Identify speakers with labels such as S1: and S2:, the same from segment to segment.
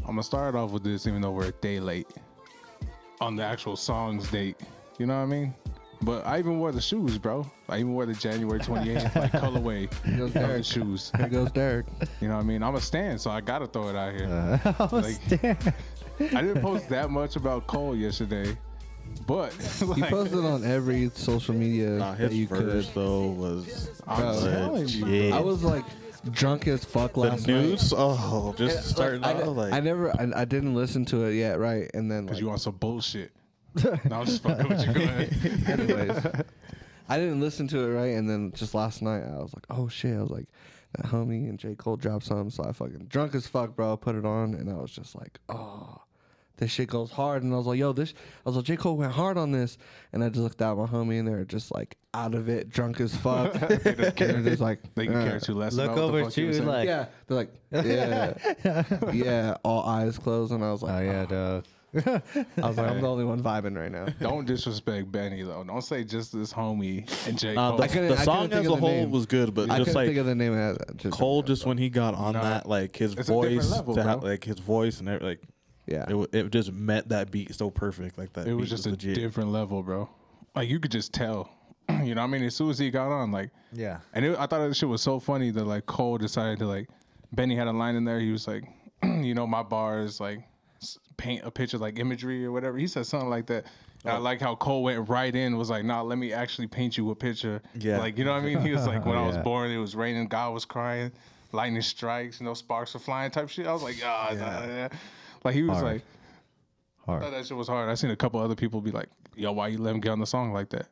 S1: I'm gonna start off with this, even though we're a day late on the actual songs date. You know what I mean? But I even wore the shoes, bro. I even wore the January 28th like colorway of the shoes.
S2: There goes Derek.
S1: You know what I mean? I'm a stand, so I gotta throw it out here.
S3: I was
S1: Like-
S3: there.
S1: I didn't post that much about Cole yesterday, but
S2: He
S1: like,
S2: posted on every social media
S4: Nah,
S2: that you
S4: his
S2: could.
S4: verse though was
S1: I'm telling you,
S4: legit.
S2: I was like drunk as fuck
S4: the
S2: last night.
S4: news. Oh, just
S2: Like,
S4: starting
S2: I,
S4: out like
S2: I never, I, I didn't listen to it yet, right? And then,
S1: because
S2: like,
S1: you want some bullshit. No, I'm just fucking with you. Go ahead.
S2: anyways, I didn't listen to it, right? And then just last night, I was like, oh shit, I was like, that homie and J Cole dropped something, so I fucking drunk as fuck, bro. I put it on, and I was just like, oh, this shit goes hard. And I was like, yo, this, I was like, J Cole went hard on this, and I just looked at my homie, and they were just like out of it, drunk as fuck. they were just like,
S1: They can
S2: "Uh."
S1: care too less.
S3: Look
S1: about what the
S3: over
S1: fuck you
S3: to
S1: were saying.
S3: like-
S2: yeah, they're like, yeah, yeah, all eyes closed, and I was like,
S3: Oh yeah, dog.
S2: I was like, I'm the only one vibing right now.
S1: Don't disrespect Benny though. Don't say just this homie and J
S4: Uh,
S1: Cole.
S4: the,
S2: I couldn't-
S4: the
S2: I couldn't
S4: song
S2: think
S4: as
S2: of
S4: a
S2: the
S4: whole
S2: name.
S4: was good, but
S2: I
S4: just
S2: couldn't
S4: like
S2: think of the name. Of that. Just
S4: Cole, just when he got on
S1: Nah.
S4: that, like his
S1: It's a different
S4: voice,
S1: level,
S4: to ha-
S1: bro.
S4: like his voice and everything, like
S2: yeah,
S4: it, w- it just met that beat so perfect. Like that,
S1: it
S4: beat
S1: was just a
S4: legit.
S1: different level, bro. Like you could just tell. you know, what I mean, as soon as he got on, like,
S3: Yeah.
S1: and it, I thought that shit was so funny that like Cole decided to like, Benny had a line in there. He was like, you know, my bars like s- paint a picture like imagery or whatever. He said something like that. And I
S3: Oh.
S1: like how Cole went right in, was like, nah, let me actually paint you a picture.
S4: Yeah.
S1: Like, you know what I mean? He was like, when I was
S3: Yeah.
S1: born, it was raining, God was crying, lightning strikes, you know, sparks were flying type shit. I was like, ah, nah, nah, nah." like he was
S3: Hard.
S1: like, I thought
S3: Hard.
S1: that shit was hard. I seen a couple other people be like, "Yo, why you let him get on the song like that?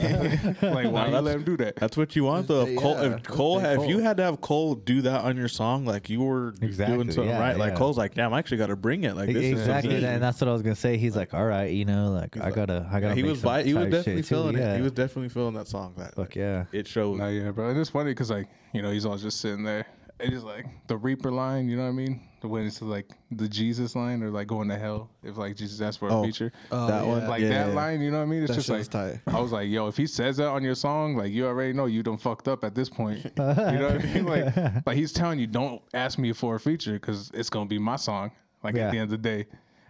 S1: like, why you
S4: that's-
S1: let him do that?"
S4: That's what you want though. If
S2: Yeah,
S4: Cole, if
S2: that's
S4: Cole,
S2: big
S4: had, if you
S2: Cole.
S4: had to have Cole do that on your song, like you were
S3: Exactly,
S4: doing something
S3: yeah,
S4: right. Like
S3: yeah.
S4: Cole's like, damn, I actually got to bring it. Like this
S3: exactly,
S4: is
S3: and that's what I was gonna say. He's like, all right, you know, like I gotta, I gotta.
S4: He
S3: make
S4: was
S3: some
S4: vi- he was
S3: type shit
S4: definitely
S3: too,
S4: feeling
S3: yeah.
S4: it. He was definitely feeling that song. That
S3: Fuck yeah.
S4: it showed.
S1: No, yeah, bro. And it's funny because like you know he's all just sitting there. It is like the Reaper line, you know what I mean? When it's like the Jesus line or like going to hell if like Jesus asked for a
S4: Oh.
S1: feature.
S4: that
S2: yeah.
S4: one,
S1: Like
S4: yeah,
S1: that
S4: yeah.
S1: line, you know what I mean? It's
S2: That
S1: just
S2: shit
S1: like
S2: was tight.
S1: I was like, yo, if he says that on your song, like you already know you done fucked up at this point. you know what I mean? Like, like he's telling you, don't ask me for a feature because it's gonna be my song. Like
S3: Yeah.
S1: at the end of the day,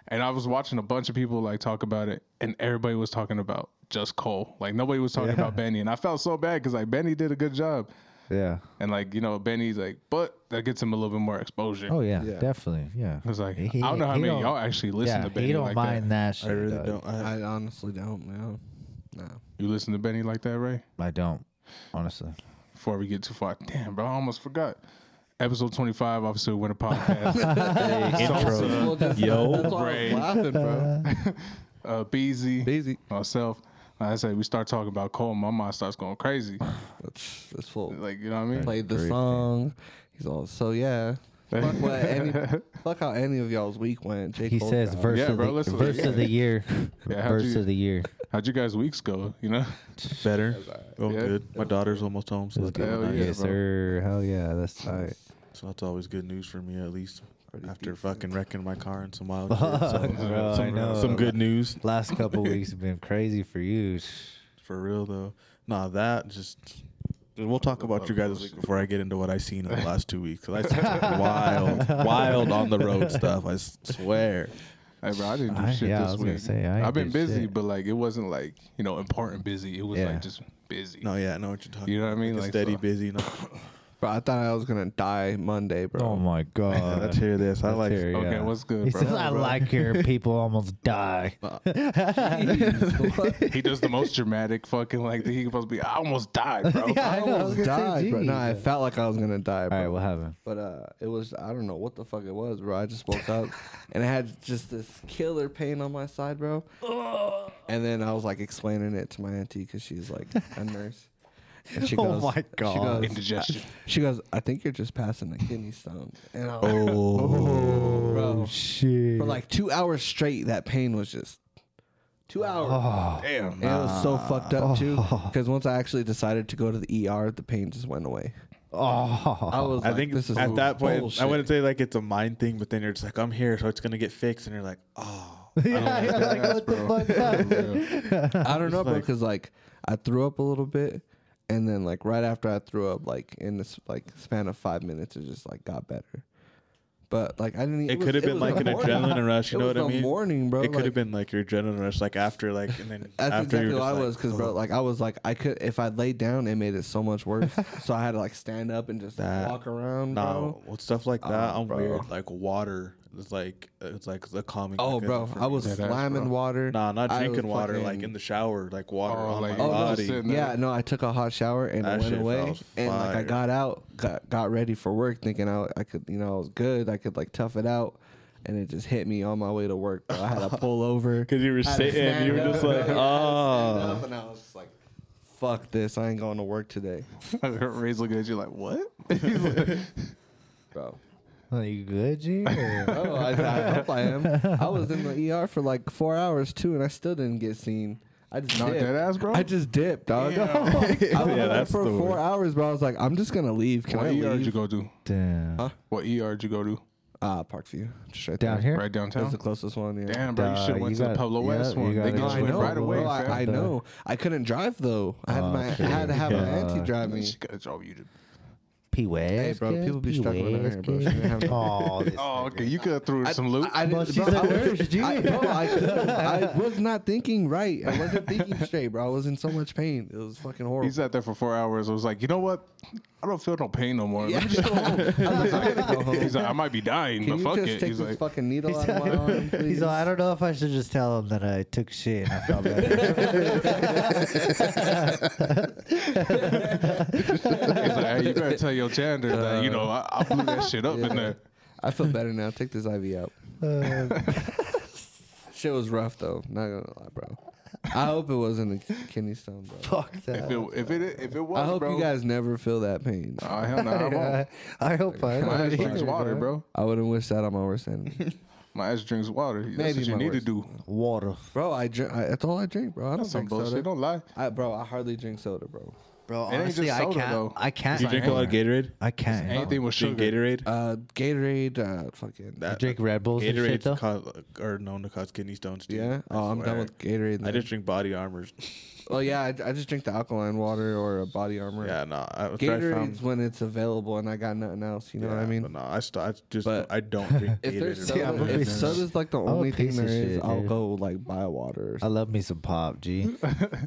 S1: and I was watching a bunch of people like talk about it, and everybody was talking about just Cole. Like nobody was talking about Benny, and I felt so bad because like Benny did a good job,
S3: Yeah.
S1: and like you know Benny's like, but that gets him a little bit more exposure.
S3: Oh yeah,
S2: Yeah.
S3: definitely. Yeah.
S1: It's like
S3: He-
S1: I don't know how
S3: he
S1: many
S3: don't-
S1: y'all actually listen
S3: Yeah,
S1: to Benny
S3: he don't
S1: like
S3: mind
S1: that.
S3: that, shit.
S4: I really
S3: dog.
S4: don't. I,
S2: I honestly don't, man. No.
S1: You listen to Benny like that, Ray?
S3: I don't. Honestly.
S1: before we get too far. Damn, bro, I almost forgot. Episode 25, obviously, we win a podcast.
S4: intro.
S2: that's
S4: Yo,
S2: why
S1: Ray.
S2: I was laughing, bro.
S1: uh, BZ,
S2: Easy.
S1: myself. Like I say, we start talking about Cole, my mind starts going crazy.
S2: That's that's full.
S1: Like, you know what I mean?
S2: Played the
S3: Crazy.
S2: song. He's all so yeah. fuck, what any, fuck how any of y'all's week went. J.
S3: He
S2: Cole
S3: says
S2: got-
S3: verse
S1: Yeah,
S3: of
S1: bro,
S3: the
S1: listen,
S3: verse
S1: yeah.
S3: of the year.
S1: Yeah, how'd
S3: verse
S1: you-
S3: of the year.
S1: How'd you guys' weeks go? You know?
S4: better. Oh,
S1: Yeah.
S4: good. My daughter's almost home, so that's
S1: Hell
S4: nice.
S1: yeah,
S3: yes,
S1: bro.
S3: sir. Hell yeah, that's tight.
S4: So that's always good news for me, at least
S2: Pretty
S4: after
S2: decent.
S4: fucking wrecking my car and some mileage. so,
S3: Bro, I
S4: some,
S3: know.
S4: some good news
S3: Last couple weeks have been crazy for you.
S4: for real though. Nah, that just. We'll talk about you guys week before I get into what I seen in the last two weeks. 'cause I seen some wild, wild on the road stuff. I s- swear.
S1: Hey, bro, I didn't do
S3: I-
S1: shit
S3: yeah, I
S1: this
S3: was
S1: week.
S3: gonna say, I ain't
S1: have been
S3: did
S1: busy,
S3: shit.
S1: but like, it wasn't like, you know, important busy. It was
S3: Yeah.
S1: like just busy.
S4: No, yeah, I know what you're talking.
S1: You know what I
S4: about.
S1: mean?
S4: Like a
S1: Like,
S4: steady,
S1: so-
S4: busy. No.
S2: Bro, I thought I was gonna die Monday, bro.
S3: Oh my god.
S4: let's hear this. I
S3: Let's
S4: like-
S3: hear it,
S1: Okay,
S3: yeah.
S1: what's good,
S3: He
S1: bro?
S3: says, I like hearing people almost die.
S1: he does the most dramatic fucking, like, he supposed to be, I almost died, bro.
S3: I know. I was gonna say,
S2: died, bro.
S3: geez.
S2: No, I felt like I was gonna die, bro.
S3: All right, what happened?
S2: But uh, it was I don't know what the fuck it was, bro. I just woke up and I had just this killer pain on my side, bro. And then I was like explaining it to my auntie because she's like a nurse. And she
S3: Oh
S2: goes,
S3: my
S2: She
S3: God.
S2: goes,
S1: Indigestion.
S2: she goes, I think you're just passing a kidney stone. And I was like,
S4: Oh,
S2: bro,
S3: Shit.
S2: for like two hours straight, that pain was just two hours.
S3: Oh,
S1: Damn.
S2: And it was so fucked up too, because once I actually decided to go to the ER, the pain just went away.
S3: Oh.
S2: I was
S4: I
S2: like,
S4: think
S2: this is
S4: at that point, I
S2: bullshit.
S4: wouldn't say like it's a mind thing, but then you're just like, I'm here, so it's gonna get fixed, and you're like, oh,
S3: yeah, you're like, what the fuck?
S2: I don't know, bro, because like I threw up a little bit, and then like right after I threw up, like in this like span of five minutes, it just like got better. But like I didn't.
S4: It
S2: was-
S4: could have been
S2: was
S4: like
S2: the
S4: an
S2: morning.
S4: adrenaline rush. You
S2: It
S4: know
S2: was
S4: what I
S2: the
S4: mean?
S2: Morning, bro.
S4: it could
S2: like-
S4: have been like your adrenaline rush, like after, like, and then
S2: That's
S4: after
S2: exactly
S4: you're
S2: what I
S4: just
S2: was,
S4: like,
S2: cause bro, like I was like I could if I laid down, it made it so much worse. so I had to like stand up and just
S4: That-
S2: walk around, bro.
S4: "Oh, No, with stuff like that,
S2: Oh,
S4: I'm
S2: bro.
S4: weird. Like water, it's like it's like the calming.
S2: Oh, bro,
S4: mechanism for
S2: I
S4: me.
S2: was
S1: Dead ass,
S2: slamming
S1: bro.
S2: water.
S4: Nah, not
S2: I
S4: drinking
S2: was
S4: water, like
S2: fucking-
S4: in the shower, like water
S1: Oh,
S4: on
S1: like,
S4: my
S1: you
S2: Oh, no,
S4: body.
S1: sitting there.
S2: Yeah, no, I took a hot shower and
S4: That
S2: it went
S4: shit
S2: away.
S4: felt
S2: And like I
S4: fire.
S2: got out, got, got ready for work, thinking I, I could, you know, I was good. I could like tough it out, and it just hit me on my way to work. Bro. I had to pull over.
S4: Because you were
S2: I had to
S4: sitting,
S2: stand
S4: you were
S2: up,
S4: just
S2: bro.
S4: like,
S2: Yeah, I had to stand
S4: oh.
S2: up, and I was just like, fuck this, I ain't going to work today,
S1: Ray's looking at you like, what? He's like,
S2: bro.
S3: Are you good, G? or-
S2: Oh, I, I hope I am. I was in the ER for like four hours too, and I still didn't get seen. I just
S1: Not
S2: dipped.
S1: dead ass, bro?
S2: I just dipped, dog.
S1: Damn.
S2: I was
S4: Yeah,
S2: in there
S4: that's
S2: for
S4: the
S2: four
S4: worst. E
S2: hours, bro. I was like, I'm just gonna leave. Can
S1: what
S2: I
S1: ER
S2: leave?
S1: did you go to?
S3: Damn.
S2: Huh?
S1: What ER did you go to?
S2: Ah, Parkview, just right
S3: Down
S2: there.
S3: here?
S1: Right
S2: That's
S1: downtown?
S2: the closest one. Yeah.
S1: Damn, bro, you
S3: Duh,
S1: should have went
S3: you
S1: to the
S3: got-
S1: Pablo
S3: yeah,
S1: West
S3: you
S1: one. They
S3: gotta
S1: get
S2: No, I
S1: you in
S2: know,
S1: right
S2: bro.
S1: away,
S2: I,
S1: fam.
S2: I know. I couldn't drive though. I had
S3: Oh,
S2: my, I
S3: shit.
S2: had to have my auntie
S3: Yeah.
S2: drive me.
S1: She could have drove you to.
S3: P West.
S2: Hey, bro, people be struggling out here, bro. She didn't have-
S3: Oh, this
S1: Oh,
S3: nigga.
S1: okay. You could have threw some loot.
S2: I didn't.
S3: But she's
S2: bro, I
S3: a
S2: was-
S3: nurse, G.
S2: I, no, I, couldn't. I was not thinking right. I wasn't thinking straight, bro. I was in so much pain. It was fucking horrible.
S1: He sat there for four hours. I was like, you know what? I don't feel no pain no more.
S2: Yeah.
S1: Let me just go home.
S2: I was like, "I'm gonna go home.
S1: He's like, I might be dying,
S2: Can
S1: but
S2: you
S1: fuck
S2: just
S1: it.
S2: stick
S1: He's
S2: this
S1: like,
S2: fucking needle
S3: He's
S2: out of my arm,
S3: like,
S2: please?
S3: he's like, I don't know if I should just tell him that I took shit and I felt better.
S1: he's like, hey, you better tell your janitor that you know I, I blew that shit up
S2: Uh, yeah.
S1: in there.
S2: I feel better now. Take this IV out.
S3: Uh,
S2: Shit was rough though. Not gonna lie, bro. I hope it wasn't a kidney stone, bro.
S3: fuck
S1: If
S3: that.
S1: it if it if it was,
S2: I hope
S1: bro,
S2: you guys never feel that pain.
S1: Oh, hell no, I won't.
S3: I hope I
S1: My ass
S3: don't
S1: drinks
S3: either,
S1: water,
S3: bro.
S1: bro.
S2: I wouldn't wish that on my worst enemy,
S1: My ass drinks water. That's
S2: Maybe
S1: what you
S2: my
S1: need to
S2: worst.
S1: do.
S3: Water,
S2: bro. I drink. I, that's all I drink, bro. I don't
S1: That's some
S2: drink
S1: bullshit.
S2: soda.
S1: Don't lie.
S2: I, bro, I hardly drink soda, bro.
S3: bro.
S1: It ain't
S3: Honestly,
S1: just
S3: I
S1: soda,
S3: can't.
S1: though.
S3: I can't.
S4: You drink a lot of Gatorade?
S3: I can't.
S1: Anything with
S4: Drink
S1: sugar.
S4: Gatorade?
S2: Uh, Gatorade, uh, fucking.
S3: I
S4: That
S3: drink Red Bulls and shit
S4: Gatorades
S3: though.
S4: cause, uh, are known to cause kidney stones. Dude.
S2: yeah.
S4: I
S2: Oh, I'm done
S4: swear.
S2: with Gatorade.
S4: I
S2: then.
S4: just drink body armors.
S2: Oh yeah, I, I just drink the alkaline water or a body armor.
S4: yeah, no. I, after I found-
S2: Gatorade's when it's available and I got nothing else. You know what I
S4: yeah,
S2: mean?
S4: But no, I, st- I just
S2: But-
S4: I don't drink
S2: If
S4: Gatorade.
S2: there's soda,
S3: Yeah, I'm a
S2: if
S3: piece of
S2: soda's like the
S3: a
S2: only thing
S3: piece
S2: there
S3: of
S2: is,
S3: shit,
S2: I'll
S3: dude.
S2: go like buy water or
S3: I
S2: something.
S3: love me some pop, G.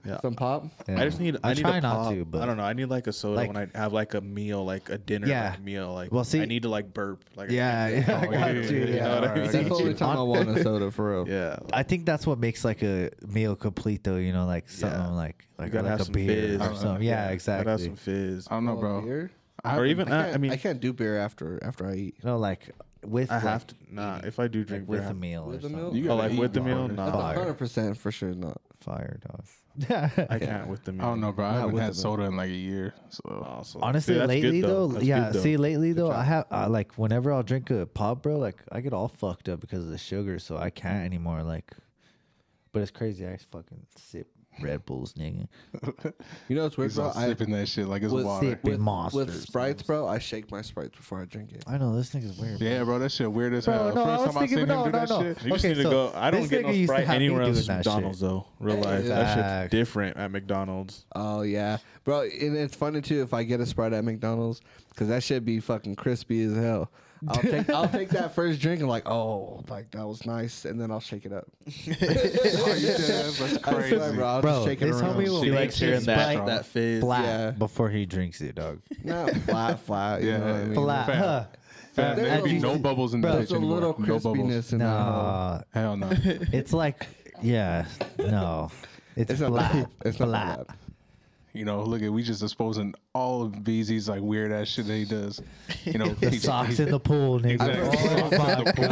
S4: Yeah.
S2: some pop.
S4: I just need. I,
S3: I
S4: need
S3: try
S4: a
S3: not
S4: pop.
S3: to, but
S4: I don't know. I need like a soda
S3: like-
S4: when I have like a meal, like a dinner,
S3: Yeah.
S4: like meal. Like,
S3: Well, see-
S4: I need to like burp. Like, I
S3: Yeah,
S4: can't
S3: yeah, I
S2: Oh,
S4: drink
S1: got
S4: all of it,
S1: you,
S4: You
S1: yeah.
S4: know what I
S1: Alright,
S4: mean?
S1: I
S2: That's the
S1: got
S2: only
S1: you.
S2: time I want a soda for real.
S4: Yeah,
S3: I think that's what makes like a meal complete though. You know, like something
S4: Yeah.
S3: like like,
S4: gotta
S3: like
S4: have
S3: a
S4: some
S3: beer
S4: fizz.
S3: or something. Yeah,
S4: gotta have
S3: exactly.
S4: some fizz,
S1: I don't know,
S2: Oh,
S1: bro.
S2: beer?
S1: I
S4: or
S1: haven't-
S4: even I, I mean,
S2: I can't do beer after after I eat.
S3: You know, like with
S4: I have
S3: like,
S4: to. Nah, if I do drink beer, I
S3: like with a
S4: have-
S3: meal.
S2: With
S3: or
S2: a meal?
S3: something.
S1: You
S4: Oh,
S1: gotta
S4: like
S1: eat
S4: with the meal,
S1: water.
S4: nah.
S2: That's
S3: Fire.
S2: hundred percent for sure not.
S3: Fire dog.
S4: I can't with the meal.
S1: I don't know, bro. I haven't
S2: with
S1: had
S2: the-
S1: soda in like a year. So
S4: Oh, so-
S3: Honestly,
S4: see, that's good,
S3: lately though,
S4: That's
S3: yeah.
S4: good, though.
S3: See, lately though, I
S4: job.
S3: have I, like whenever I'll drink a pop, bro, like I get all fucked up because of the sugar, so I can't anymore. Like, but it's crazy. I fucking sip Red Bulls, nigga.
S2: You know what's weird,
S1: he's
S2: bro?
S1: all
S2: I,
S1: sipping that shit like it's
S2: with-
S1: water.
S3: Sip. Big
S2: with, with
S3: monsters.
S2: sprites, bro, I shake my sprites before I drink it.
S3: I know this nigga's weird.
S1: Yeah, bro, that shit weird as hell.
S3: no, I
S1: First
S3: was
S1: time I
S3: thinking-
S1: seen him
S3: no,
S1: do
S3: no,
S1: that
S3: no.
S1: shit.
S4: You just
S3: Okay,
S4: need to
S3: so
S4: go. I don't
S3: this
S4: get
S3: nigga
S4: no
S3: used to
S4: Sprite
S3: have me
S4: anywhere else.
S3: doing that shit.
S4: McDonald's though. Realize that
S3: Exact.
S4: shit's different at McDonald's.
S2: Oh yeah, bro. And it's funny too if I get a sprite at McDonald's because that should be fucking crispy as hell. I'll take I'll take that first drink and like oh like that was nice and then I'll shake it up.
S1: Oh, you dead ass? That's
S2: I
S1: crazy.
S2: swear, bro, I'll
S3: Bro,
S2: just shake it
S3: this
S2: around.
S3: homie will
S4: She
S3: make
S4: likes
S3: you
S4: hearing that
S3: Sprite
S4: that fizz.
S3: flat
S2: Yeah.
S3: before he drinks it, dog.
S2: Not flat, flat. You
S1: Yeah,
S2: know what I
S1: yeah.
S2: mean?
S3: Flat,
S1: fam.
S3: huh?
S1: Fam,
S2: There's
S1: there'd
S2: a
S1: be no
S2: little-
S1: bubbles in the
S2: There's
S1: bitch
S2: a little
S1: anymore. No bubbles.
S2: crispiness in that. hoe.
S3: No,
S1: Hell no.
S3: it's like yeah, no, it's,
S2: It's not
S3: flat.
S2: flat. It's not
S3: flat.
S2: flat.
S1: You know, look at we just exposing all of VZ's like weird ass shit that he does. You know,
S3: The
S1: he's-
S3: socks in the pool, nigga.
S1: Exactly.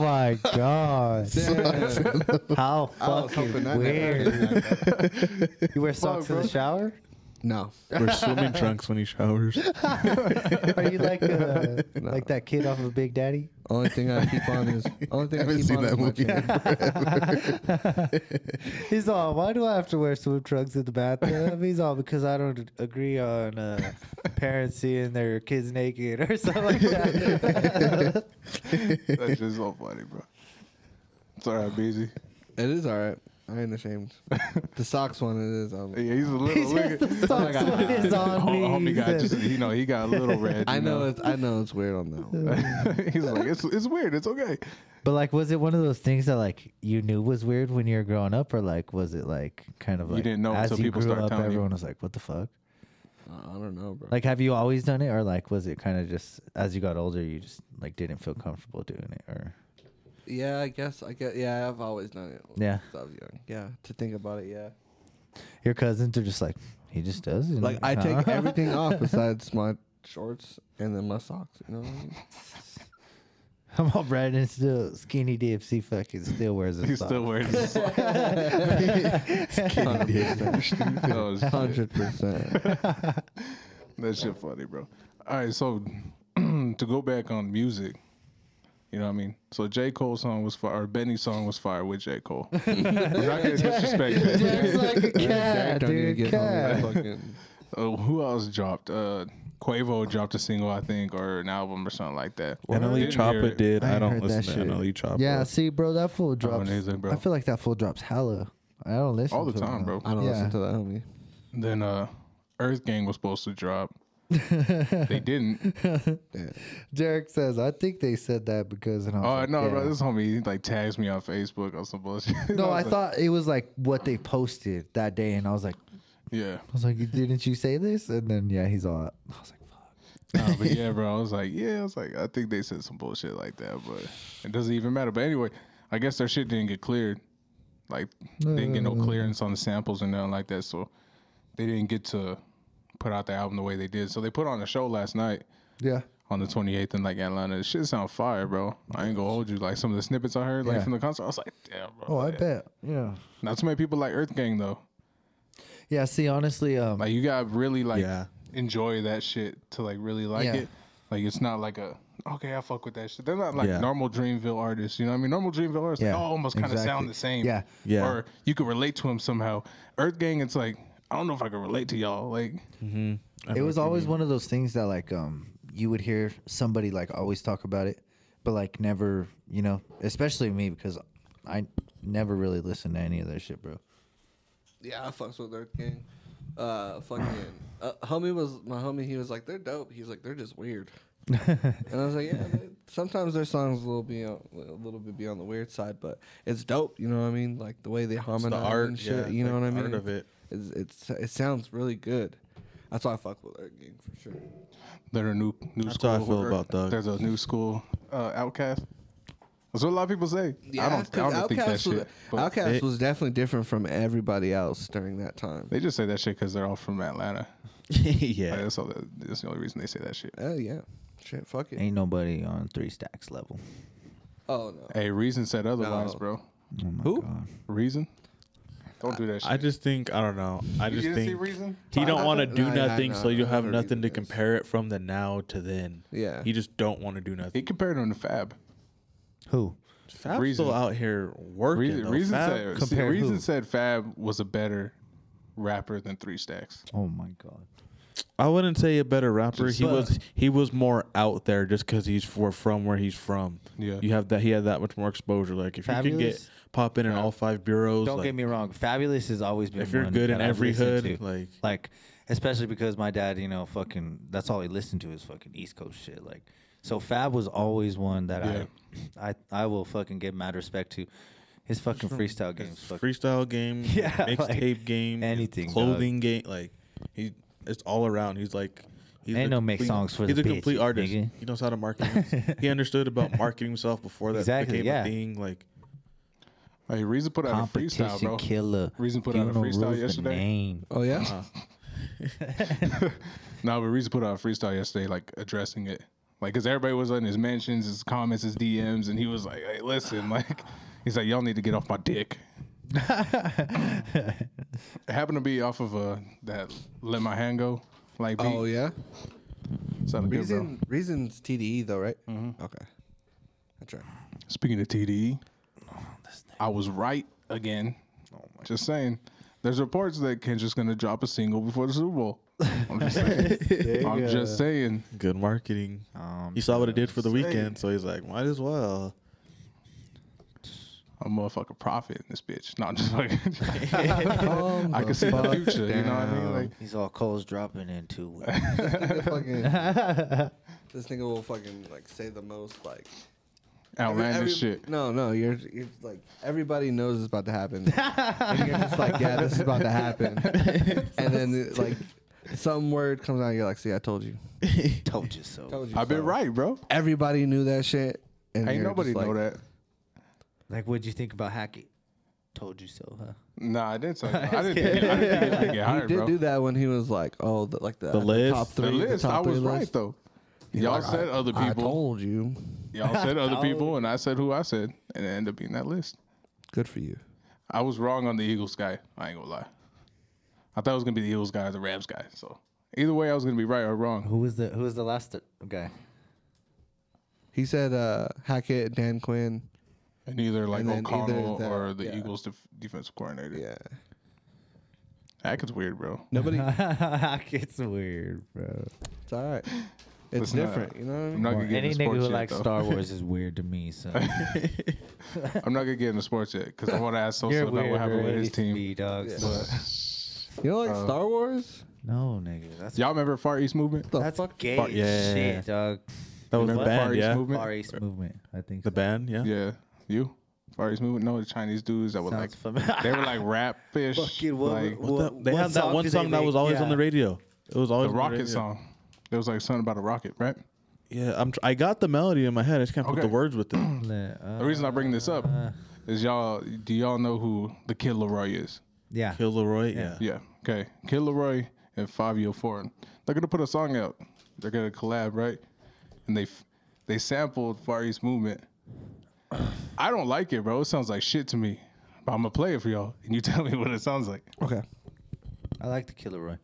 S3: my god, nigga. Oh my god. How
S2: I was
S3: fucking
S2: hoping that never
S3: weird.
S2: happened.
S3: You wear socks in the shower?
S2: No.
S4: We're swimming trunks when he showers.
S3: Are you like uh,
S2: No.
S3: like that kid off of Big Daddy?
S2: Only thing I keep on is only thing I
S4: Haven't
S2: keep
S4: seen
S2: on
S4: that
S2: is my
S4: movie.
S2: chain.
S3: He's all, why do I have to wear swim trunks in the bathroom? He's all because I don't agree on uh, parents seeing their kids naked or something like that.
S1: That's just so funny, bro. It's all right, BZ.
S2: It is all right. I ain't ashamed. the socks one it is. Um,
S1: Yeah, he's a little.
S3: He says
S1: look at-
S3: the socks
S1: like,
S3: one is on
S1: Oh Hom-
S3: me,
S1: Homie
S3: he
S1: got
S3: said.
S1: just you know he got a little red.
S2: I
S1: you
S2: know it's I know it's weird on that. one.
S1: he's like it's it's weird. It's okay.
S3: But like, was it one of those things that like you knew was weird when you were growing up, or like was it like kind of
S1: You
S3: like
S1: didn't know
S3: as
S1: until
S3: you
S1: people
S3: grew
S1: started
S3: up,
S1: telling you.
S3: everyone was like, "What the fuck."
S2: I don't know, bro.
S3: Like, have you always done it, or like, was it kind of just as you got older, you just like didn't feel comfortable doing it, or
S2: yeah, I guess I get. Yeah, I've always done it.
S3: Yeah.
S2: since I was young. Yeah, to think about it, yeah.
S3: your cousins are just like, he just does it.
S2: Like I
S3: huh?
S2: take everything off besides my shorts and then my socks. You know, what I mean?
S3: I'm all Brad and still skinny DFC fucking still wears a
S1: He's
S3: sock.
S1: still wearing. His sock.
S2: hundred percent.
S1: Oh, shit.
S2: Hundred percent.
S1: That shit funny, bro. All right, so to go back on music, you know what I mean? So J. Cole's song was fire, or Benny's song was fire with J. Cole. We're not gonna disrespect that.
S3: Jack's like a cat,
S2: Don't even
S3: dude.
S2: get
S3: cat.
S2: home. Fucking-
S1: Uh, who else dropped? Uh, Quavo dropped a single, I think, or an album or something like that. Didn't
S4: Annalie
S1: hear
S4: Choppa
S1: it.
S4: E did. I,
S3: I
S4: don't
S3: heard that
S4: listen to E
S3: shit.
S4: Annalie Choppa.
S3: Yeah, see, bro, that fool
S1: don't
S3: drops.
S1: either, bro.
S3: I feel like that fool drops hella. I don't listen
S1: all the
S3: to him,
S1: time,
S3: though.
S1: bro.
S2: I don't
S3: Yeah.
S2: listen to that, homie.
S1: Then uh, Earth Gang was supposed to drop. they didn't.
S3: Derek says, I think they said that because. And I was
S1: Oh
S3: like,
S1: no,
S3: yeah.
S1: bro! This homie he, like tags me on Facebook or some bullshit.
S3: No, I
S1: was like,
S3: thought it was like what they posted that day, and I was like,
S1: yeah.
S3: I was like, didn't you say this? And then yeah, he's all. I was like, fuck.
S1: Nah, but yeah, bro. I was like, yeah, I was like, I think they said some bullshit like that, but it doesn't even matter. But anyway, I guess their shit didn't get cleared. Like, they didn't get no
S3: Uh.
S1: clearance on the samples and nothing like that. So they didn't get to put out the album the way they did. So they put on a show last night
S3: Yeah.
S1: on the 28th in like Atlanta. The shit sound fire, bro. I ain't gonna hold you. Like, some of the snippets I heard, like,
S3: Yeah.
S1: from the concert, I was like, damn, bro.
S3: Oh, I
S1: Yeah.
S3: bet. Yeah.
S1: Not too many people like Earth Gang, though.
S3: Yeah. See, honestly, um,
S1: Like, you gotta really, like,
S4: Yeah.
S1: enjoy that shit to like really like
S3: Yeah.
S1: it. Like it's not like a okay, I fuck with that shit. They're not like
S4: Yeah.
S1: normal Dreamville artists, you know. what I mean, normal Dreamville artists
S3: Yeah,
S1: like, all almost kind of
S3: exactly.
S1: sound the same.
S3: Yeah.
S4: Yeah.
S1: Or you could relate to them somehow. Earth Gang, it's like I don't know if I can relate to y'all. Like
S4: I
S3: it
S4: know
S3: was
S4: what you
S3: always one of those things that like um you would hear somebody like always talk about it but like never you know especially me because i never really listened to any of that shit bro
S2: Yeah, I fucks with Earth Gang. Uh, fucking uh, homie was my homie. He was like, they're dope. He's like, they're just weird. and I was like, yeah. They, sometimes their songs will be on, a little bit beyond the weird side, but it's dope. You know what I mean? Like the way they harmonize
S4: the art,
S2: and shit.
S4: yeah,
S2: you know
S4: like
S2: what I
S4: the
S2: mean?
S4: art of it.
S2: It's, it's it sounds really good. That's why I fuck with Earth Gang for sure.
S1: they're a new new
S4: That's
S1: school.
S4: how I feel
S1: or
S4: about Thug.
S1: There's a new school uh, outcast. That's what a lot of people say. I don't, I don't think that
S2: Outcast was,
S1: shit. but
S2: Outkast
S4: It-
S2: was definitely different from everybody else during that time.
S1: they just say that shit because they're all from Atlanta. Like,
S4: yeah.
S1: that's all. The, that's the only reason they say that shit.
S2: Oh yeah, shit, fuck it.
S3: ain't nobody on three stacks level
S2: Oh no,
S1: Hey, Reason said otherwise,
S2: No.
S1: bro.
S3: oh my
S4: Who?
S3: god
S1: Reason. Don't do that shit.
S4: I just think I don't know. I
S1: You
S4: just
S1: didn't see
S4: think
S1: Reason?
S4: he don't want to do
S2: Nah, nah,
S4: nothing,
S2: nah,
S4: so you
S2: I've
S4: have
S2: heard
S4: nothing
S2: Reason
S4: to
S2: is.
S4: compare it from the now to then.
S2: Yeah.
S4: you just don't want to do
S1: He
S4: nothing.
S1: compared him to Fab.
S3: who
S4: Fab's
S1: Reason.
S4: still out here working.
S1: Reason,
S4: though.
S1: Reason
S4: Fab-
S1: said see,
S3: compared
S1: Reason
S3: who?
S1: said Fab was a better rapper than Three Stacks.
S3: oh my god
S4: I wouldn't say a better rapper. He
S3: But-
S4: was he was more out there just because he's for from where he's from.
S1: Yeah.
S4: you have that. He had that much more exposure. Like if you can get
S3: Fabulous.
S4: pop in in all five bureaus.
S3: don't
S4: like,
S3: get me wrong fabulous has always been
S4: If you're
S3: one
S4: good in
S3: that I've
S4: every
S3: listened
S4: hood,
S3: to.
S4: like-
S3: like especially because my dad you know fucking that's all he listened to is fucking east coast shit like so fab was always one that i i i will fucking give mad respect to his fucking freestyle games fucking
S4: freestyle game,
S3: Yeah,
S4: mixtape
S3: like,
S4: game,
S3: anything,
S4: clothing game. Like he, it's all around. He's like, he's
S3: Ain't
S4: a
S3: no make songs for
S4: He's
S3: the
S4: a complete
S3: bitches,
S4: artist.
S3: nigga.
S4: He knows how to market. himself. he understood about marketing himself before that
S3: Exactly,
S4: became
S3: yeah.
S4: a thing. Like
S1: Hey, Reason put out a
S3: competition
S1: freestyle, bro.
S3: killer.
S1: Reason put out a
S3: You don't
S1: freestyle
S3: rules the
S1: yesterday.
S3: Name.
S2: Oh yeah.
S1: No, but Reason put out a freestyle yesterday, like addressing it, like because everybody was on his mentions, his comments, his DMs, and he was like, "Hey, listen, like." He's like, y'all need to get off my dick. it happened to be off of uh, that "Let My Hand Go" like beat.
S2: Oh yeah.
S1: Sounded good, bro.
S2: Reason reasons TDE though, right? Mm-hmm. Okay, that's right.
S1: Speaking of TDE,
S2: Oh,
S1: I was right again. just saying. There's reports that Kendrick's gonna drop a single before the Super Bowl. I'm just saying. I'm just saying.
S4: good marketing.
S3: Um,
S4: He saw what it did for the weekend, so he's like, might as well.
S1: a motherfucking prophet in this bitch. No, I'm just like
S2: Calm
S1: I
S2: the
S1: can see the
S2: fuck
S1: future. You know what I mean?
S2: down.
S1: Like
S3: He's all Cole's dropping in two weeks.
S2: This nigga fucking- this nigga will fucking like say the most like
S1: outlandish
S2: every-
S1: shit.
S2: No, no, you're, you're like everybody knows it's about to happen. and you're just like, yeah, this is about to happen. and then like some word comes out, you're like, see, I told you.
S3: Told you so.
S2: Told you
S1: I've been
S2: so.
S1: right, bro.
S2: Everybody knew that shit. And
S1: Ain't
S2: you're
S1: nobody
S2: just like,
S1: know that.
S3: Like, what'd you think about Hackett? Told you so, huh?
S1: Nah, I didn't. Tell you. I didn't think. I didn't think it would get
S2: He
S1: hired,
S2: did
S1: bro.
S2: do that when he was like, oh, the, like the, the
S4: list?
S2: top
S4: The
S2: three,
S1: the list.
S2: top
S1: I was
S2: three
S1: right
S2: list.
S1: though. Y'all said other
S2: I
S1: people.
S2: told you.
S1: Y'all said other people, and I said who I said, and it ended up being that list.
S2: Good for you.
S1: I was wrong on the Eagles guy. I ain't gonna lie. I thought it was gonna be the Eagles guy or the Rams guy. So either way, I was gonna be right or wrong.
S3: Who was the Who was the last th- guy?
S2: He said uh, Hackett, Dan Quinn.
S1: And either like
S2: And then either
S1: O'Connell
S2: that-
S1: or the
S2: yeah.
S1: Eagles def- defensive coordinator.
S2: Yeah.
S1: Hackett's weird, bro.
S2: Nobody.
S3: Hackett's weird, bro.
S2: it's all right. It's
S1: Listen, uh,
S2: different. You know what I
S1: I'm
S2: mean?
S1: not gonna get
S3: Any
S1: into
S3: nigga
S1: sports
S3: who
S1: yet,
S3: likes
S1: though.
S3: Star Wars is weird to me. So
S1: I'm not gonna get into sports yet because I want to ask Sosa
S3: you're
S1: about
S3: weird
S1: what happened with his team.
S3: Me, dog.
S2: Yeah.
S3: But
S2: You know, like
S1: uh,
S2: Star Wars.
S3: no, nigga, that's
S1: Y'all remember Far East Movement?
S2: The
S3: that's
S2: fuck?
S3: gay
S4: Fuck, yeah.
S3: shit, dog.
S4: That was the
S1: Remember Far
S4: band,
S1: East
S4: yeah.
S1: Movement?
S3: Far East movement, I think.
S4: The
S3: so.
S4: band, yeah.
S1: Yeah, you Far East Movement. No, the Chinese dudes that were
S3: Sounds
S1: like
S3: familiar.
S1: they were like rap fish,
S3: Fucking what-
S1: like
S4: What the-
S3: What-
S4: they
S3: what
S4: had that
S3: song
S4: one
S3: did
S4: song
S3: they
S4: that
S3: make?
S4: was always on
S3: Yeah.
S4: the radio. It was
S1: the
S4: always on radio.
S1: Rocket song. There was like something about a rocket, right?
S4: Yeah, I'm. Tr- I got the melody in my head. I just can't put
S1: Okay.
S4: the words with it.
S3: Uh,
S1: The reason I bring this up is y'all. Do y'all know who the Kid Leroy is?
S3: yeah.
S4: Kill Leroy. Yeah.
S1: Yeah. Okay. Kid Leroy and Fabio Foreign. They're gonna put a song out. They're gonna collab, right? And they f- they sampled Far East Movement. I don't like it, bro. It sounds like shit to me. But I'm gonna play it for y'all, and you tell me what it sounds like.
S2: Okay.
S3: I like the Killer Roy.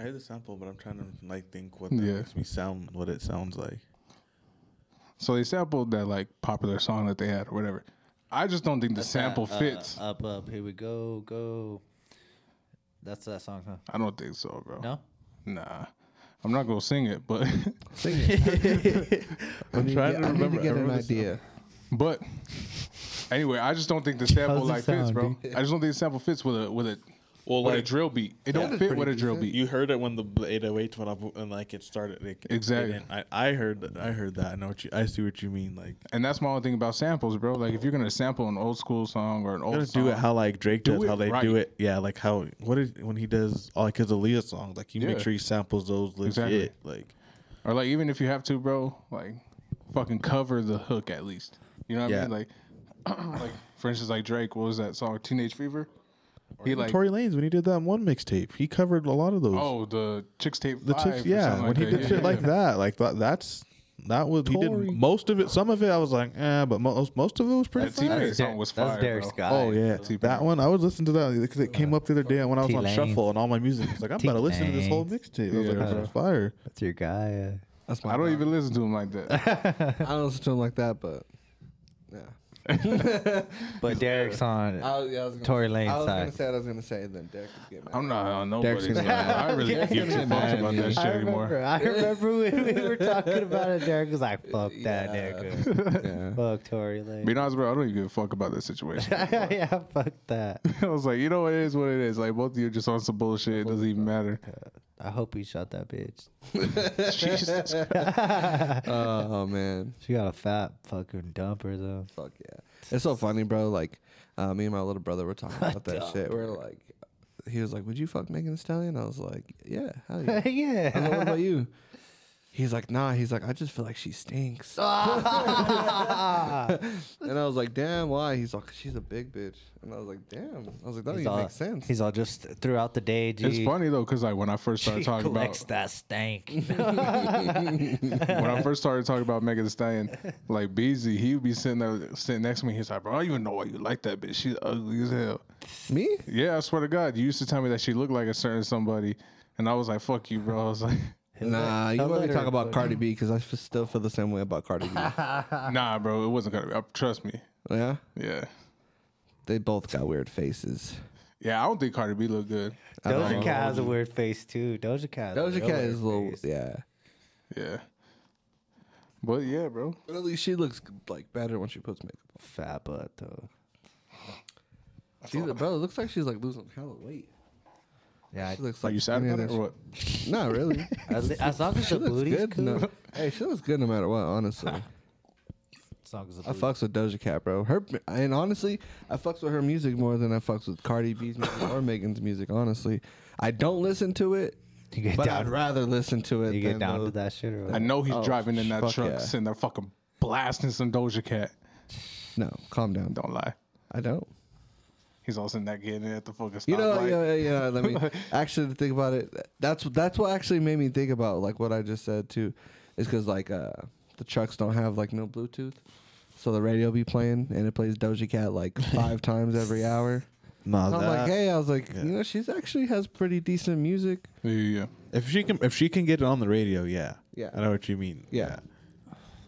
S4: I hear the sample, but I'm trying to like think what
S1: that
S4: that
S1: Yeah. makes
S4: makes me sound, what it sounds like.
S1: So they sampled that like popular song that they had or whatever. I just don't think the sample
S3: Uh, uh,
S1: fits.
S3: up, up. Here we go, go. That's that song, huh?
S1: I don't think so, bro.
S3: No.
S1: Nah. I'm not gonna sing it, but
S2: Sing it.
S4: I'm
S2: I need
S4: trying
S2: get-
S4: to
S2: I need
S4: remember. I
S2: get an
S4: remember this
S2: idea.
S1: but anyway, I just don't think the sample
S3: it
S1: like fits,
S3: sound,
S1: bro. I just don't think the sample fits with a with a
S4: Well,
S1: with a
S4: like
S1: drill beat. It don't fit with a drill beat.
S4: you heard it when the 808 went up and like it started. Like, it
S1: Exactly.
S4: didn't- I, I heard that. I heard that. I know what you. I see what you mean. Like,
S1: and that's my only thing about samples, bro. Like if you're gonna sample an old school song or an
S4: gotta
S1: old Oh, song,
S4: do it how like Drake
S1: Do
S4: does.
S1: it
S4: How they
S1: right.
S4: do it. Yeah, like how what is when he does all like his Aaliyah songs. Like you
S1: Yeah.
S4: make sure he samples those legit.
S1: Exactly.
S4: Like
S1: or like even if you have to, bro, like fucking cover the hook at least. You know what
S4: Yeah.
S1: I mean? Like, like for instance, like Drake, what was that song? Teenage Fever. He like
S4: Tory Lanez when he did that one mixtape, he covered a lot of those.
S1: oh the chicks tape.
S4: the
S1: Five
S4: chicks,
S1: or
S4: yeah.
S1: something
S4: When he
S1: that.
S4: did
S1: Yeah,
S4: shit
S1: yeah,
S4: like
S1: yeah.
S4: that, like that, that's that was he
S3: Tory.
S4: did most of it. Some of it, I was like, eh, but most most of it was pretty.
S1: That T
S4: fire.
S1: Pain song was
S3: that's
S1: fire.
S3: Derek
S1: bro.
S3: Scott.
S4: Oh yeah,
S1: T-Pain.
S4: that one I was listening to that because it came up the other day when I was on
S3: T-Lane.
S4: shuffle and all my music. I was like, I'm about to listen to this whole
S3: T-Lane.
S4: mixtape. I was like,
S1: Yeah.
S4: this is fire.
S3: That's your guy. uh.
S2: That's my.
S1: I don't even listen to him like that.
S2: I don't listen to him like that, but yeah.
S3: Uh, but Derek's on. it.
S2: I, Oh, yeah, I was gonna,
S3: Tory Lanez
S2: I was gonna
S3: side.
S2: say what I was gonna say, and then Derek would get mad.
S1: I'm not on
S2: Derek's
S1: nobody's.
S2: gonna
S1: level. I really
S3: Yeah.
S1: don't give two
S2: Derek's gonna
S1: fucks
S2: be
S1: about
S2: mad at
S1: that
S2: me.
S1: shit anymore.
S3: I remember when we were talking about it. Derek was like, "Fuck
S2: Yeah.
S3: that nigga,
S2: yeah.
S3: fuck Tory Lane."
S1: Be honest, bro. I don't even give a fuck about that situation.
S3: yeah, fuck that.
S1: I was like, you know, it is what it is. Like both of you are just on some bullshit. It doesn't even matter.
S3: I hope he shot that bitch.
S1: Jesus.
S2: Uh, oh man.
S3: She got a fat fucking dumper though.
S2: Fuck yeah. It's so funny, bro. Like, uh, me and my little brother were talking about that shit. We're like, he was like, "Would you fuck Megan Thee Stallion?" I was like, "Yeah, hell yeah." I was like,
S3: yeah.
S2: "What about you?" He's like, "Nah." He's like, "I just feel like she stinks." and
S3: Ah.
S2: I was like, "Damn, why?" He's like, "She's a big bitch." And I was like, "Damn." I was like, "That doesn't
S3: He's
S2: even
S3: all,
S2: make sense."
S3: he's all just throughout the day. G,
S1: It's funny though, cause like when I first
S3: She
S1: started talking
S3: collects
S1: about
S3: that stank.
S1: when I first started talking about Megan Thee Stallion, like Beezy, he would be sitting there sitting next to me. He's like, bro, I don't even know why you like that bitch. She's ugly as hell.
S2: Me?
S1: Yeah, I swear to God, you used to tell me that she looked like a certain somebody, and I was like, fuck you, bro. I was like.
S3: He'll
S2: Nah,
S3: let-
S2: you
S3: he'll
S2: want
S3: let
S2: me to
S3: her
S2: talk about
S3: fuck-
S2: Cardi B because I f- still feel the same way about Cardi B.
S1: Nah, bro, it wasn't gonna be. Uh, trust me.
S2: yeah,
S1: Yeah,
S2: they both got weird faces.
S1: yeah. I don't think Cardi B looked good.
S2: I don't
S3: Doja
S2: know.
S3: Cat has a weird face too. Doja Cat. has a
S2: Doja
S3: real
S2: Cat
S3: weird
S2: is a little,
S3: face.
S2: yeah.
S1: Yeah, but yeah, bro.
S2: But at least she looks like better when she puts makeup
S3: fat butt though.
S2: on.
S1: Oh.
S2: She's, bro, it looks like she's like losing hella weight.
S3: Yeah,
S2: She looks
S1: Are
S2: like
S1: you sad
S2: skinnier
S1: about it
S2: than
S1: or what?
S2: she- Not really.
S3: as, as long as
S2: she
S3: the
S2: looks
S3: booty's
S2: good.
S3: cool.
S2: No, hey, she looks good no matter what. Honestly,
S3: As long as the
S2: I
S3: booty-
S2: fucks with Doja Cat, bro. Her and honestly, I fucks with her music more than I fucks with Cardi B's music or Megan's music. Honestly, I don't listen to it,
S3: You get
S2: but
S3: down.
S2: I'd rather listen to it.
S3: you get
S2: than
S3: down
S2: the-
S3: to that shit or
S1: I
S3: what?
S1: know he's
S2: Oh,
S1: driving in that
S2: fuck
S1: truck,
S2: yeah.
S1: sitting there fucking blasting some Doja Cat.
S2: No, calm down.
S1: Don't lie.
S2: I don't.
S1: He's also in that getting at the fucking stoplight.
S2: You know, yeah, yeah, yeah. Let me actually to think about it. That's that's what actually made me think about like what I just said too, is because like uh the trucks don't have like no Bluetooth, so the radio be playing and it plays Doja Cat like five times every hour.
S4: Nah,
S2: So I'm like,
S4: that-
S2: hey, I was like,
S4: yeah.
S2: you know, she's actually has pretty decent music.
S1: yeah, yeah.
S4: if she can if she can get it on the radio, yeah,
S2: Yeah.
S4: I know what you mean.
S2: Yeah.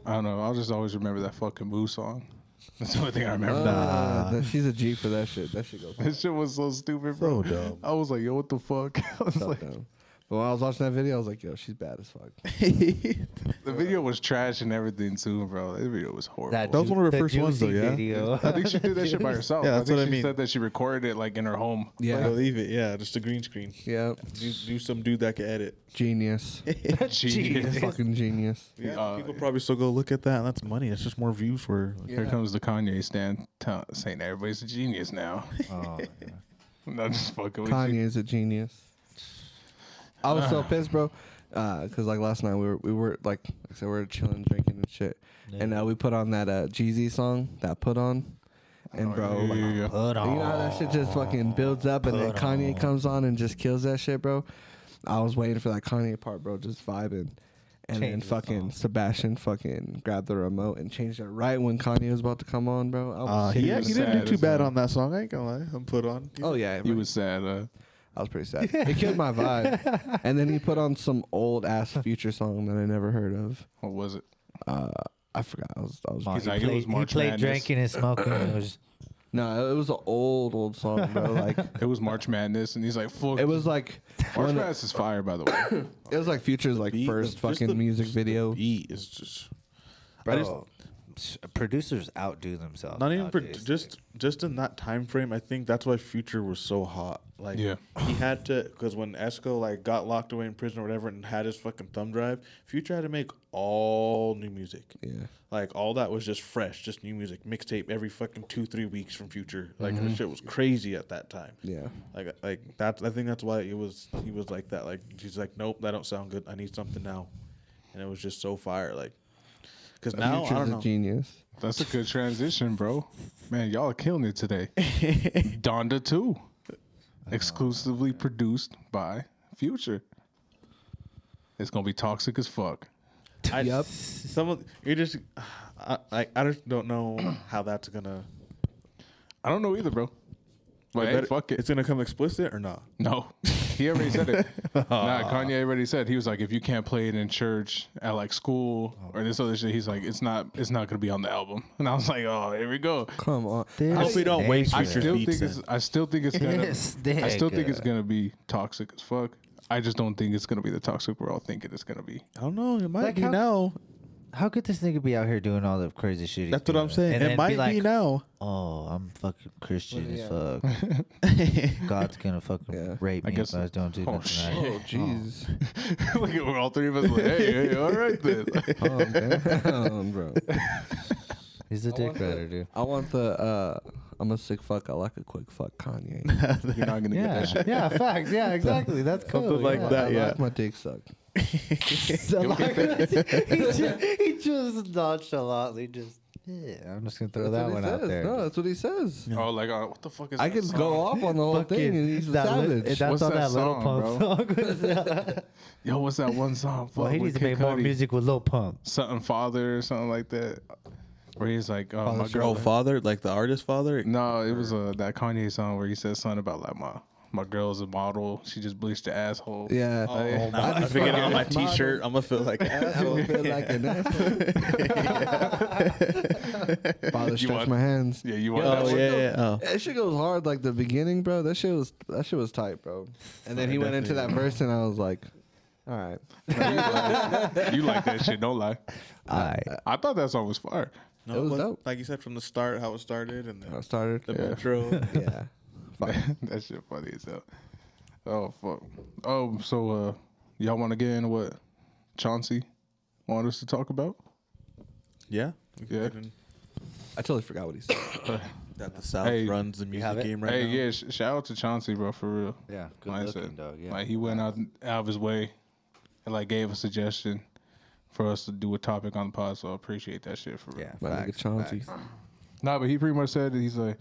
S1: I don't know. I'll just always remember that fucking Boo song. That's the only thing I remember.
S2: Uh, that- she's a G for that shit. That shit goes.
S1: That shit was so stupid, bro.
S4: So dumb.
S1: I was like, yo, what the fuck? I was
S2: up,
S1: like,
S2: though. But when I was watching that video, I was like, yo, she's bad as fuck.
S1: the video was trash and everything too, bro. That video was horrible.
S4: That was
S3: ju-
S4: one of her
S3: the
S4: first ones, though,
S3: juicy
S4: yeah?
S3: Video.
S1: I think she did that shit by herself.
S4: Yeah,
S1: I
S4: that's
S1: think
S4: what I
S1: she
S4: mean.
S1: said that she recorded it like in her home.
S4: I
S2: Yeah.
S4: believe it. Yeah, just a green screen.
S2: Yeah.
S4: Do, do some dude that can edit.
S2: Genius.
S1: Genius.
S2: Fucking genius.
S4: Yeah,
S1: Uh,
S4: people probably still go look at that. And that's money. That's just more views for. Like,
S1: Here comes the Kanye stand ta- saying everybody's a genius now.
S3: Oh, yeah.
S1: no, just fucking with you.
S2: Kanye's a genius. I was so pissed, bro, because like last night we were we were like, like I said, we were chilling, drinking and shit, and uh, we put on that uh, Jeezy song that put on, and
S1: Yeah,
S2: bro, like,
S1: Oh, yeah, yeah.
S3: Put
S2: you know how that shit just fucking builds up, and then
S3: Put
S2: Kanye comes on and just kills that shit, bro. I was waiting for that Kanye part, bro, just vibing. And then
S3: Change the
S2: fucking
S3: song.
S2: Sebastian fucking grabbed the remote and changed it right when Kanye was about to come on, bro. I
S4: uh,
S2: was
S4: he,
S1: He
S4: yeah,
S1: was
S4: he didn't
S1: sad
S4: do too
S1: as
S4: bad
S1: hell.
S4: on that song. I ain't gonna lie. I'm put on.
S2: oh yeah,
S1: He
S2: bro.
S1: was sad. Uh,
S2: I was pretty sad. It killed my vibe. And then he put on some old ass future song that I never heard of.
S1: what was it?
S2: Uh, I forgot. I was, I was
S1: He's
S3: he
S1: like, it
S3: played,
S1: was March
S3: he played
S1: Madness.
S3: drinking and smoking. It was
S2: no, it was an old old song, bro. Like
S1: It was March Madness, and he's like, fuck.
S2: it was like
S1: March
S2: one. It
S1: Madness is fire, by the way.
S2: was like Future's like
S4: Beat,
S2: first
S4: just the-
S2: fucking music
S4: just the
S2: video.
S4: Beat Oh. is just. I just-
S3: bro. oh, producers outdo themselves.
S4: Not even for,
S3: nowadays.
S4: just just in that time frame. I think that's why Future was so hot. Like
S1: Yeah.
S4: he had to because when Esco like got locked away in prison or whatever and had his fucking thumb drive, Future had to make all new music.
S2: Yeah.
S4: Like all that was just fresh, just new music, mixtape every fucking two three weeks from Future. Like that shit was crazy at that time.
S2: Yeah.
S4: Like like that. I think that's why it was he was like that. Like he's like, nope, that don't sound good. I need something now, and it was just so fire. Like because now I
S2: Future's
S4: don't
S2: a
S4: know.
S2: genius.
S1: That's a good transition, bro. Man, y'all are killing it today. Donda 2, exclusively produced by Future. It's gonna be toxic as fuck.
S4: I,
S2: Yup.
S4: Some of you're just, I, I, I just don't know how that's gonna.
S1: I don't know either, bro. But hey,
S4: better-
S1: fuck it.
S4: It's gonna come explicit or not?
S1: No, he already said it. nah, Kanye already said he was like, if you can't play it in church at like school or this other shit, he's like, it's not, it's not gonna be on the album. And I was like, oh, here we go.
S2: Come on.
S4: I hope
S3: This
S4: we don't waste
S1: I
S3: nigga.
S4: future
S1: still
S4: beats.
S1: think it's,
S4: then.
S1: I still think it's gonna.
S3: Yes,
S1: I still think
S3: nigga.
S1: it's gonna be toxic as fuck. I just don't think it's gonna be the toxic we're all thinking it's gonna be.
S4: I don't know. It might
S3: Like
S4: be
S3: how-
S4: now.
S3: How could this nigga be out here doing all the crazy shit? he's
S4: That's what I'm
S3: doing?
S4: saying.
S3: And
S4: It
S3: then
S4: might be,
S3: like,
S4: now.
S3: Oh, I'm fucking Christian
S2: Yeah.
S3: as fuck. God's gonna fucking
S2: Yeah.
S3: rape
S1: I
S3: me
S1: guess-
S3: if I don't do
S1: oh,
S3: nothing. right.
S1: shit.
S2: Oh jeez.
S1: Look at we're all three of us like, hey, hey, all right then.
S2: Calm down, bro.
S3: He's a dick rider, dude.
S2: I want the. uh I'm a sick fuck. I like a quick fuck, Kanye.
S1: You're not gonna get that shit.
S3: yeah, facts. Yeah, exactly. That's cool.
S4: Something like
S2: I
S4: that. Yeah.
S2: like my dick sucked.
S3: he, just, he just nonchalantly just. Yeah, I'm just gonna throw
S2: That's
S3: that
S2: what
S3: one
S2: he
S3: out
S2: says.
S3: there.
S2: No, that's what he says.
S1: Oh, like, uh, what the fuck is?
S2: I
S1: that
S2: could
S1: song?
S2: go off on the whole thing, and he's
S3: that li-
S2: savage.
S3: that's
S1: What's
S3: all
S1: that
S3: that Lil
S1: song,
S3: Pump song. was.
S1: Yo, what's that one song? Fuck,
S3: well, he
S1: with
S3: needs to
S1: Kid
S3: make more
S1: Cudi.
S3: music with Lil Pump.
S1: Something father or something like that. Where he's like, oh, my
S4: Girl,
S1: girl.
S4: father, like the artist father.
S1: No, it was uh, that Kanye song where he says something about like my my girl's a model. She just bleached her asshole.
S2: Yeah.
S1: Oh, yeah.
S4: Nah,
S2: I
S4: if
S2: just
S4: I get
S2: fucking
S4: on my
S2: smiled.
S4: T-shirt, I'm gonna feel like an
S2: That's
S4: asshole.
S2: what I feel like an asshole. Father
S1: You
S2: stretch
S1: want-
S2: my hands.
S1: Yeah, you want that
S4: Oh
S1: one?
S4: yeah, yeah. Oh.
S2: That shit goes hard like the beginning, bro. That shit was that shit was tight, bro. And then he went into that verse and I was like, all right.
S1: You like that shit? Don't lie.
S3: I
S1: I thought that song was fire.
S4: No,
S2: It was
S4: but
S2: dope.
S4: Like you said, from the start, how it started, and
S2: I
S4: the,
S2: started.
S4: the
S2: yeah.
S4: metro.
S2: yeah. Fuck.
S1: that shit funny as hell. Oh fuck. Oh, so uh, y'all want to get into what Chauncey wanted us to talk about?
S4: yeah,
S1: Yeah.
S2: I totally forgot what he said.
S3: Uh,
S4: That the South
S1: Hey,
S4: runs the
S3: have
S4: music
S3: it?
S4: game right
S1: hey,
S4: now.
S1: yeah. Sh- shout out to Chauncey, bro, for real.
S3: yeah, good
S1: Like I
S3: looking
S1: said,
S3: dog. Yeah,
S1: Like he went out, out of his way and like gave a suggestion for us to do a topic on the pod. So I appreciate that shit for real.
S3: yeah,
S2: My nigga
S3: facts,
S2: Chauncey.
S3: facts.
S1: No, but he pretty much said that he's like,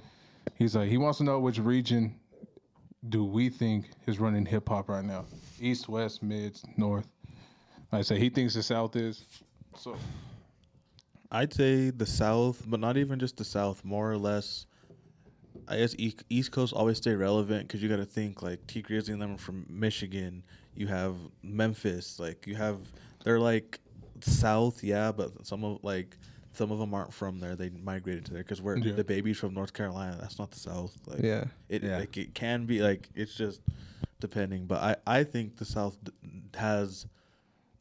S1: he's like, he wants to know which region do we think is running hip hop right now? East, west, mid, north. Like I said, he thinks the south is. So
S4: I'd say the South, but not even just the South. More or less, I guess E- East Coast always stay relevant because you got to think like T Grizzly and them are from Michigan. You have Memphis, like you have they're like South, yeah, but some of like some of them aren't from there. They migrated to there because we're
S1: Yeah.
S4: the babies from North Carolina. That's not the South. Like,
S2: Yeah.
S4: it
S3: Yeah.
S4: like it can be like it's just depending. But I I think the South d- has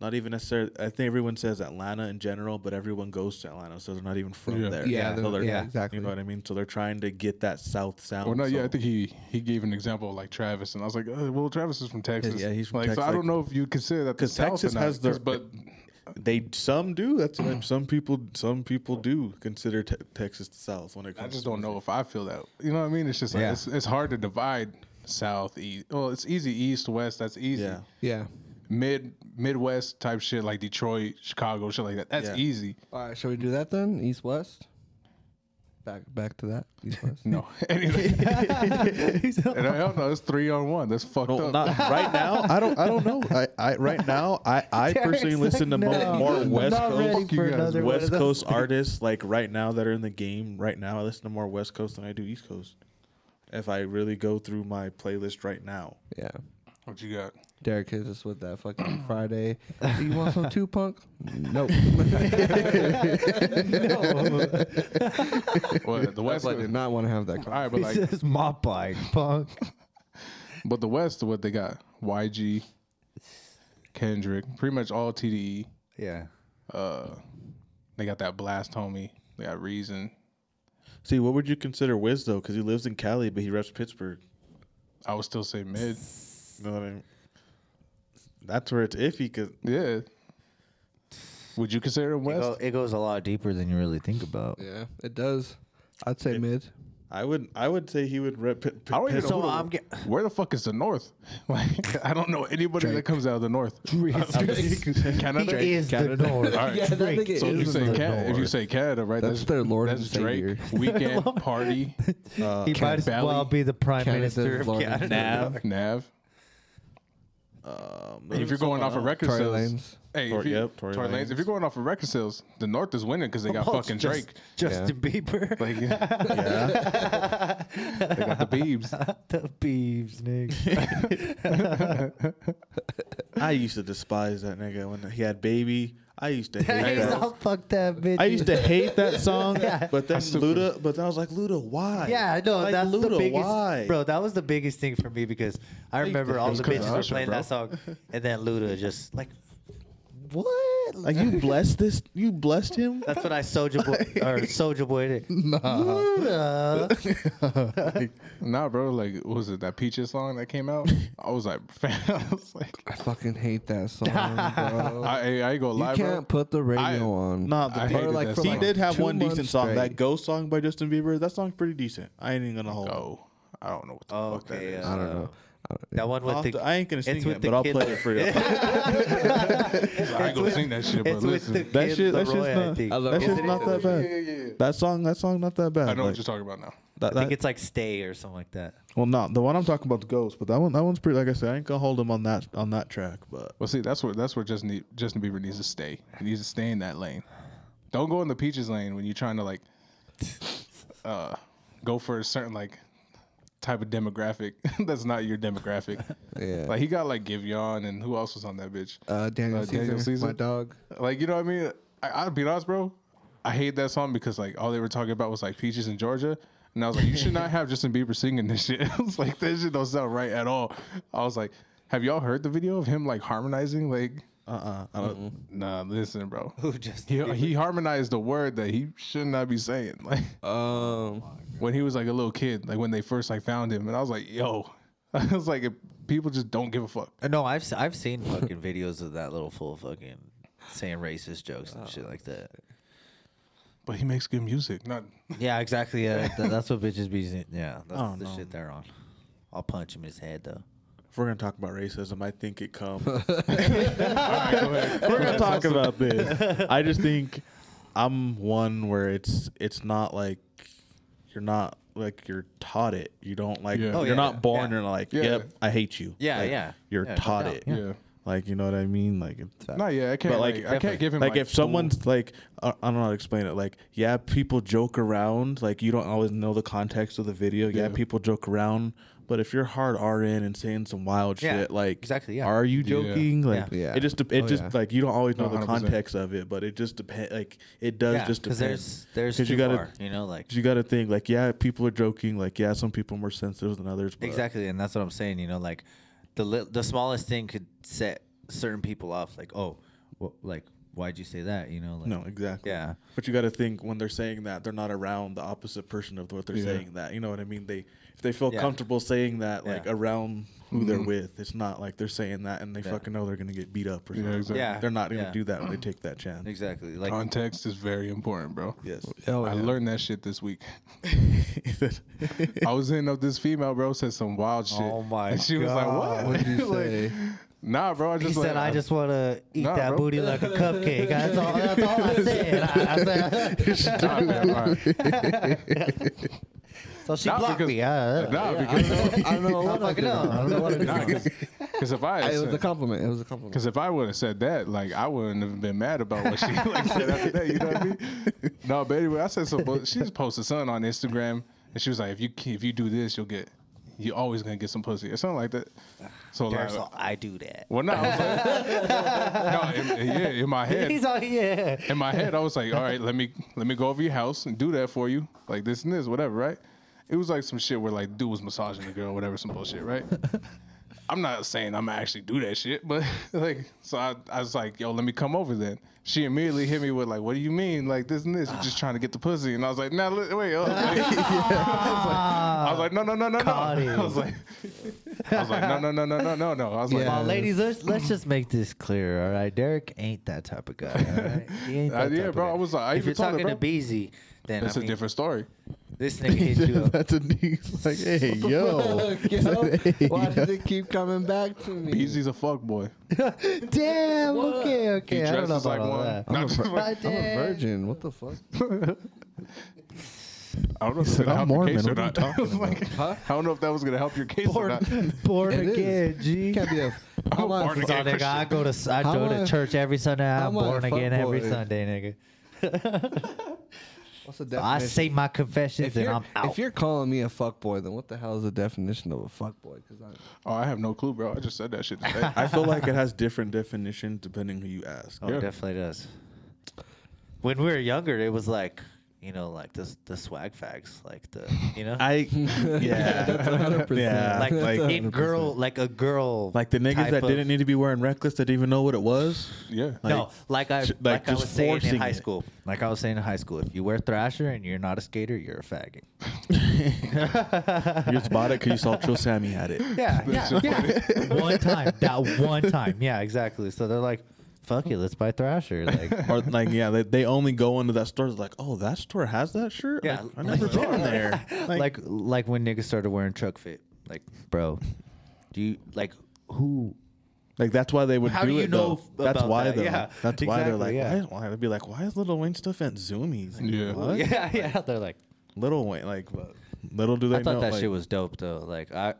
S4: not even necessarily. I think everyone says Atlanta in general, but everyone goes to Atlanta, so they're not even from
S1: Yeah.
S4: there.
S2: Yeah,
S4: so
S2: they're-
S4: they're,
S2: yeah, exactly.
S4: You know what I mean? So they're trying to get that South sound.
S1: Well, no, yeah,
S4: so-
S1: I think he he gave an example of like Travis, and I was like, uh, well, Travis is from Texas.
S4: yeah, he's from
S1: like,
S4: Texas,
S1: So I
S4: like-
S1: don't know if you consider that the
S4: 'Cause
S1: South or
S4: Texas
S1: not,
S4: has their-
S1: 'cause- but
S4: they some do. That's what I'm, some people. Some people do consider te- Texas the South when it
S1: I
S4: comes.
S1: just
S4: to
S1: don't know if I feel that. You know what I mean? It's just like
S3: Yeah.
S1: it's, it's hard to divide South East. Well, it's easy East West. That's easy.
S4: Yeah.
S2: Yeah.
S1: Mid Midwest type shit like Detroit, Chicago, shit like that. That's
S4: Yeah.
S1: easy.
S2: All right, shall we do that then? East West? Back back to that. East West.
S1: No, anyway, and I don't know. It's three on one. That's fucked
S4: No,
S1: up.
S4: not right now. I don't. I don't know. I, I right now. I, I personally listen to mo- more West Coast.
S1: Fuck you guys, They're
S4: West Coast artists like right now that are in the game right now. I listen to more West Coast than I do East Coast. If I really go through my playlist right now,
S2: Yeah.
S1: what you got?
S2: Derek hits us with that fucking Friday. Do you want some two punk? Nope.
S3: no,
S1: What, the West.
S2: I did
S1: Coast?
S2: not want to have that.
S1: All
S2: Conversation.
S1: right, but
S3: he
S1: like,
S3: says mop bike punk.
S1: but the West, what they got? YG, Kendrick, pretty much all TDE.
S3: Yeah,
S1: Uh, they got that blast homie. They got Reason.
S4: see what would you consider Wiz though? Because he lives in Cali, but he reps Pittsburgh.
S1: I would still say mid.
S4: You know what I mean? That's where it's iffy. Because
S1: Yeah. Would you consider him
S3: it,
S1: West?
S3: go- it goes a lot deeper than you really think about.
S2: Yeah, it does. I'd say mid.
S4: I would I would say he would rep. Pit, Pit-
S1: I don't even
S4: Pittsburgh.
S1: know.
S3: So
S1: who the-
S3: I'm get-
S1: where the fuck is the North? Like, I don't know anybody that comes out of the North. Canada.
S3: He is the North.
S1: All right.
S2: Yeah, that nigga
S1: So if you
S2: is
S1: say
S2: the
S1: Canada, if you
S2: Lord.
S1: say Canada, right?
S2: That's their Lord
S1: That's
S2: and
S1: Drake.
S2: Savior.
S1: Weekend party.
S3: he might as
S1: uh, Valley.
S3: well be the prime
S2: Canada's
S3: minister of
S2: Lord
S3: Canada.
S2: and Savior.
S1: Nav.
S4: Um,
S1: If you're going off of record
S2: Tory
S1: sales,
S2: Lanez.
S1: hey,
S4: Tor-
S1: if you,
S4: yep, Tory
S1: Tory Lanez.
S4: Lanez.
S1: If you're going off of record sales, the North is winning because they got
S3: Oh,
S1: fucking
S3: just-
S1: Drake.
S3: Justin Bieber,
S1: Like, yeah,
S4: yeah,
S1: they got the Biebs.
S3: the Biebs, nigga.
S4: I used to despise that nigga when he had baby. I used to hate
S3: He's
S4: that.
S3: all fucked up, bitch.
S4: I used to hate that song,
S3: Yeah.
S4: but then Luda, but then I was like, Luda, why?
S3: Yeah, no,
S4: Like,
S3: that's the
S4: Luda,
S3: biggest,
S4: why?
S3: bro. That was the biggest thing for me because I remember all the
S1: because of
S3: bitches were
S1: Usher,
S3: playing
S1: bro.
S3: that song, and then Luda just like, what?
S4: Like you blessed this, you blessed him.
S3: that's what I Soulja Boy or Soulja Boy did. Nah. Luda.
S1: Nah, bro. Like, what was it that Peaches song that came out? I was like, fam, I was like,
S2: I fucking hate that song, bro.
S1: I, I, I ain't gonna
S2: you
S1: lie, bro.
S2: can't put the radio
S1: I-
S2: on.
S4: Nah, the
S1: I
S4: part-
S1: hated
S2: like
S1: that
S2: for
S1: song.
S4: he
S2: like
S4: did have
S2: two
S4: one
S2: months
S4: decent song,
S2: straight.
S4: that Ghost song by Justin Bieber. That song's pretty decent. I ain't even gonna hold.
S1: Oh, I don't know what the fuck that
S3: Okay,
S1: is.
S3: uh,
S2: I don't know.
S3: That one with
S4: I'll have
S3: the
S4: to- I ain't gonna
S3: it's
S4: sing
S3: with
S4: it,
S3: the
S4: but I'll
S3: kid-
S4: play it for you.
S1: I ain't gonna sing that shit, but
S3: It's with
S1: listen,
S3: the
S4: That
S3: kid
S4: shit- that shit's
S3: Leroy, I
S4: not-
S3: think.
S2: I love
S4: That
S2: it.
S4: shit's not that bad. That song, that song, not that bad.
S1: I know
S4: Like,
S1: what you're talking about now.
S4: that-
S3: I think
S4: that-
S3: it's like Stay or something like that.
S4: well, not the one I'm talking about, is Ghost, but that one, that one's pretty. Like I said, I ain't gonna hold him on that on that track, but
S1: Well, see, that's where that's where Justin Ne- Justin Bieber needs to stay. He needs to stay in that lane. Don't go in the peaches lane when you're trying to like uh, go for a certain like type of demographic that's not your demographic.
S2: Yeah.
S1: Like he got like Giveon and who else was on that bitch?
S2: uh, Daniel,
S1: Uh,
S2: Caesar,
S1: Daniel Caesar?
S2: my dog.
S1: Like you know what I mean? I, I'll be honest, bro. I hate that song because like all they were talking about was like peaches in Georgia, and I was like, you should not have Justin Bieber singing this shit. I was like, that shit don't sound right at all. I was like, have y'all heard the video of him like harmonizing? Like,
S4: Uh uh I don't.
S1: nah, listen, bro.
S3: Who just
S1: He, he harmonized a word that he should not be saying. Like
S4: Uh.
S2: Um,
S1: when he was like a little kid, like when they first like found him, and I was like, yo, I was like, if people just don't give a fuck.
S3: Uh, No, I've s- I've seen fucking videos of that little fool fucking saying racist jokes and
S4: Oh,
S3: shit like that.
S1: But he makes good music. Not
S3: Yeah, exactly. Yeah, th- that's what bitches be. saying. Yeah, that's
S4: Oh,
S3: the
S4: no.
S3: shit they're on. I'll punch him in his head though.
S4: If we're gonna talk about racism, I think it comes.
S1: go ahead.
S4: we're gonna talk about this. I just think I'm one where it's it's not like you're not like you're taught it. You don't like
S1: Yeah. Oh,
S4: you're
S3: yeah,
S4: not
S3: yeah,
S4: born
S3: yeah.
S4: and like,
S1: Yeah.
S4: yep, I hate you.
S3: Yeah,
S4: Like,
S3: yeah,
S4: You're
S3: yeah, no
S4: taught
S3: doubt,
S4: it.
S1: yeah.
S4: Like you know what I mean? Like
S1: No, yeah, I can't.
S4: But, like,
S1: like, I can't give him
S4: like,
S1: like,
S4: if someone's like I I don't know how to explain it like yeah people joke around like you don't always know the context of the video yeah,
S1: Yeah.
S4: people joke around but if you're hard RN and saying some wild
S3: Yeah,
S4: shit like
S3: exactly, yeah.
S4: are you
S1: Yeah.
S4: joking like
S2: Yeah.
S4: it just dep- it
S2: Oh,
S4: just
S2: yeah.
S4: like you don't always know
S1: No, 100%.
S4: the context of it but it just depends like it does
S3: yeah,
S4: just depend
S3: there's there's too
S4: 'Cause you gotta-
S3: far. You know, like
S4: 'Cause you got to think like yeah people are joking like yeah some people are more sensitive than others but
S3: exactly, and that's what I'm saying. You know, like the li- the smallest thing could set certain people off. Like, oh, wh- like why'd you say that? You know, like
S4: no exactly
S3: yeah.
S4: But you got to think when they're saying that, they're not around the opposite person of what they're
S1: Yeah.
S4: saying that. You know what I mean? They if they feel
S3: Yeah.
S4: comfortable saying that, like
S3: Yeah. Mm-hmm.
S4: around who they're with, it's not like they're saying that and they
S3: Yeah.
S4: fucking know they're gonna get beat up or
S1: Yeah,
S4: something.
S1: exactly.
S3: Yeah.
S4: They're not gonna
S3: yeah.
S4: do that when they take that chance.
S3: Exactly. Like
S1: context is very important, bro.
S4: Yes.
S2: oh,
S1: I
S2: yeah.
S1: learned that shit this week. I was hitting up this female, bro, said some wild shit.
S3: Oh my
S1: And she was like, "What?"
S2: What'd you
S1: Like,
S2: say?
S1: nah, bro. I
S3: he
S1: just
S3: said,
S1: like,
S4: uh,
S3: I just want to eat
S1: Nah,
S3: that
S1: bro.
S3: booty like a cupcake. That's all. That's all I said. I, I said
S1: Nah, man, all right.
S3: so she
S1: Not
S3: blocked
S1: because-
S3: me. Uh,
S1: Nah,
S3: yeah,
S1: because-
S2: I don't know what I
S3: fucking
S2: did.
S3: know.
S2: I don't know what I did.
S1: Nah, cause, 'cause if I, had
S2: Hey, It was
S1: said-
S2: a compliment. It was a compliment.
S1: Because if I would have said that, like I wouldn't have been mad about what she like said after that. You know what I mean? No, but anyway, I said some. bull- She just posted something on Instagram, and she was like, "If you if you do this, you'll get, you always gonna get some pussy or something like that." So like,
S3: There's all- I do that.
S1: well, no, I was like, no, in, yeah, in my
S3: He's
S1: head,
S3: all yeah.
S1: in my head, I was like, "All right, let me let me go over your house and do that for you, like this and this, whatever, right?" It was like some shit where like dude was massaging the girl, whatever, some bullshit, right? I'm not saying I'm gonna actually do that shit, but like, so I, I was like, yo, let me come over then. She immediately hit me with like, what do you mean, like this and this? You're just trying to get the pussy, and I was like, nah, li- wait, oh, wait. I was like, no, no, no, no, no.
S3: Caught
S1: I
S3: him.
S1: was like, I was like, no, no, no, no, no, no, no. I was
S2: Yeah.
S1: like,
S3: Well, ladies, let's let's just make this clear, all right? Derek ain't that type of guy. All right? He ain't
S1: Uh,
S3: that
S1: yeah,
S3: type
S1: bro,
S3: Of guy.
S1: I was like, I
S3: if
S1: even
S3: you're
S1: told her,
S3: talking to
S1: bro.
S3: Beezy, then
S1: that's a
S3: I mean,
S1: different story.
S3: This nigga hit you up.
S2: That's a he's like, hey, yo. Why does it keep coming back to me?
S1: Beezy's a fuck boy.
S3: Damn. Okay.
S1: He
S3: Okay. I don't know
S1: dresses
S3: about
S1: like
S3: all
S1: one.
S3: that.
S1: Nah,
S2: I'm a, vir-
S1: I
S2: I'm a virgin. What the fuck?
S1: don't know if it's gonna
S4: "I'm
S1: help
S4: Mormon,
S1: your case or
S4: what are you
S1: not. I was like,
S2: Huh?
S1: I don't know if that was gonna help your case or not.
S3: Born, born
S2: It is.
S3: again, G.
S2: You can't be a.
S1: I'm a
S2: am I-
S1: born
S3: So,
S1: again
S3: nigga, I go to I
S2: How
S3: go
S2: am
S3: to
S2: I-
S3: church every Sunday. I'm
S2: am I a
S3: born again every
S2: fuckboy?
S3: Sunday, nigga.
S2: What's the
S3: I
S2: definition?
S3: say my confessions
S2: if
S3: and
S2: you're,
S3: I'm out.
S2: if you're calling me a fuckboy, then what the hell is the definition of a fuckboy? Because I,
S1: Oh, I have no clue, bro. I just said that shit. Today.
S4: I feel like it has different definitions depending who you ask.
S3: Oh, it definitely does. When we were younger, it was like, you know, like the the swag fags, like the, you know,
S4: I yeah.
S2: That's 100%.
S4: Yeah.
S3: like
S4: Like like,
S2: a-
S4: like,
S3: in girl, like a girl,
S4: the niggas
S3: type
S4: that
S3: of-
S4: didn't need to be wearing reckless that didn't even know what it was.
S1: yeah.
S4: Like-
S3: no, like I
S4: sh-
S3: like,
S4: like
S3: I
S4: just
S3: was saying in
S4: forcing
S3: high
S4: it.
S3: school, like I was saying in high school, if you wear Thrasher and you're not a skater, you're a faggot.
S4: You just bought it because you saw Trill Sammy had it.
S3: Yeah,
S1: That's
S3: yeah, yeah. one time, that one time, yeah, exactly. So they're like, fuck it, let's buy Thrasher, like.
S4: or like yeah, they, they only go into that store like, oh, that store has that shirt.
S3: Yeah,
S4: Like, I've never been in there. Like,
S3: like like when niggas started wearing truck fit. Like, bro, do you like who?
S4: like, that's why they would
S3: How
S4: do,
S3: do you
S4: it.
S3: know
S4: though.
S3: f-
S4: That's
S3: about
S4: why
S3: that?
S4: though.
S3: Yeah,
S4: that's why they're like,
S3: exactly, yeah.
S4: why, why? They'd be like, why is Little Wayne stuff at Zoomies? Like,
S1: Yeah.
S4: what?
S3: Yeah, yeah, they're like.
S4: Little Wayne. Like, what? little do they
S3: I
S4: know.
S3: thought that
S4: like,
S3: shit was dope though. Like, I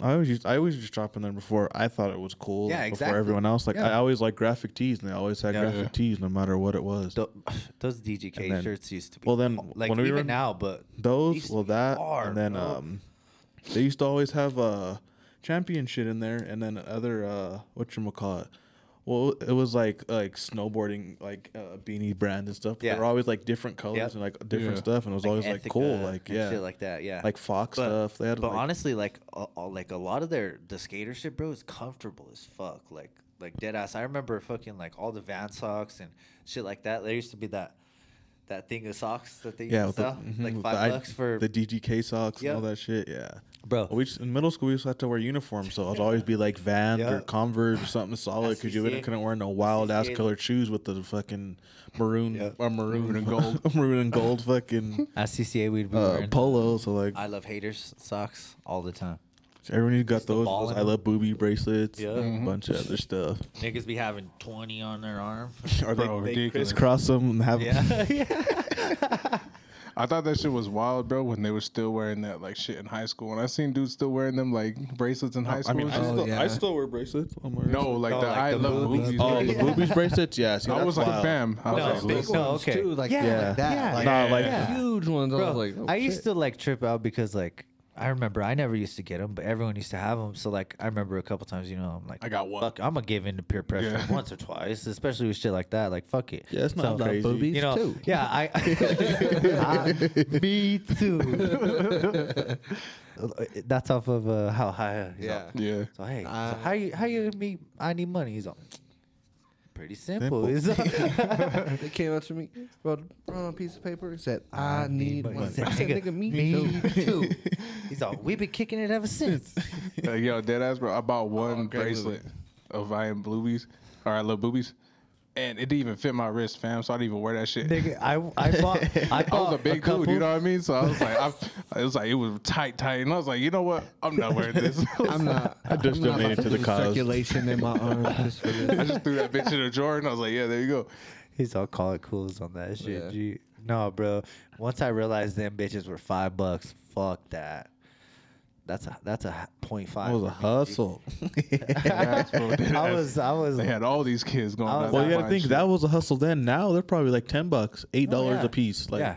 S4: I always used, I always just drop in there before I thought it was cool.
S3: Yeah,
S4: like,
S3: exactly.
S4: Before everyone else, like
S3: Yeah.
S4: I always like graphic tees, and they always had
S3: Yeah.
S4: graphic tees no matter what it was.
S3: tho- those DGK
S4: And then-
S3: shirts used to be.
S4: well, then
S3: like
S4: when we
S3: even
S4: were-
S3: now, but
S4: Those,
S3: These
S4: well, that,
S3: are,
S4: and then
S3: bro.
S4: um, They used to always have uh champion shit in there, and then other uh what you call it. Well, it was like like snowboarding, like uh, beanie brands and stuff. But
S3: Yeah.
S4: They were always like different colors
S3: Yep.
S4: and like different
S1: Yeah.
S4: stuff, and it was always like cool,
S3: Ithaca
S4: like
S3: and
S4: yeah,
S3: shit like that, yeah,
S4: like Fox
S3: But-
S4: stuff. They had
S3: but
S4: like,
S3: honestly, like a, a- like a lot of their the skater shit, bro, is comfortable as fuck. Like like dead ass. I remember fucking like all the Van socks and shit like that. There used to be that that thing of socks that they used
S4: yeah,
S3: to
S4: with the,
S3: sell,
S4: mhm,
S3: like
S4: with
S3: five
S4: the I-
S3: bucks for
S4: the DGK socks
S3: Yep.
S4: and all that shit. Yeah,
S3: bro.
S4: We just, in middle school, we used to have to wear uniforms, so I'd always be like Vans
S3: Yeah.
S4: or Converse or something solid because you
S3: SEC.
S4: wouldn't- couldn't wear no wild ass
S3: SEC.
S4: colored shoes with the fucking maroon
S3: Yeah.
S4: or maroon,
S1: Maroon and gold.
S4: maroon and gold fucking
S3: At CCA, we'd be
S4: uh,
S3: wearing
S4: polo. So like
S3: I love haters socks all the time.
S4: everyone got
S3: Just the
S4: those,
S3: ball
S4: those
S3: in
S4: I
S3: them.
S4: love booby bracelets,
S3: Yeah.
S4: yeah. a bunch of other stuff.
S3: Niggas be having twenty on their arm.
S4: Or
S1: Bro,
S4: they, they
S1: ridiculous.
S4: crisscross them and have
S3: yeah, yeah.
S1: I thought that shit was wild, bro, when they were still wearing that like shit in high school. And I seen dudes still wearing them like bracelets in high
S4: I
S1: school.
S4: mean,
S1: and
S4: I,
S1: shit.
S2: Oh,
S4: still, I
S2: yeah.
S4: still wear bracelets. on my wrist.
S1: no, like
S3: Oh,
S1: the
S3: like
S1: I
S3: the
S1: love
S3: movies.
S1: movies.
S4: oh, the
S1: video.
S4: boobies bracelets. Yeah, see,
S1: I
S4: that's
S1: was like,
S4: wild.
S1: fam. I was
S3: No,
S1: like,
S3: big
S1: listen.
S3: no, okay.
S2: too, like
S3: Yeah,
S2: like that,
S3: yeah.
S2: like,
S4: Nah, like-
S3: Yeah.
S2: huge ones. I was
S3: Bro,
S2: like, oh,
S3: I used
S2: shit.
S3: to like trip out because like I remember I never used to get them, but everyone used to have them. So like I remember a couple times, you know, I'm like,
S1: I got one.
S3: Fuck, I'm gonna give in to peer pressure
S1: Yeah.
S3: once or twice, especially with shit like that. Like fuck it.
S4: Yeah, it's not
S3: So,
S4: crazy.
S2: boobies
S3: You know,
S2: too.
S3: yeah, I, I- me too. That's off of uh, how high. he's all,
S2: Yeah.
S1: Yeah.
S3: So hey,
S2: Uh,
S3: so how you how you me? I need money. He's all pretty
S4: Simple.
S3: simple. He's all-
S2: They came up to me, wrote, wrote on a piece of paper, and said, "I need
S3: money.
S2: one."
S3: Said,
S2: I said,
S3: "Nigga,
S2: "Nigga, me
S3: me
S2: too."
S3: too. He's all we've been kicking it ever since.
S1: Like, yo, dead ass, bro. I bought one
S4: great
S1: bracelet of I am boobies, or I love boobies, and it didn't even fit my wrist, fam. So I didn't even wear that shit.
S3: Nigga, I I bought I,
S1: I
S3: bought
S1: was a big
S3: couple,
S1: dude, you know what I mean? So I was like, I, it was like it was tight, tight, and I was like, you know what? I'm not wearing this.
S2: I'm not. I
S4: just
S2: am
S4: donated to the cause.
S2: Circulation in my arm. Just for this.
S1: I just threw that bitch in the drawer, and I was like, yeah, there you go.
S3: He's all call it cools on that shit.
S2: Yeah.
S3: G. No, bro. Once I realized them bitches were five bucks, fuck that. That's a that's a point five.
S4: That was a hustle.
S1: That's what it
S3: I
S1: is.
S3: was I was oh,
S1: They had all these kids going.
S3: I was-
S1: out there
S4: Well, you gotta
S1: buying
S4: think
S1: shit.
S4: that was a hustle then. Now they're probably like ten bucks, eight dollars
S3: Oh, yeah.
S4: a piece. Like,
S3: yeah.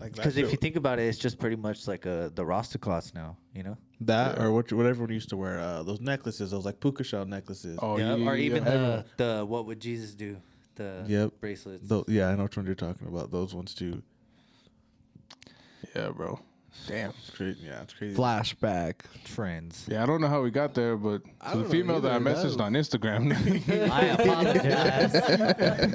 S4: like that
S3: Because if
S4: shit-
S3: you think about it, it's just pretty much like uh the Rasta cloths now. You know.
S4: that or what, what everyone used to wear, uh, those necklaces, those like puka shell necklaces.
S1: Oh, yeah,
S3: yeah,
S1: yeah,
S3: or even
S1: yeah.
S3: the the what would Jesus do? The
S4: Yep.
S3: bracelets.
S4: Tho- yeah, I know which one you're talking about. Those ones too.
S1: yeah, bro. Damn.
S4: It's crazy. Yeah, it's crazy.
S2: Flashback.
S3: trends.
S1: Yeah, I don't know how we got there, but
S2: I
S1: to
S2: don't
S1: the
S2: know
S1: female that I
S2: either, that
S1: messaged
S2: was-
S1: on Instagram,
S3: I apologize.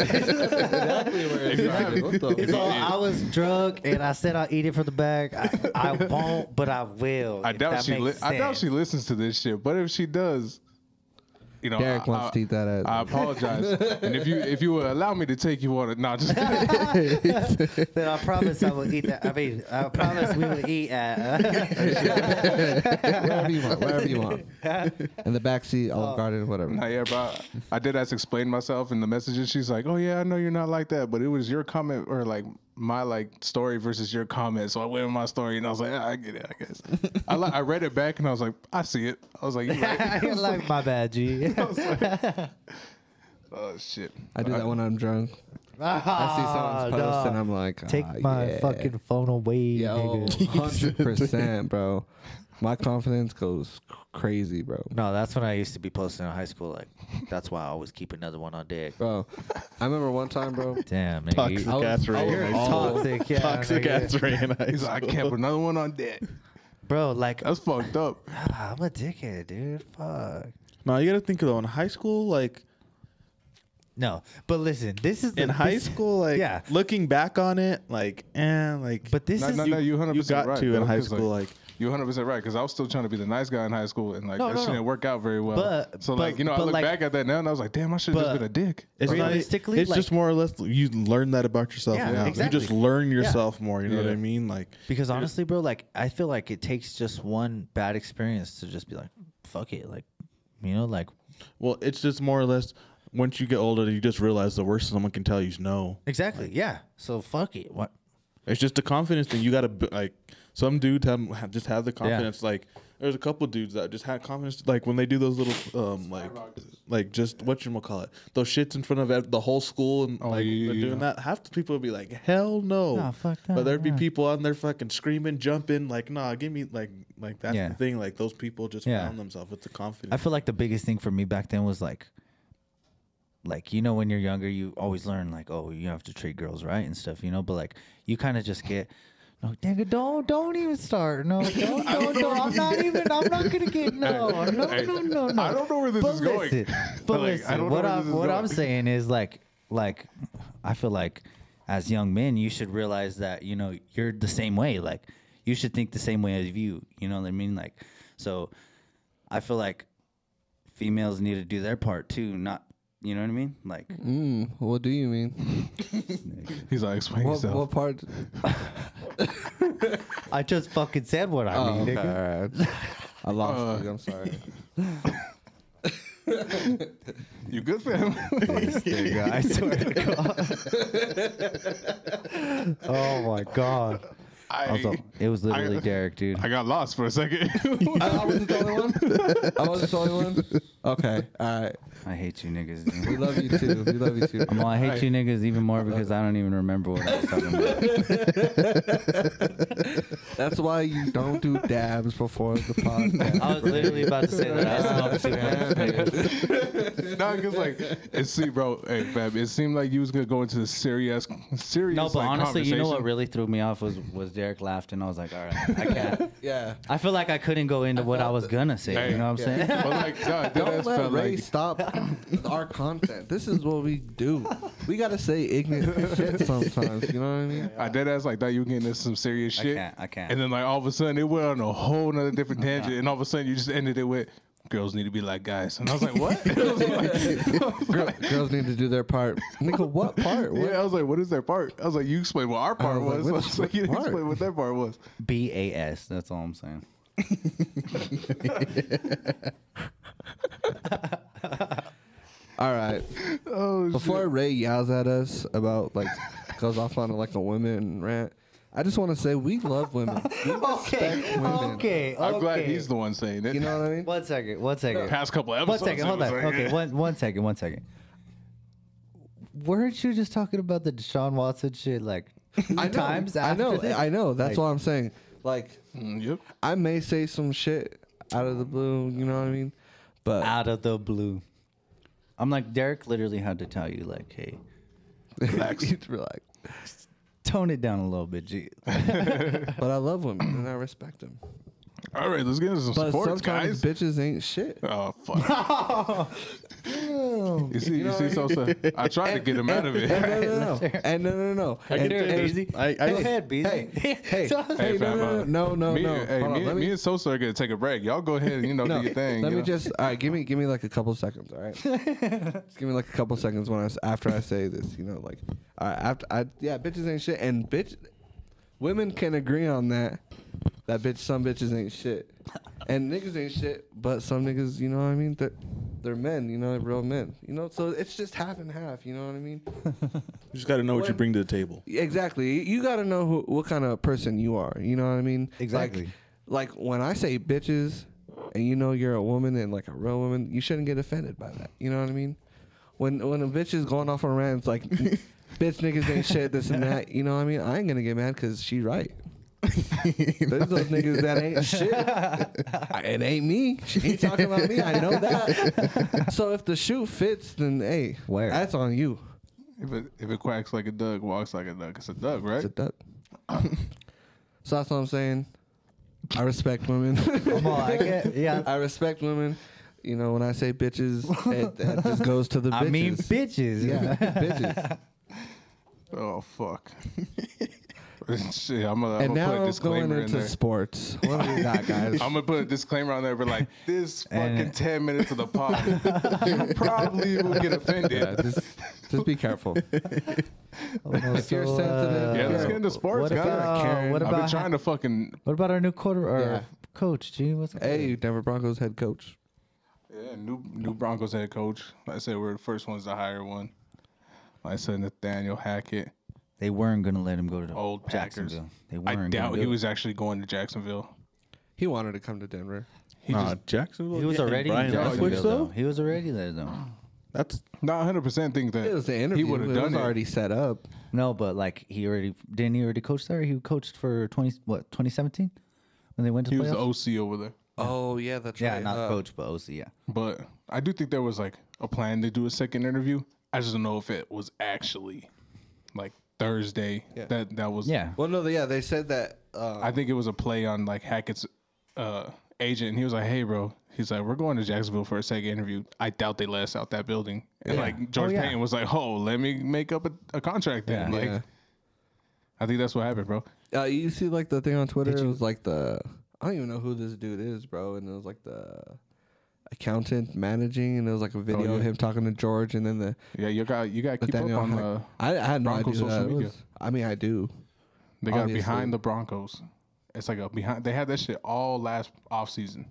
S2: exactly where it's
S1: Exactly.
S2: at. What the
S3: It's all,
S2: fuck?
S3: I was drunk and I said I'll eat it from the bag. I, I won't, but I will.
S1: I
S3: if
S1: doubt
S3: that
S1: she. Li-
S3: makes
S1: I doubt
S3: sense.
S1: she listens to this shit. But if she does, you know,
S2: Derek
S1: I,
S2: wants
S1: I-
S2: to eat that ass.
S1: I apologize. and if you if you would allow me to take you on a nah, just
S3: Then I promise I will eat that. I mean, I promise we will eat uh, at.
S2: wherever you want. Wherever you want. In the backseat, Olive Garden, whatever.
S1: nah, yeah, bro. I- I did as explain myself in the messages. She's like, "Oh yeah, I know you're not like that, but it was your comment or like my like story versus your comment." So I went with my story, and I was like, ah, "I get it, I guess." I li- I read it back, and I was like, "I see it." I was like, you right.
S3: You're like my bad, G.
S1: "Oh shit."
S2: I do that when I'm drunk. I see
S1: "Ah,
S2: someone's post and I'm like,
S3: Ah, Take
S2: "Ah,
S3: my
S2: yeah."
S3: fucking phone away,
S2: Yo,
S3: nigga.
S2: hundred percent, bro. My confidence goes c- crazy, bro.
S3: No, that's when I used to be posting in high school. Like, that's why I always keep another one on deck.
S2: Bro, I remember one time, bro.
S3: Damn, nigga.
S4: Toxic
S3: you-
S2: was-
S4: ass
S2: I
S4: Ray.
S2: was
S4: in
S1: Oh.
S4: high
S2: all-
S4: school.
S3: toxic, yeah.
S4: Toxic
S3: nigga.
S4: ass Ray. in high
S1: He's like, "I
S4: school.
S1: can't put another one on deck."
S3: Bro, like, ah,
S1: That's fucked up.
S3: I'm a dickhead, dude. Fuck.
S4: No, you gotta think though. In high school, like
S3: No, but listen, this is the,
S4: in high
S3: this-
S4: school, like
S3: yeah.
S4: looking back on it, like and like.
S3: But this
S1: No,
S3: is
S1: no, no, you 100%
S4: you got
S1: right,
S4: to
S1: bro,
S4: in high
S1: 'cause,
S4: school, like,
S1: You're 100 percent right because I was still trying to be the nice guy in high school and like
S3: No,
S1: that
S3: no,
S1: shit
S3: no.
S1: didn't work out very well.
S3: But-
S1: so
S3: but-
S1: like you know I
S3: but,
S1: look
S3: like-
S1: back at that now and I was like, damn, I should have just
S3: but-
S1: been a dick.
S4: it's not. It's
S3: realistically, like-
S4: just more or less you learn that about yourself.
S3: Yeah,
S4: now.
S3: exactly.
S4: You just learn
S3: Yeah.
S4: yourself more. You know what
S1: Yeah.
S4: I mean? Like
S3: because honestly, bro, like I feel like it takes just one bad experience to just be like, fuck it, like, you know, like
S4: Well, it's just more or less once you get older, you just realize the worst someone can tell you is no.
S3: exactly, yeah. So fuck it, what?
S4: It's just the confidence thing. You gotta b- like some dudes have, have just have the confidence. Like There's a couple dudes that just had confidence, like when they do those little, um, like, like just what you call it, those shits in front of ev- the whole school and
S1: Oh,
S4: like
S1: yeah,
S4: they're
S1: yeah,
S4: doing that. Half the people would be like, hell no,
S3: Nah, fuck
S4: but
S3: that,
S4: there'd be
S3: yeah.
S4: people on there fucking screaming, jumping, like, nah, give me like, like that's
S3: Yeah.
S4: the thing. Like those people just
S3: Yeah.
S4: found themselves with the confidence.
S3: I feel like the biggest thing for me back then was like, like you know when you're younger, you always learn like, oh, you have to treat girls right and stuff, you know. But like, you kind of just get, no, nigga, don't, don't even start, no, don't, don't, don't. I'm not even, I'm not gonna get no, no,
S1: Hey,
S3: no, no, no.
S1: I don't know where this
S3: but
S1: is going.
S3: listen, but
S1: Like, I
S3: listen,
S1: don't know
S3: what
S1: where
S3: I'm
S1: this is
S3: what I'm
S1: going.
S3: saying is like, like, I feel like as young men, you should realize that you know you're the same way. Like, you should think the same way as you. You know what I mean? Like, so I feel like females need to do their part too. Not, you know what I mean? Like,
S2: Mm, what do you mean?
S1: He's like, explain
S2: What,
S1: yourself.
S2: what part?
S3: I just fucking said what I
S2: Oh,
S3: mean.
S2: okay,
S3: nigga.
S2: all right. I
S3: Uh.
S2: lost you. I'm sorry.
S1: You good for him?
S3: This nigga, I swear to God. oh my god.
S1: I,
S3: Also, it was literally Derek, dude.
S1: I got lost for a second.
S2: I, I wasn't the only one. I wasn't the only one. Okay. All right.
S3: I hate you niggas.
S2: We
S3: Dude.
S2: love you too. We love you too.
S3: Well, I hate you niggas even more because I don't even remember what I was talking about.
S2: That's why you don't do dabs before the podcast. Uh,
S3: I was literally about to say that. I smoked too much. nigga.
S1: no, because like it seemed, bro. Hey, fam, it seemed like you was gonna go into the serious, serious.
S3: No, but
S1: like,
S3: honestly, you know what
S1: conversation.
S3: really threw me off was was Derek laughed, and I was like, all right, I can't.
S2: yeah.
S3: I feel like I couldn't go into what I was gonna say.
S1: Hey.
S3: you know what I'm saying?
S1: But like, nah, dead
S2: Don't
S1: ass
S2: let
S1: felt
S2: Ray
S1: like,
S2: stop our content. This is what we do. We gotta say ignorant shit sometimes. You know what I mean?
S1: I dead ass like thought you were getting into some serious
S3: I
S1: shit.
S3: can't, I can't.
S1: And then like all of a sudden it went on a whole nother different tangent, and all of a sudden you just ended it with girls need to be like guys, and I was like, what? I was like,
S2: Girl, girls need to do their part. Nigga, what part? What?
S1: yeah, I was like, what is their part? I was like, you explain what our part
S2: was like,
S1: was.
S2: what
S1: I was like,
S2: is their
S1: you didn't
S2: part?
S1: explain what their part was.
S3: B A S. That's all I'm saying.
S2: All right.
S1: Oh,
S2: Before Ray yells at us about like goes off on like a women rant, I just want to say we love women. We respect women.
S1: I'm glad he's the one saying it.
S2: You know what I mean?
S3: One second. One second.
S1: past couple
S3: One
S1: episodes.
S3: second,
S1: it
S3: hold
S1: was
S3: on.
S1: like,
S3: okay,
S1: eh.
S3: one one second, one second. Weren't you just talking about the Deshaun Watson shit like two
S2: I know,
S3: times
S2: I
S3: after
S2: know.
S3: this?
S2: I know. That's
S3: Like-
S2: what I'm saying. Like
S1: Mm, Yep.
S2: I may say some shit out of the blue. You know what I mean? But
S3: Out of the blue. I'm like, Derek literally had to tell you, like, hey,
S2: relax. relax.
S3: tone it down a little bit, G.
S2: But I love women and I respect them.
S1: All right, let's get into some
S2: But
S1: sports, guys.
S2: sometimes bitches ain't shit.
S1: Oh fuck! you see, you, see, so, so I tried to get him out of it.
S2: And no, no, no. And no, no, no.
S4: I
S2: and,
S4: get
S2: and-
S4: it, Beezy. I, I,
S3: Go ahead, BZ.
S2: Hey, hey,
S1: Hey,
S2: hey, no,
S1: fam,
S2: no,
S1: uh,
S2: no, no, no,
S1: me,
S2: no.
S1: Hey,
S2: Hold on,
S1: me,
S2: let
S1: me and Sosa are gonna take a break. Y'all go ahead and you know
S2: no,
S1: do your thing.
S2: Let
S1: you
S2: me
S1: know?
S2: just all right. Give me, give me like a couple seconds. All right, just give me like a couple seconds when I s- after I say this. You know, like all right, after I yeah, bitches ain't shit, and bitch, women can agree on that. That bitch, some bitches ain't shit, and niggas ain't shit, but some niggas, you know what I mean? They're, they're men, you know, real men, you know. So it's just half and half, you know what I mean?
S4: you just got to know what you
S2: When-
S4: bring to the table.
S2: Exactly. You got to know who, what kind of person you are. You know what I mean?
S3: Exactly.
S2: Like, like when I say bitches, and you know you're a woman and like a real woman, you shouldn't get offended by that. You know what I mean? When when a bitch is going off on rants like, bitch niggas ain't shit this and that. You know what I mean? I ain't gonna get mad because she right. There's those niggas that ain't shit. I- It ain't me. She ain't talking about me. I know that. So if the shoe fits, then hey,
S3: Where?
S2: that's on you.
S1: if, it, if it quacks like a duck, walks like a duck, it's a duck, right?
S2: It's a duck. so that's what I'm saying. I respect women.
S3: Come on, I can't, yeah.
S2: I respect women. You know, when I say bitches, it, that just goes to the bitches.
S3: I mean bitches.
S2: Yeah, bitches.
S1: oh fuck! Shit, I'm gonna, I'm gonna
S2: and now
S1: put a
S2: going
S1: disclaimer in
S2: into
S1: there.
S2: sports. What do we got,
S1: I'm
S2: guys?
S1: gonna put a disclaimer on there, but like this
S3: And-
S1: fucking ten minutes of the pod, you probably will get offended.
S2: yeah, just, just be careful.
S3: If
S2: you're sensitive-
S1: Yeah, let's
S2: Yeah.
S1: get into sports,
S3: uh, What
S1: guys.
S3: about,
S2: Karen.
S3: what
S1: I've been
S3: about,
S1: trying to fucking
S3: what about our new quarter or
S2: Yeah.
S3: coach, G? What's up?
S2: Hey, Denver Broncos head coach.
S1: yeah, new new Broncos head coach. Like I said, we're the first ones to hire one. Like I said, Nathaniel Hackett,
S3: They weren't gonna let him go to the
S1: old Packers.
S3: Jacksonville. They weren't.
S1: I
S3: gonna
S1: doubt
S3: do
S1: he
S3: it.
S1: was actually going to Jacksonville.
S2: He wanted to come to Denver.
S1: He
S4: nah,
S1: just
S4: Jacksonville.
S3: He was
S4: yeah, and
S3: already
S4: Brian
S3: in
S4: Leftwich,
S3: Jacksonville, though.
S4: though.
S3: He was already there, though.
S4: That's
S1: not 100 percent think that
S2: It was the interview.
S1: He would have
S2: it was
S1: done it.
S2: already set up.
S3: No, but like he already didn't he already coach there? He coached for twenty what twenty seventeen when they went to
S1: He
S3: the
S1: was
S3: playoffs.
S1: the OC over there,
S2: Oh yeah, that's
S3: yeah,
S2: right.
S3: not
S2: Uh,
S3: coach, but OC. Yeah,
S1: but I do think there was like a plan to do a second interview. I just don't know if it was actually like Thursday.
S2: Yeah.
S1: That that was.
S3: yeah.
S2: Well, no, they- yeah, they said that. Uh,
S1: I think it was a play on like Hackett's uh, agent, and he was like, "Hey, bro." He's like, "We're going to Jacksonville for a second interview." I doubt they let us out that building. And like George
S3: Oh, yeah.
S1: Payton was like, "Oh, let me make up a, a contract then."
S3: Yeah.
S1: Like,
S2: Yeah.
S1: I think that's what happened, bro.
S2: Uh, you see, like the thing on Twitter, it was like the I don't even know who this dude is, bro. And it was like the accountant managing, and it was like a video of
S1: yeah.
S2: him talking to George, and then the
S1: Yeah, you got you got to keep up
S2: Nathaniel
S1: on uh,
S2: Hack-
S1: the.
S2: I, I had no
S1: Broncos
S2: idea who
S1: social
S2: that
S1: media.
S2: was. I mean, I do.
S1: They got
S2: Obviously.
S1: behind the Broncos. It's like a behind. They had that shit all last offseason.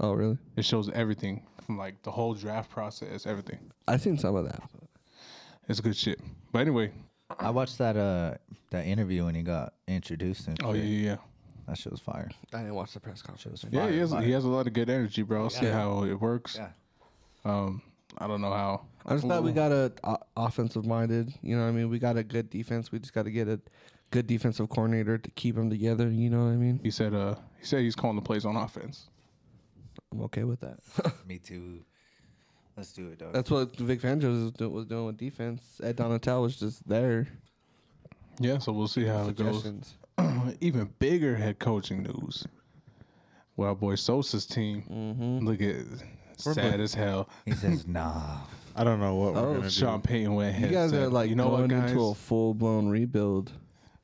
S2: Oh, really?
S1: It shows everything from like the whole draft process, everything.
S2: I seen some of that.
S1: It's good shit. But anyway,
S3: I watched that uh that interview when he got introduced and
S1: oh yeah,
S3: shit.
S1: yeah, yeah.
S3: that shit was fire.
S2: I didn't watch the press conference.
S1: Yeah,
S3: Fire,
S1: he has,
S3: fire.
S1: he has a lot of good energy, bro. I'll see how it works.
S3: Yeah.
S1: Um, I don't know how.
S2: I'm just glad we got a o- offensive minded. You know what I mean? We got a good defense. We just got to get a good defensive coordinator to keep them together. You know what I mean?
S1: He said. Uh, he said he's calling the plays on offense.
S2: I'm okay with that.
S3: Me too. Let's do it, dog.
S2: That's what Vic Fangio was, do- was doing with defense. Ed Donatel was just there.
S1: Yeah, so we'll see how it goes.
S2: Suggestions.
S1: Even bigger head coaching news. Well, boy, Sosa's team. Look at sad as hell.
S3: he says, "Nah."
S4: I don't know what
S3: Oh,
S4: we're gonna
S1: Sean Payton went ahead.
S2: You
S1: and
S2: guys
S1: said,
S2: are like
S1: you know
S2: going
S1: what, guys?
S2: into a full blown rebuild.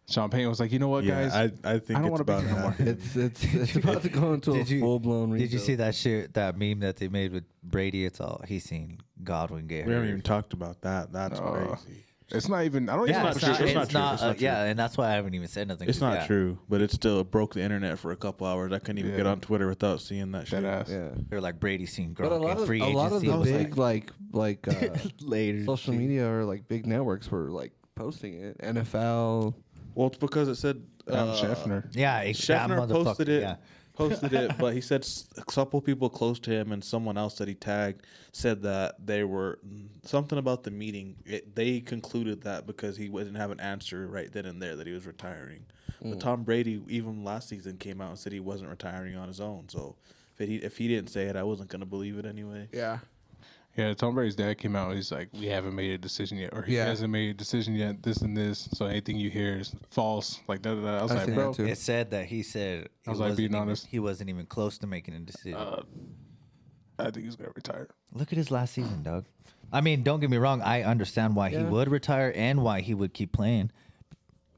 S1: Sean Payton was like, you know what,
S4: do. Yeah,
S1: guys?
S4: I I think
S1: I don't
S4: it's
S1: wanna be
S4: about
S1: here no more.
S4: happening.
S2: It's it's it's about to go into a
S3: Did you-
S2: full blown rebuild.
S3: Did you see that shit? That meme that they made with Brady? It's all he's seen Godwin get
S4: We haven't
S3: hurt.
S4: even talked about that. That's
S1: Uh,
S4: crazy.
S1: It's not even. I don't even
S3: yeah,
S1: know
S3: it's
S1: if it's-
S3: not, it's not,
S4: It's
S3: uh,
S4: not true.
S3: yeah, and that's why I haven't even said nothing.
S4: It's
S3: 'cause,
S4: not
S3: yeah,
S4: true, but it still broke the internet for a couple hours. I couldn't even
S1: Yeah.
S4: get on Twitter without seeing that shit.
S1: That ass.
S2: Yeah.
S3: They're like Brady seen
S2: But a
S3: Gronk
S2: lot
S3: in
S2: of
S3: free
S2: a lot of
S3: agency.
S2: the
S3: It was like,
S2: big like like uh,
S3: later
S2: social media or like big networks were like posting it. NFL.
S4: Well, it's because it said
S1: Adam
S4: uh,
S1: Scheffner.
S3: Yeah, it, that
S4: Scheffner
S3: motherfucker,
S4: posted it.
S3: Yeah.
S4: Posted it, but he said s- a couple people close to him and someone else that he tagged said that they were something about the meeting. It, they concluded that because he didn't have an answer right then and there that he was retiring. But Tom Brady, even last season, came out and said he wasn't retiring on his own. So if it, if he didn't say it, I wasn't gonna believe it anyway.
S2: Yeah.
S1: Yeah, Tom Brady's dad came out. He's like, we haven't made a decision yet, or he
S2: Yeah.
S1: hasn't made a decision yet. This and this. So anything you hear is false. Like da da da. I was
S2: I've
S1: like,
S2: seen that
S1: bro,
S2: too.
S3: It said that he said he
S1: was like,
S3: wasn't
S1: being
S3: even-
S1: honest.
S3: He wasn't even close to making a decision.
S4: Uh,
S1: I think he's gonna retire.
S3: Look at his last season, Doug. I mean, don't get me wrong. I understand why he
S2: Yeah.
S3: would retire and why he would keep playing.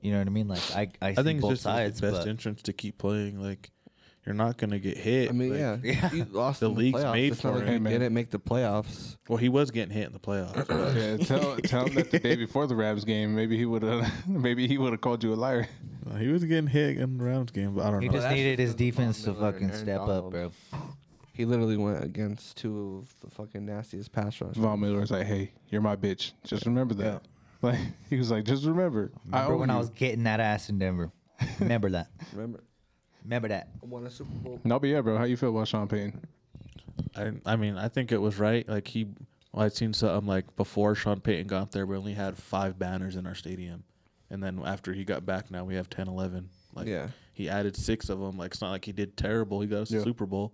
S3: You know what I mean? Like I, I, see
S4: I think it's
S3: both
S4: just
S3: sides,
S4: his best
S3: but
S4: entrance to keep playing. Like you're not gonna get hit.
S2: I mean,
S4: Like,
S2: yeah,
S3: Yeah.
S2: You lost
S4: The
S2: in the
S4: league's
S2: playoffs.
S4: made
S2: it's not
S4: for
S2: like
S1: it,
S2: you
S1: man.
S2: didn't make the playoffs.
S4: Well, he was getting hit in the playoffs. but-
S1: Yeah, tell tell him that the day before the Rams game, maybe he would have, maybe he would have called you a liar.
S4: Uh, He was getting hit in the Rams game, but I don't
S3: he
S4: know.
S3: just
S2: that's
S3: needed
S2: just
S3: his
S2: because of Von
S3: defense to
S2: Miller and
S3: fucking
S2: Aaron
S3: step up,
S2: Donald.
S3: bro.
S2: He literally went against two of the fucking nastiest pass rushers.
S1: Von Miller was like, hey, you're my bitch. Just remember that. Like he was like, just remember.
S3: Remember
S1: own
S3: when I
S1: you."
S3: was getting that ass in Denver? Remember that.
S2: Remember,
S3: Remember that.
S2: won a Super Bowl.
S1: No, but yeah, bro. How you feel about Sean Payton?
S4: I, I mean, I think it was right. Like he, well, I'd seen something like before Sean Payton got there, we only had five banners in our stadium, and then after he got back, now we have 10, 11. Like
S2: Yeah.
S4: he added six of them. Like it's not like he did terrible. He got us the
S1: Yeah.
S4: Super Bowl.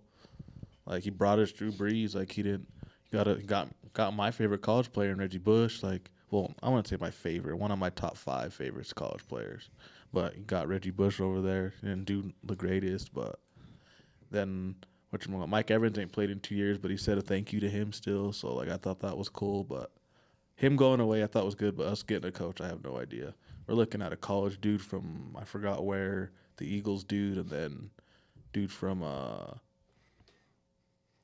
S4: Like he brought us Drew Brees. Like he didn't he got a, got got my favorite college player in Reggie Bush. Like well, I want to say my favorite, one of my top five favorites college players. But he got Reggie Bush over there and do the greatest. But then which Mike Evans ain't played in two years, but he said a thank you to him still. So like I thought that was cool, but him going away I thought was good, but us getting a coach, I have no idea. We're looking at a college dude from I forgot where the Eagles dude, and then dude from uh,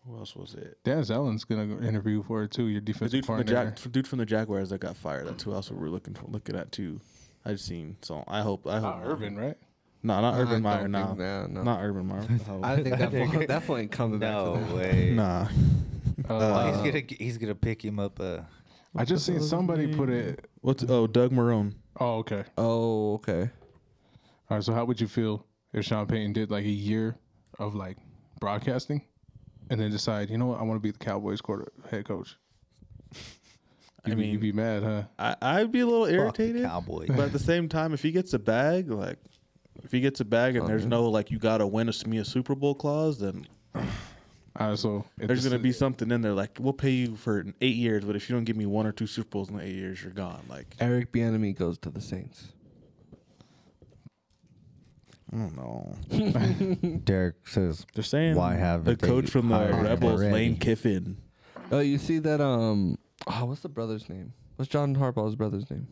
S4: who else was it?
S1: Dan Zellin's gonna interview for it too. Your
S4: The
S1: defensive
S4: dude from the
S1: coordinator.
S4: Jack, dude from the Jaguars that got fired. That's who else we were looking for, looking at too. I've seen so I hope I hope
S1: Ah, Urban, right?
S4: No, not Urban Meyer.
S2: don't
S4: No,
S2: think- no, no.
S4: not Urban Meyer.
S2: I think that fool, that fool ain't coming
S3: No
S2: back. to that.
S3: way.
S4: nah.
S3: Oh, he's gonna he's gonna pick him up. Uh,
S1: Uh, I just seen somebody put it.
S4: What's oh Doug Marone?
S1: Oh, okay.
S2: Oh, okay.
S1: All right. So, how would you feel if Sean Payton did like a year of like broadcasting, and then decide, you know what, I want to be the Cowboys quarter head coach.
S4: I
S1: You'd be, you'd be
S4: mean,
S1: mad, huh?
S4: I, I'd be a little
S3: the
S4: irritated.
S3: Cowboys.
S4: But at the same time, if he gets a bag, like if he gets a bag and there's no like you gotta win us me a Super Bowl clause, then
S1: All right, so if
S4: there's
S1: this-
S4: gonna be something in there like we'll pay you for eight years, but if you don't give me one or two Super Bowls in the eight years, you're gone. Like
S2: Eric Bieniemy goes to the Saints.
S3: I don't know. Derek says
S4: they're saying
S3: Why
S4: the
S3: haven't they
S4: coach from the
S3: hired him
S4: Rebels,
S3: already?
S4: Lane Kiffin.
S2: Oh, you see that? Um, oh, what's the brother's name? What's John Harbaugh's brother's name?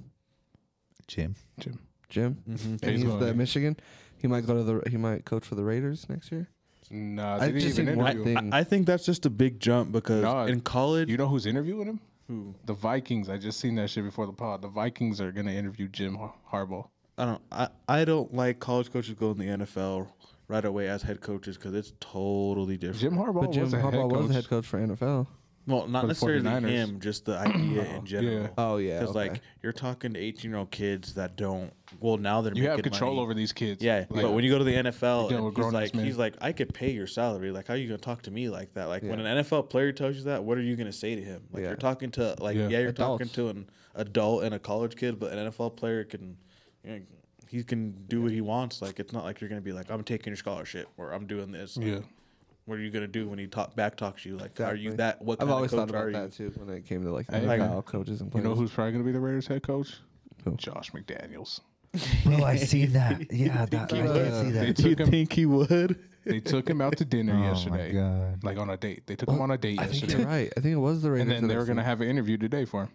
S3: Jim.
S1: Jim.
S2: Jim.
S1: Yeah,
S2: And
S1: Mm-hmm. he's
S2: he's
S1: going
S2: the
S1: in.
S2: Michigan. He might go to the. He might coach for the Raiders next year.
S1: Nah,
S2: I
S1: they didn't
S2: just
S1: even
S2: seen one
S1: interview him.
S2: thing.
S4: I, I think that's just a big jump because
S1: No,
S4: in college,
S1: You know who's interviewing him? Who? The Vikings. I just seen that shit before the pod. The Vikings are gonna interview Jim Har- Harbaugh.
S4: I don't. I, I don't like college coaches going in the NFL right away as head coaches because it's totally different.
S1: Jim Harbaugh
S2: But Jim
S1: was a head
S2: Harbaugh
S1: coach.
S2: was the head coach for NFL.
S4: well,
S1: for
S4: not
S1: the
S4: necessarily
S1: 49ers.
S4: him, just the idea in general.
S1: yeah.
S2: Oh yeah.
S4: Because
S2: okay.
S4: like you're talking to 18 year old kids that don't. Well, now they're
S1: You have
S4: making
S1: control
S4: money.
S1: over these kids.
S4: Yeah,
S1: Like,
S4: but when you go to the NFL,
S1: dealing
S4: and
S1: with
S4: he's
S1: grown-ups,
S4: like,
S1: man.
S4: he's like, I could pay your salary. Like, how are you gonna talk to me like that? Like, when an NFL player tells you that, what are you gonna say to him? Like,
S2: Yeah.
S4: you're talking to like,
S1: Yeah.
S4: yeah, you're
S2: Adults.
S4: talking to an adult and a college kid, but an NFL player can, you know, he can do what he wants. Like, it's not like you're gonna be like, I'm taking your scholarship or I'm doing this. Like,
S1: Yeah.
S4: What are you gonna do when he talk back talks you? Like, are you
S2: Exactly.
S4: that? What
S2: I've
S4: kind
S2: always
S4: of
S2: thought
S4: coach are
S2: about
S4: you?
S2: that too when it came to like the
S1: Hey,
S2: NFL coaches and
S1: you
S2: players.
S1: know who's probably gonna be the Raiders head coach?
S2: Who?
S1: Josh McDaniels.
S3: Bro, I see that. Yeah, that, I did see
S1: They
S3: that.
S4: Do Uh, you
S1: took him.
S4: think he would?
S1: They took him out to dinner
S3: Oh my
S1: yesterday.
S3: God.
S1: Like on a date. They took him on a date
S2: I think
S1: yesterday.
S2: you're right. I think it was the Raiders.
S1: And then
S2: that
S1: they
S2: I
S1: were gonna
S2: seen.
S1: have an interview today for him.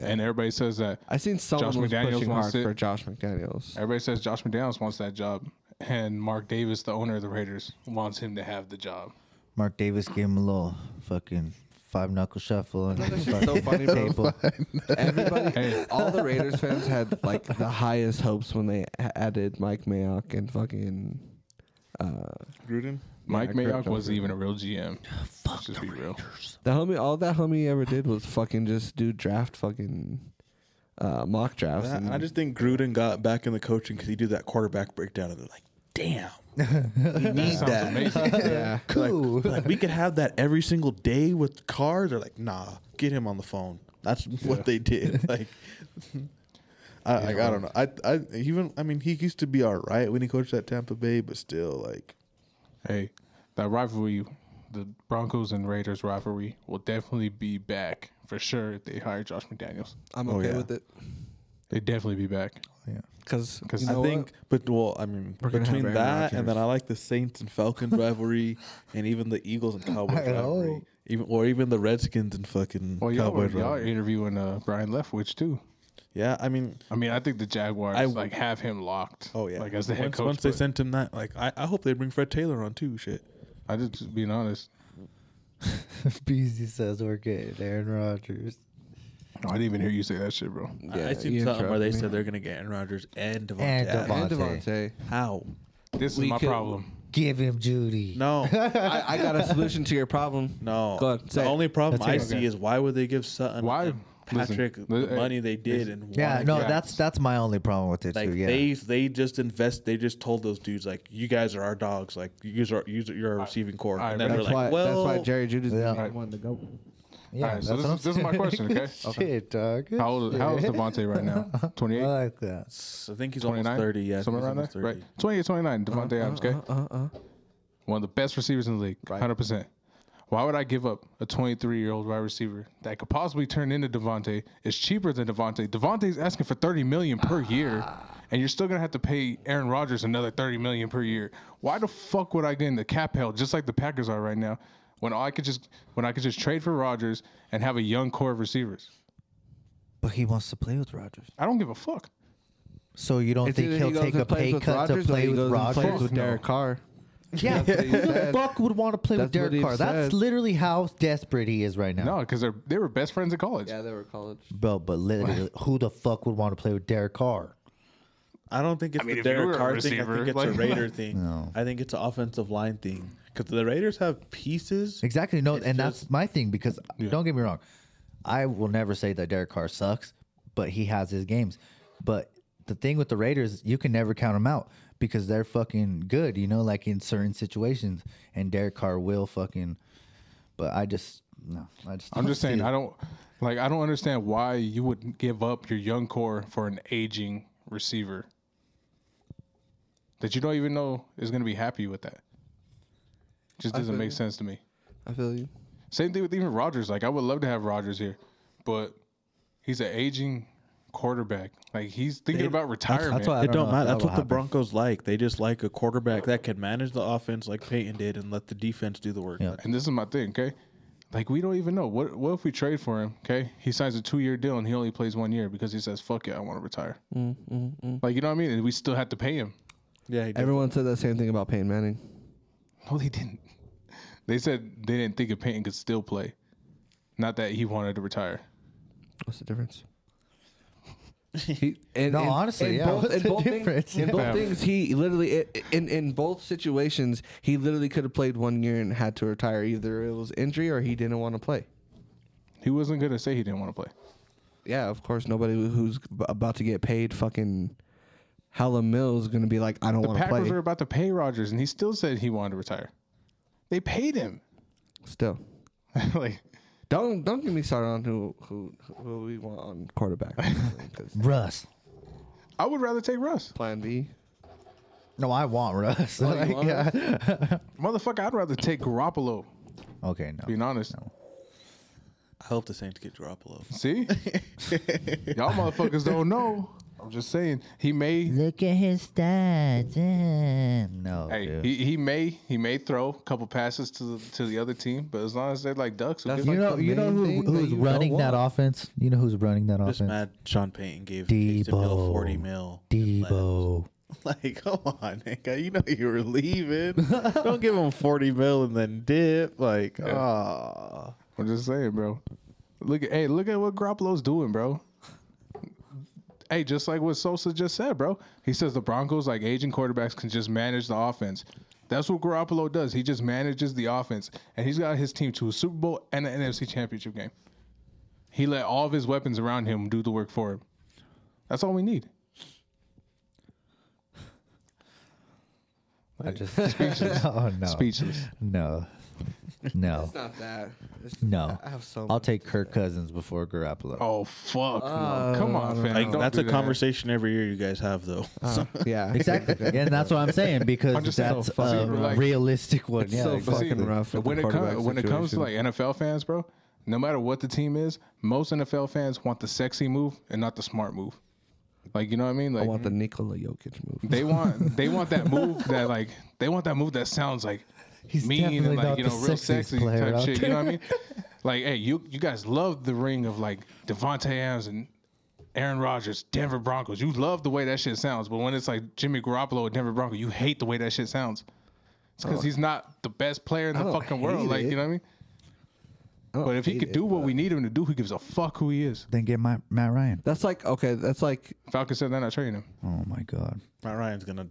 S2: Yeah.
S1: And everybody says that.
S2: I seen someone
S1: Josh
S2: was
S1: McDaniels
S2: pushing
S1: wants
S2: hard
S1: it.
S2: for Josh McDaniels.
S1: Everybody says Josh McDaniels wants that job, and Mark Davis, the owner of the Raiders, wants him to have the job.
S3: Mark Davis gave him a little fucking five knuckle shuffle and
S2: That shit's so funny, bro.
S3: table.
S2: Everybody,
S1: Hey.
S2: all the Raiders fans had like the highest hopes when they a- added Mike Mayock and fucking. Uh,
S4: Gruden.
S1: Mike
S2: I correct
S1: Mayock
S2: John
S1: wasn't
S2: Gruden.
S1: even a real GM. Fuck just be real.
S2: the homie, all that homie ever did was fucking just do draft fucking uh, mock drafts.
S4: I,
S2: and
S4: I just think Gruden got back in the coaching because he did that quarterback breakdown, and they're like, "Damn, we need
S1: Sounds
S4: that.
S1: amazing.
S2: yeah,
S3: Cool.
S4: like we could have that every single day with cars." They're like, "Nah, get him on the phone." That's what they did. Like, I, like, I don't know. I, I even, I mean, he used to be all right when he coached at Tampa Bay, but still, like,
S1: Hey, that rivalry, the Broncos and Raiders rivalry, will definitely be back for sure if they hire Josh McDaniels.
S2: I'm
S4: Oh,
S2: okay
S4: yeah.
S2: with it
S1: They definitely be back.
S3: Yeah.
S2: because
S1: 'Cause
S2: you know
S4: I think,
S2: what?
S4: but well, I mean,
S2: We're gonna have
S4: between
S2: Aaron
S4: that and
S2: Rodgers.
S4: then I like the Saints and Falcons rivalry, and even the Eagles and Cowboys
S3: I know.
S4: rivalry, even or even the Redskins and fucking
S1: Well, y'all,
S4: Cowboys
S1: y'all are
S4: rivalry.
S1: interviewing uh, Brian Leftwich too.
S4: Yeah, I mean,
S1: I mean, I think the Jaguars
S4: I-
S1: like have him locked.
S4: oh yeah,
S1: like as the head
S4: once,
S1: coach.
S4: Once they
S1: but
S4: sent him that, like, I, I hope they bring Fred Taylor on too. Shit,
S1: I just just being honest.
S3: Beasley says we're good. Aaron Rodgers.
S1: I didn't even hear you say that shit, bro.
S2: Yeah,
S4: I seen
S2: you
S4: something where they
S2: interrupt
S4: said
S2: me.
S4: they're gonna get Aaron Rodgers and Devontae.
S3: And
S4: Adams.
S3: Devon-
S2: And Devontae.
S4: How?
S1: This
S2: We
S1: is my
S2: could-
S1: problem.
S3: Give him Judy.
S4: No,
S2: I, I got a solution to your problem.
S4: no.
S2: Go ahead, say
S4: the
S2: it.
S4: only problem
S3: Let's
S4: I
S3: hear it.
S4: see is why would they give Sutton
S1: Why?
S4: and
S1: Listen,
S4: Patrick
S1: li-
S4: the
S1: hey,
S4: money they did and
S3: Yeah,
S4: won?
S3: no,
S1: Yeah.
S3: that's that's my only problem with it
S4: Like
S3: too. Yeah.
S4: they they just invest. They just told those dudes like, you guys are our dogs. Like you guys are you you're our receiving core.
S1: I
S4: and then
S1: agree.
S4: they're
S2: That's
S4: like,
S2: why.
S4: well,
S2: that's why Jerry Judy's the
S3: Yeah.
S2: only one to go.
S3: yeah,
S1: All right, so this
S3: that's what
S1: is- this is my
S3: I'm
S1: question, okay?
S3: saying. Shit, dog.
S1: How old, how old is Devontae right now?
S3: I
S4: Uh,
S1: 28,
S3: like that.
S4: I think he's almost
S1: 29,
S4: thirty. Uh-huh, Yeah, I think
S1: somewhere
S4: he's
S1: around there.
S4: almost
S1: Right, 28, 29. Devontae Adams, okay,
S2: Uh uh.
S1: one of the best receivers in the league, hundred percent. Why would I give up a 23 year old wide receiver that could possibly turn into Devontae? It's cheaper than Devontae. Devontae's asking for 30 million per year, and you're still gonna have to pay Aaron Rodgers another 30 million per year. Why the fuck would I get in the cap hell just like the Packers are right now, when all I could just when I could just trade for Rodgers and have a young core of receivers?
S3: But he wants to play with Rodgers.
S1: I don't give a fuck.
S3: So you don't
S2: It's
S3: think
S2: either
S3: he'll
S2: he goes
S3: take
S2: and
S3: a
S2: plays
S3: pay
S2: with
S3: cut
S2: Rodgers
S3: to
S2: or
S3: play
S2: he
S3: with
S2: goes and
S3: Rodgers?
S2: Plays with
S1: No.
S2: Derek Carr.
S3: Yeah,
S2: That's what he
S3: who the
S2: said.
S3: fuck would want to play with
S2: That's what
S3: Derek
S2: he
S3: Carr? That's
S2: said.
S3: literally how desperate he is right now.
S1: No, because they're they were best friends in college.
S2: they were college.
S3: Bro, but literally, who the fuck would want to play with Derek Carr?
S4: I don't think it's
S1: mean,
S4: the
S1: if you were
S4: Derek
S1: a
S4: Carr thing. I
S1: receiver,
S4: think it's a
S1: like-
S4: Raider thing.
S3: No.
S4: I think it's an offensive line thing because the Raiders have pieces.
S3: Exactly. No,
S4: It's
S3: and that's
S4: just-
S3: my thing because don't get me wrong, I will never say that Derek Carr sucks, but he has his games. But the thing with the Raiders, you can never count him out because they're fucking good, you know, like in certain situations. And Derek Carr will fucking, but I just no, I just.
S1: I'm
S3: don't
S1: just
S3: see
S1: saying,
S3: it.
S1: I don't like. I don't understand why you would give up your young core for an aging receiver that you don't even know is going to be happy with that. Just doesn't
S2: feel
S1: make
S2: you.
S1: sense to me.
S2: I feel you.
S1: Same thing with even Rodgers. Like I would love to have Rodgers here, but he's an aging quarterback. Like he's thinking about retirement.
S3: that's why I
S4: It
S3: don't
S4: don't
S3: know if
S4: matter.
S3: that
S4: That's
S3: will
S4: what the
S3: happen.
S4: Broncos like. They just like a quarterback that can manage the offense like Peyton did and let the defense do the work.
S3: Yeah.
S1: and this is my thing, okay? Like we don't even know what what if we trade for him, okay? He signs a two year deal and he only plays one year because he says, "Fuck it, I want to retire." Like you know what I mean? And we still have to pay him.
S4: Yeah, he did.
S2: Everyone said that same thing about Peyton Manning.
S1: No, they didn't. They said they didn't think if Payton could still play, not that he wanted to retire.
S2: What's the difference? He, and,
S3: No, honestly, yeah,
S2: Both,
S3: what's
S2: in
S3: the
S2: both,
S3: difference?
S2: things, in
S1: Yeah.
S2: both things, he literally i- in in both situations, he literally could have played one year and had to retire. Either it was injury or he didn't want to play.
S1: He wasn't gonna say he didn't want to play.
S2: Yeah, of course, nobody who's b- about to get paid fucking hella mills is gonna be like, I don't
S1: The
S2: want to
S1: Packers
S2: play.
S1: were about to pay Rodgers, and he still said he wanted to retire. They paid him.
S2: Still,
S1: like
S2: don't don't get me started on who who who we want on quarterback. 'Cause
S3: Russ.
S1: I would rather take Russ,
S2: plan B.
S3: No, I want Russ.
S1: Oh,
S2: you
S3: Like,
S2: want
S3: yeah.
S1: motherfucker. I'd rather take Garoppolo.
S3: Okay, no.
S1: Being honest,
S4: I hope the Saints get Garoppolo.
S1: See? Y'all motherfuckers don't know. I'm just saying. He may
S3: Look at his stats. eh. No,
S1: hey,
S3: dude.
S1: he, he may he may throw a couple passes to the to the other team, but as long as they're like ducks, who
S2: That's-
S1: gives a
S3: you
S2: like
S3: know,
S2: the
S3: you know
S2: main
S3: who,
S2: thing that
S3: who's
S2: you don't
S3: running that
S2: want.
S3: offense. You know who's running that
S4: Just
S3: offense.
S4: mad Sean Payton gave Taysom Hill
S3: Debo.
S4: 40 mil.
S3: Debo.
S4: Like, come on, nigga. You know you were leaving. Don't give him 40 mil and then dip. Like, ah.
S1: I'm just saying, bro. Look at hey, look at what Garoppolo's doing, bro. Hey, just like what Sosa just said, bro. He says the Broncos, like aging quarterbacks, can just manage the offense. That's what Garoppolo does. He just manages the offense, and he's got his team to a Super Bowl and an NFC Championship game. He let all of his weapons around him do the work for him. That's all we need.
S3: I just speechless. oh no,
S1: Speechless.
S3: No, no,
S2: It's not that. It's,
S3: no.
S2: I have so.
S3: I'll
S2: much
S3: take
S2: to
S3: Kirk Cousins before Garoppolo.
S1: Oh fuck!
S2: Uh,
S1: no. Come on, fam.
S4: Like,
S1: Don't
S4: that's
S1: do
S4: a
S1: that.
S4: conversation every year you guys have, though.
S2: say. yeah,
S3: Exactly, and that's what I'm saying because
S1: I'm just saying,
S3: that's
S1: so
S3: a
S1: fucking relaxed.
S3: realistic one.
S2: It's
S3: yeah,
S2: so
S3: exactly.
S1: But see,
S2: fucking rough with
S1: When
S2: the
S1: it comes
S2: quarterback
S1: when it comes to like
S2: situation.
S1: NFL fans, bro, no matter what the team is, most NFL fans want the sexy move and not the smart move. Like you know what I mean?
S2: I
S1: Like
S2: want the Nikola Jokic move.
S1: they want they want that move that like they want that move that sounds like
S3: He's
S1: mean
S3: definitely
S1: and like
S3: not
S1: you
S3: the
S1: know real
S3: sexiest
S1: sexy
S3: player
S1: type
S3: out
S1: shit. You
S3: there.
S1: know what I mean? Like hey, you you guys love the ring of like Devontae Adams and. Aaron Rodgers, Denver Broncos. You love the way that shit sounds, but when it's like Jimmy Garoppolo or Denver Broncos, you hate the way that shit sounds. It's because he's not the best player in
S2: Oh. I
S1: the
S2: don't
S1: fucking world.
S2: hate
S1: Like
S2: it.
S1: you know what I mean?
S2: I don't
S1: But if he
S2: hate
S1: could
S2: it,
S1: do what
S2: but-
S1: we need him to do, who gives a fuck who he is?
S3: Then get my, Matt Ryan.
S2: that's like okay, that's like
S1: Falcons said they're not trading him.
S3: Oh my God,
S4: Matt Ryan's going to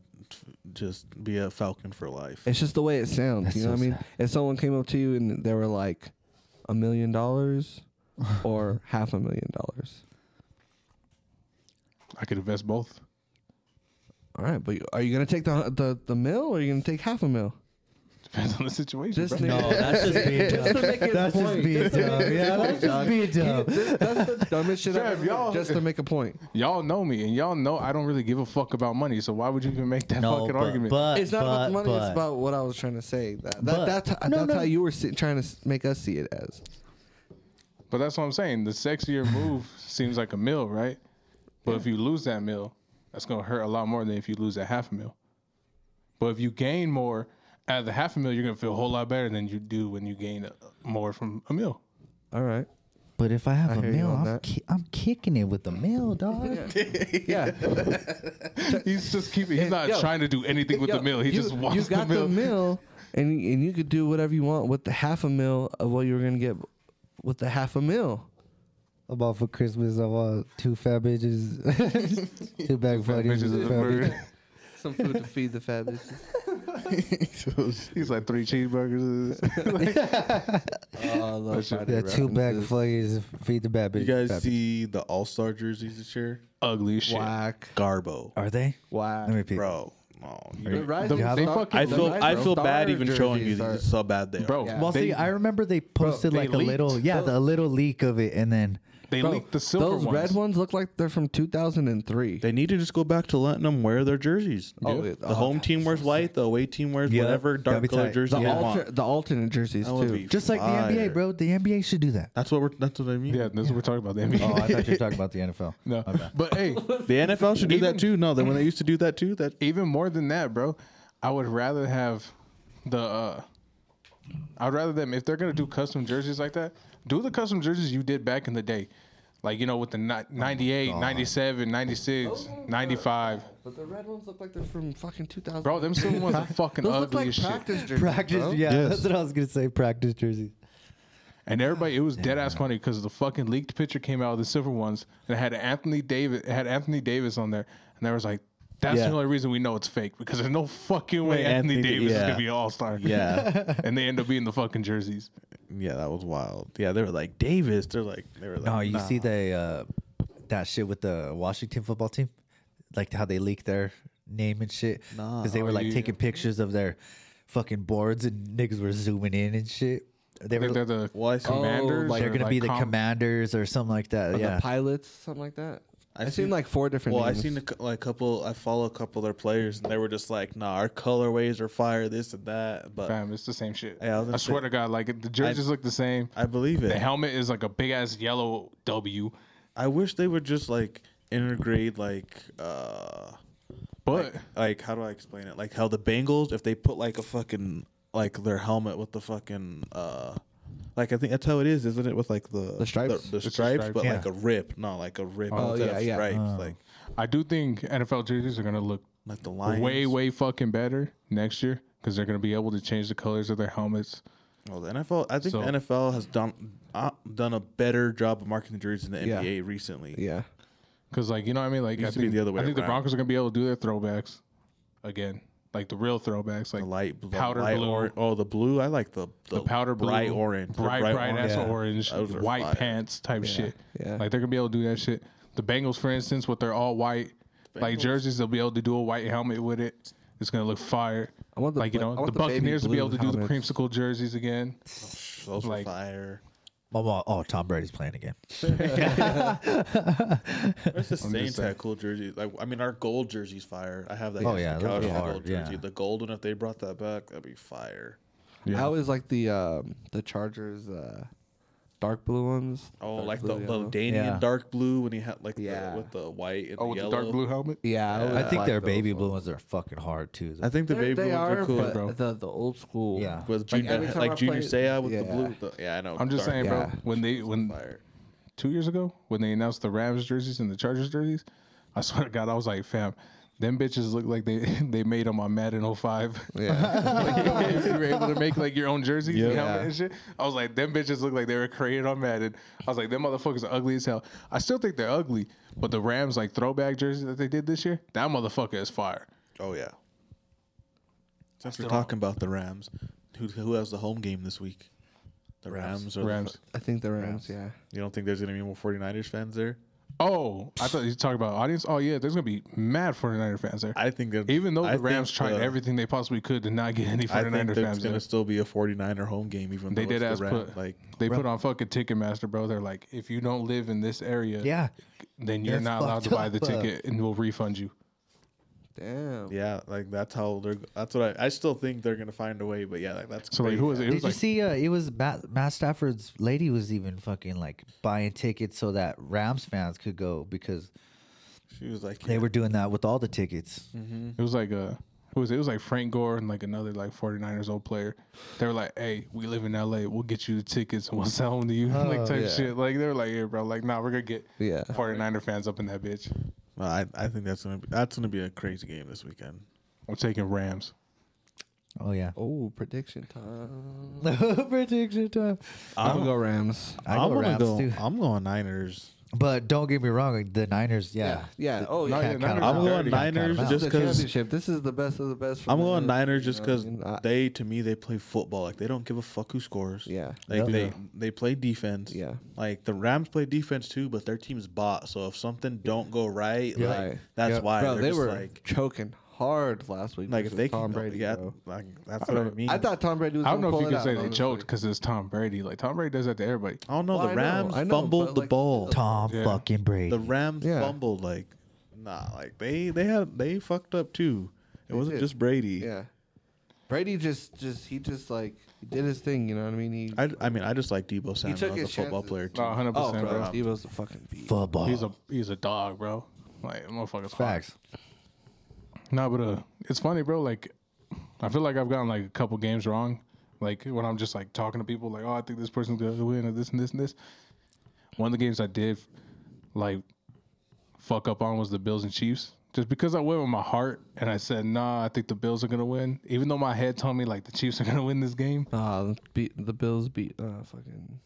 S4: just be a Falcon for life.
S2: it's just the way it sounds.
S3: That's
S2: you know
S3: so
S2: what I mean?
S3: sad.
S2: If someone came up to you and they were like a million dollars or half a million dollars,
S1: I could invest both.
S2: all right, but are you gonna take the the, the mill or are you gonna take half a mill?
S1: Depends on the situation.
S2: This
S1: bro.
S2: nigga-
S3: No, that's just being
S2: Just to
S3: dumb.
S2: make his
S3: That's just
S2: point.
S3: being
S2: Just to
S3: dumb.
S2: make his
S3: Yeah,
S2: point,
S3: that's just
S2: dog.
S3: being dumb.
S2: He- th- That's the dumbest shit
S1: Fam,
S2: I've ever
S1: y'all-
S2: heard, just to make a point.
S1: Y'all know me, and y'all know I don't really give a fuck about money. So why would you even make that
S3: no,
S1: fucking
S3: but,
S1: argument?
S3: but
S2: It's not about the
S3: but-
S2: money. It's
S3: but-
S2: about what I was trying to say. That, that,
S3: But-
S2: that's how-
S3: No,
S2: that's
S3: no,
S2: how
S3: no.
S2: you were si- trying to s- make us see it as.
S1: But that's what I'm saying. The sexier move seems like a mill, right? But if you lose that mill, that's gonna hurt a lot more than if you lose that half a mill. But if you gain more out of the half a mill, you're gonna feel a whole lot better than you do when you gain uh, more from a mill.
S2: All right.
S3: But if I have
S2: I
S3: a
S2: hear you
S3: meal,
S2: on
S3: I'm,
S2: that.
S3: ki- I'm kicking it with the meal, dog.
S2: Yeah.
S1: He's just keeping. He's not
S2: yo,
S1: trying to do anything with
S2: Yo,
S1: the mill. He
S2: you-
S1: just wants
S2: you got
S1: the mill.
S2: and and you could do whatever you want with the half a mil of what you were gonna get with the half a mil.
S3: i bought for Christmas. I bought two fat bitches, two bag fat
S1: Bitches is a bird.
S2: Some food to feed the fat bitches.
S1: He's like three cheeseburgers.
S2: Oh, I love Friday
S3: Yeah, two bag
S2: references.
S3: fuckers feed the bad bitches.
S4: you guys
S3: Bad bitches.
S4: see the All Star jerseys this year?
S1: Ugly as shit.
S2: Whack,
S4: Garbo.
S3: Are they?
S2: whack.
S3: Let me repeat.
S4: Bro, oh,
S3: Are you-
S4: you,
S2: Rise
S1: The-
S2: of
S1: they
S2: Star-
S1: fucking-
S4: I
S1: the
S4: feel
S1: Rise
S4: I
S1: of
S4: feel bad
S2: Star
S4: even showing you
S2: jerseys are-
S4: this, how bad they
S1: bro.
S4: are.
S1: Yeah.
S3: Well,
S1: they,
S3: see, I remember they posted
S1: they
S3: like a little,
S1: leaked.
S3: yeah,
S2: Those-
S3: the, a little leak of it, and then
S1: they
S2: Bro,
S1: leaked the silver
S2: Those
S1: ones.
S2: red ones look like they're from 2003.
S4: They need to just go back to letting them wear their jerseys.
S2: Oh,
S4: dude.
S2: it-
S4: the
S2: oh,
S4: home
S2: that'd
S4: team
S2: be
S4: wears white, the away team wears
S3: Yeah,
S4: whatever
S3: that'd
S4: dark
S3: be
S4: color
S3: tight.
S4: jersey
S2: the,
S4: they
S2: alter,
S4: want.
S2: the alternate jerseys
S4: That would
S2: too.
S4: be
S3: just like the
S4: fire.
S3: NBA, bro, the NBA should do that.
S4: That's what we're. That's what I mean.
S1: Yeah, that's what we're talking about. The
S3: Oh,
S1: NBA.
S3: I thought you were talking about the NFL.
S1: no, but hey,
S4: The NFL should do that too. No, then when they used to do that too, that
S1: even more than that, bro, I would rather have the. uh I'd rather them if they're gonna do custom jerseys like that, do the custom jerseys you did back in the day, like you know with the ni- 98, 97, 96, 95.
S2: But the red ones look like they're from fucking 2000.
S1: Bro, them silver ones are fucking
S2: Those
S1: ugly
S2: look like
S1: as shit.
S2: practice jerseys.
S3: Practice,
S2: bro.
S3: yeah,
S4: Yes.
S3: that's what I was gonna say. Practice jerseys.
S1: And everybody, it was dead ass funny because the fucking leaked picture came out of the silver ones, and it had Anthony Davis, it had Anthony Davis on there, and there was like, that's
S4: Yeah.
S1: the only reason we know it's fake because there's no fucking way Anthony,
S4: Anthony-
S1: Davis is
S4: yeah.
S1: gonna be an all star.
S4: Yeah.
S1: and they end up being the fucking jerseys.
S4: yeah, that was wild. Yeah, they were like Davis. They're like they were like.
S3: No, you
S4: nah.
S3: see the uh, that shit with the Washington football team, like how they leaked their name and shit because they were
S1: Oh,
S3: like
S1: yeah.
S3: taking pictures of their fucking boards and niggas were zooming in and shit. They
S1: I think
S3: were,
S1: they're
S3: they're,
S1: the
S4: Well, I see-
S1: commanders.
S2: Oh, like-
S1: or,
S3: gonna be the
S1: com-
S3: commanders or something like that.
S2: Or
S3: yeah,
S2: The pilots, something like that.
S4: I
S2: I have seen
S4: see-
S2: like four different.
S4: Well, I
S2: names.
S4: seen a, cou- like couple. I follow a couple of their players, and they were just like, "Nah, our colorways are fire. This and that." But
S1: Fam, it's the same shit.
S4: Yeah, I was
S1: I,
S4: gonna
S1: swear
S4: say-
S1: to God, like the jerseys look the same.
S4: I believe
S1: the
S4: it.
S1: helmet is like a big ass yellow W,
S4: I wish they would just like integrate like uh
S1: but
S4: like how do I explain it? Like how the Bengals if they put like a fucking like their helmet with the fucking uh like I think that's how it is, isn't it? With like the
S2: The stripes?
S4: the,
S1: the
S4: stripes,
S1: stripes.
S4: but
S3: Yeah.
S4: like a rip, no, like a rip.
S2: Oh,
S4: instead
S2: yeah,
S4: of
S2: yeah.
S4: Stripes, like
S1: I do think NFL jerseys are gonna look
S4: like the lions.
S1: way, way fucking better next year because they're going to be able to change the colors of their helmets.
S4: Well, Oh, the NFL. I think
S1: So-
S4: the NFL has done uh, done a better job of marketing the jerseys than the
S2: Yeah.
S4: NBA recently.
S2: Yeah.
S1: Because, like, you know what I mean? Like, I
S4: used to be
S1: think,
S4: the other way
S1: I think the
S4: around.
S1: Broncos are going to be able to do their throwbacks again, like the real throwbacks, like
S4: The light, the
S1: powder
S4: light
S1: blue,
S4: or- oh, the blue. I like the
S1: the powder blue,
S4: bright orange, the
S1: bright, bright, ass
S4: orange.
S3: Yeah.
S1: orange,
S4: Those are
S1: white
S4: fire.
S1: pants type shit.
S2: yeah.
S1: Like, they're going to be able to do that shit. The Bengals, for instance, with their all white like jerseys, they'll be able to do a white helmet with it. It's going to look fire.
S2: I want the
S1: like, you
S2: bla-
S1: know,
S2: I want
S1: the
S2: the baby
S1: Buccaneers will be
S2: blue
S1: able to do the
S2: helmets.
S1: creamsicle jerseys again.
S4: Those
S1: like-
S4: are fire.
S3: Oh, well, oh, Tom Brady's playing again.
S4: It's the
S1: just
S4: Saints
S1: saying.
S4: had cool jerseys. Like I mean, our gold jersey's fire. I have that. next
S3: Oh,
S4: to
S3: yeah,
S4: the
S3: those
S4: couch,
S3: are
S4: the
S3: hard,
S4: Gold
S3: yeah.
S4: jersey. The gold one. If they brought that back, that'd be fire.
S1: Yeah.
S2: I always like the um, the Chargers uh, dark blue ones.
S4: Oh,
S2: Dark
S4: like
S2: blue,
S4: the, the
S2: yellow.
S4: Danian
S3: Yeah.
S4: dark blue when he had like
S2: Yeah.
S4: the, with the white and
S1: Oh,
S4: the
S1: with the
S4: yellow.
S1: dark blue helmet?
S2: Oh, Yeah, I,
S3: I
S2: always
S3: think
S2: like
S3: their
S2: those
S3: baby blue
S2: ones.
S3: ones are fucking hard too.
S4: I think the
S2: They're-
S4: baby
S2: they
S4: blue ones
S2: are
S4: are cool.
S2: but
S1: bro.
S2: The, the old school.
S3: Yeah.
S4: With junior,
S2: every
S4: like,
S2: time I
S4: junior
S2: play-
S4: Seau with the
S2: yeah.
S4: blue. the- yeah, I know.
S1: I'm just
S4: dark
S1: saying,
S4: blue.
S1: bro.
S2: Yeah.
S1: When they when
S4: Fire.
S1: two years ago when they announced the Rams jerseys and the Chargers jerseys, I swear to God, I was like, fam, them bitches look like they they made them on Madden 05.
S2: Yeah.
S1: like, if you were able to make like your own jerseys and
S2: Yeah.
S1: helmet and shit, I was like, them bitches look like they were created on Madden. I was like, them motherfuckers are ugly as hell. I still think they're ugly, but the Rams like throwback jerseys that they did this year, that motherfucker is fire.
S4: Oh yeah. Since we're talking about the Rams, who who has the home game this week? The Rams or the-
S1: Rams.
S2: I think the Rams. Yeah.
S4: you don't think there's gonna be more 49ers fans there?
S1: Oh, I thought you talked about audience. Oh yeah, there's gonna be mad 49er fans there.
S4: I think that
S1: Even though
S4: I
S1: the
S4: think
S1: Rams tried
S4: the-
S1: everything they possibly could to not get any
S4: I think
S1: 49er
S4: there's
S1: fans
S4: going
S1: there.
S4: to still be a 49er home game, even
S1: They
S4: though
S1: did
S4: it's
S1: ask
S4: the
S1: put
S4: Rams. Like,
S1: they put on fucking Ticketmaster, bro. They're like, if you don't live in this area,
S3: yeah,
S1: then you're
S3: That's
S1: not allowed to
S3: fucked
S1: buy the
S3: up, uh,
S1: ticket, and we'll refund you.
S2: Damn.
S4: yeah, like that's how they're. That's what I. I still think they're going to find a way, but yeah, like that's.
S1: So like, who was it? It
S3: Did
S1: was
S3: you
S1: like,
S3: see? Uh, it was Matt, Matt Stafford's lady was even fucking like buying tickets so that Rams fans could go because
S4: She was like,
S3: they were doing that with all the tickets.
S1: it was like uh who was it? It was like Frank Gore and like another like 49ers old player. They were like, hey, we live in LA. We'll get you the tickets and we'll sell them to you, like type
S2: yeah.
S1: shit. Like they were like, yeah, bro. Like, nah, we're gonna get
S2: Yeah.
S1: 49er fans up in that bitch.
S4: Well, I, I think that's going to be that's going to be a crazy game this weekend.
S1: I'm taking Rams.
S3: Oh yeah.
S2: Oh, prediction time.
S3: Prediction time.
S2: I'm gonna go Rams.
S3: I
S4: I'm
S3: go
S4: gonna
S3: Rams
S4: go.
S3: too.
S4: I'm going Niners.
S3: But don't get me wrong, like, the Niners. Yeah.
S2: Yeah. Oh,
S1: No,
S2: yeah.
S1: yeah,
S3: Can't
S1: Niners
S3: count them
S1: are
S3: out.
S4: I'm going
S1: dirty.
S3: Can't count them
S4: Niners just
S3: out.
S2: This is a
S4: because
S2: championship. This is the best of the best. from
S4: I'm
S2: the
S4: going
S2: NFC,
S4: Niners
S2: you
S4: just
S2: know what I
S4: because
S2: mean? I-
S4: they to me they play football like they don't give a fuck who scores.
S2: Yeah.
S4: Like they they play defense.
S2: Yeah.
S4: Like the Rams play defense too, but their team's bot. So if something don't go right, like
S2: Right.
S4: that's
S3: Yeah.
S4: why
S2: Bro,
S4: they're
S2: they
S4: just
S2: were
S4: like
S2: choking hard last week.
S4: Like if
S2: versus
S4: they
S2: Tom
S4: can,
S2: Brady,
S4: yeah,
S2: bro.
S4: like that's
S1: I
S4: what I
S1: don't-
S4: mean.
S2: I thought Tom Brady was.
S1: I don't
S2: gonna
S1: know if you
S2: pull it
S1: can say
S2: out,
S1: they
S2: honestly.
S1: choked because it's Tom Brady. Like Tom Brady does that to everybody.
S4: I don't know.
S2: Well,
S4: the
S2: I know,
S4: Rams
S2: I know,
S4: fumbled
S2: but,
S4: the
S2: like,
S4: ball.
S3: Tom
S1: Yeah.
S3: fucking Brady.
S4: The Rams
S2: Yeah.
S4: fumbled. Like, nah, like they they had they fucked up too. It wasn't
S2: did.
S4: just Brady.
S2: Yeah, Brady just just he just like he did his thing. You know what I mean? He
S4: I, I mean, I just like Debo Samuel
S2: took
S4: as a
S2: his
S4: football
S2: chances.
S4: player too.
S1: No, 100
S2: oh
S1: percent,
S2: bro,
S1: bro.
S2: he was the fucking beat.
S3: football.
S1: He's a he's a dog, bro. Like motherfuckers. hard.
S3: Uh. facts.
S1: No, but uh, it's funny, bro. Like, I feel like I've gotten like a couple games wrong. Like when I'm just like talking to people, like, oh, I think this person's gonna win, or this and this and this. One of the games I did, like, fuck up on was the Bills and Chiefs. Just because I went with my heart and I said, nah, I think the Bills are gonna win, even though my head told me like the Chiefs are gonna win this game.
S2: Ah, the beat the Bills beat. Uh, fucking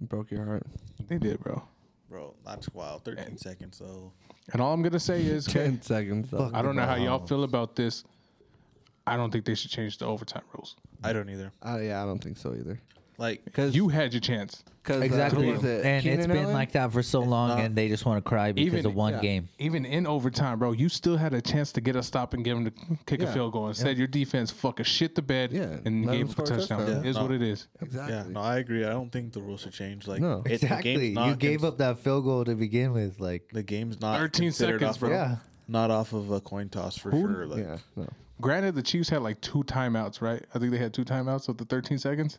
S2: broke your heart.
S1: They did, bro.
S4: Bro, that's wild. 13 seconds, so.
S1: And all I'm gonna say is,
S2: Ten seconds. Though.
S1: I don't know how y'all feel about this. I don't think they should change the overtime rules.
S4: I don't either.
S2: I, yeah, I don't think so either. uh,
S4: Like,
S2: Because
S1: You had your chance.
S3: Exactly.
S1: was
S3: and it's been like that for so long,
S4: not-
S3: and they just want to cry because
S1: Even-
S3: of one
S2: yeah.
S3: game.
S1: even in overtime, bro, you still had a chance to get a stop and give him to kick
S2: Yeah.
S1: a field goal. Instead, your defense fucking shit the bed
S2: Yeah,
S1: and
S2: let
S1: gave
S2: him
S1: up a
S2: score a
S1: touchdown.
S2: touchdown. Uh,
S1: It Is
S4: Yeah.
S1: what it is.
S2: exactly.
S4: yeah, no, I agree. I don't think the rules should change. Like,
S2: No.
S4: it- The game's not cons-
S3: that field goal to begin with. Like,
S4: The game's not
S1: 13
S4: considered
S1: seconds,
S4: off
S1: bro.
S4: Of,
S3: Yeah.
S4: Not off of a coin toss for sure. Like,
S2: yeah, no.
S1: Granted, the Chiefs had like two timeouts, right? I think they had two timeouts of the 13 seconds,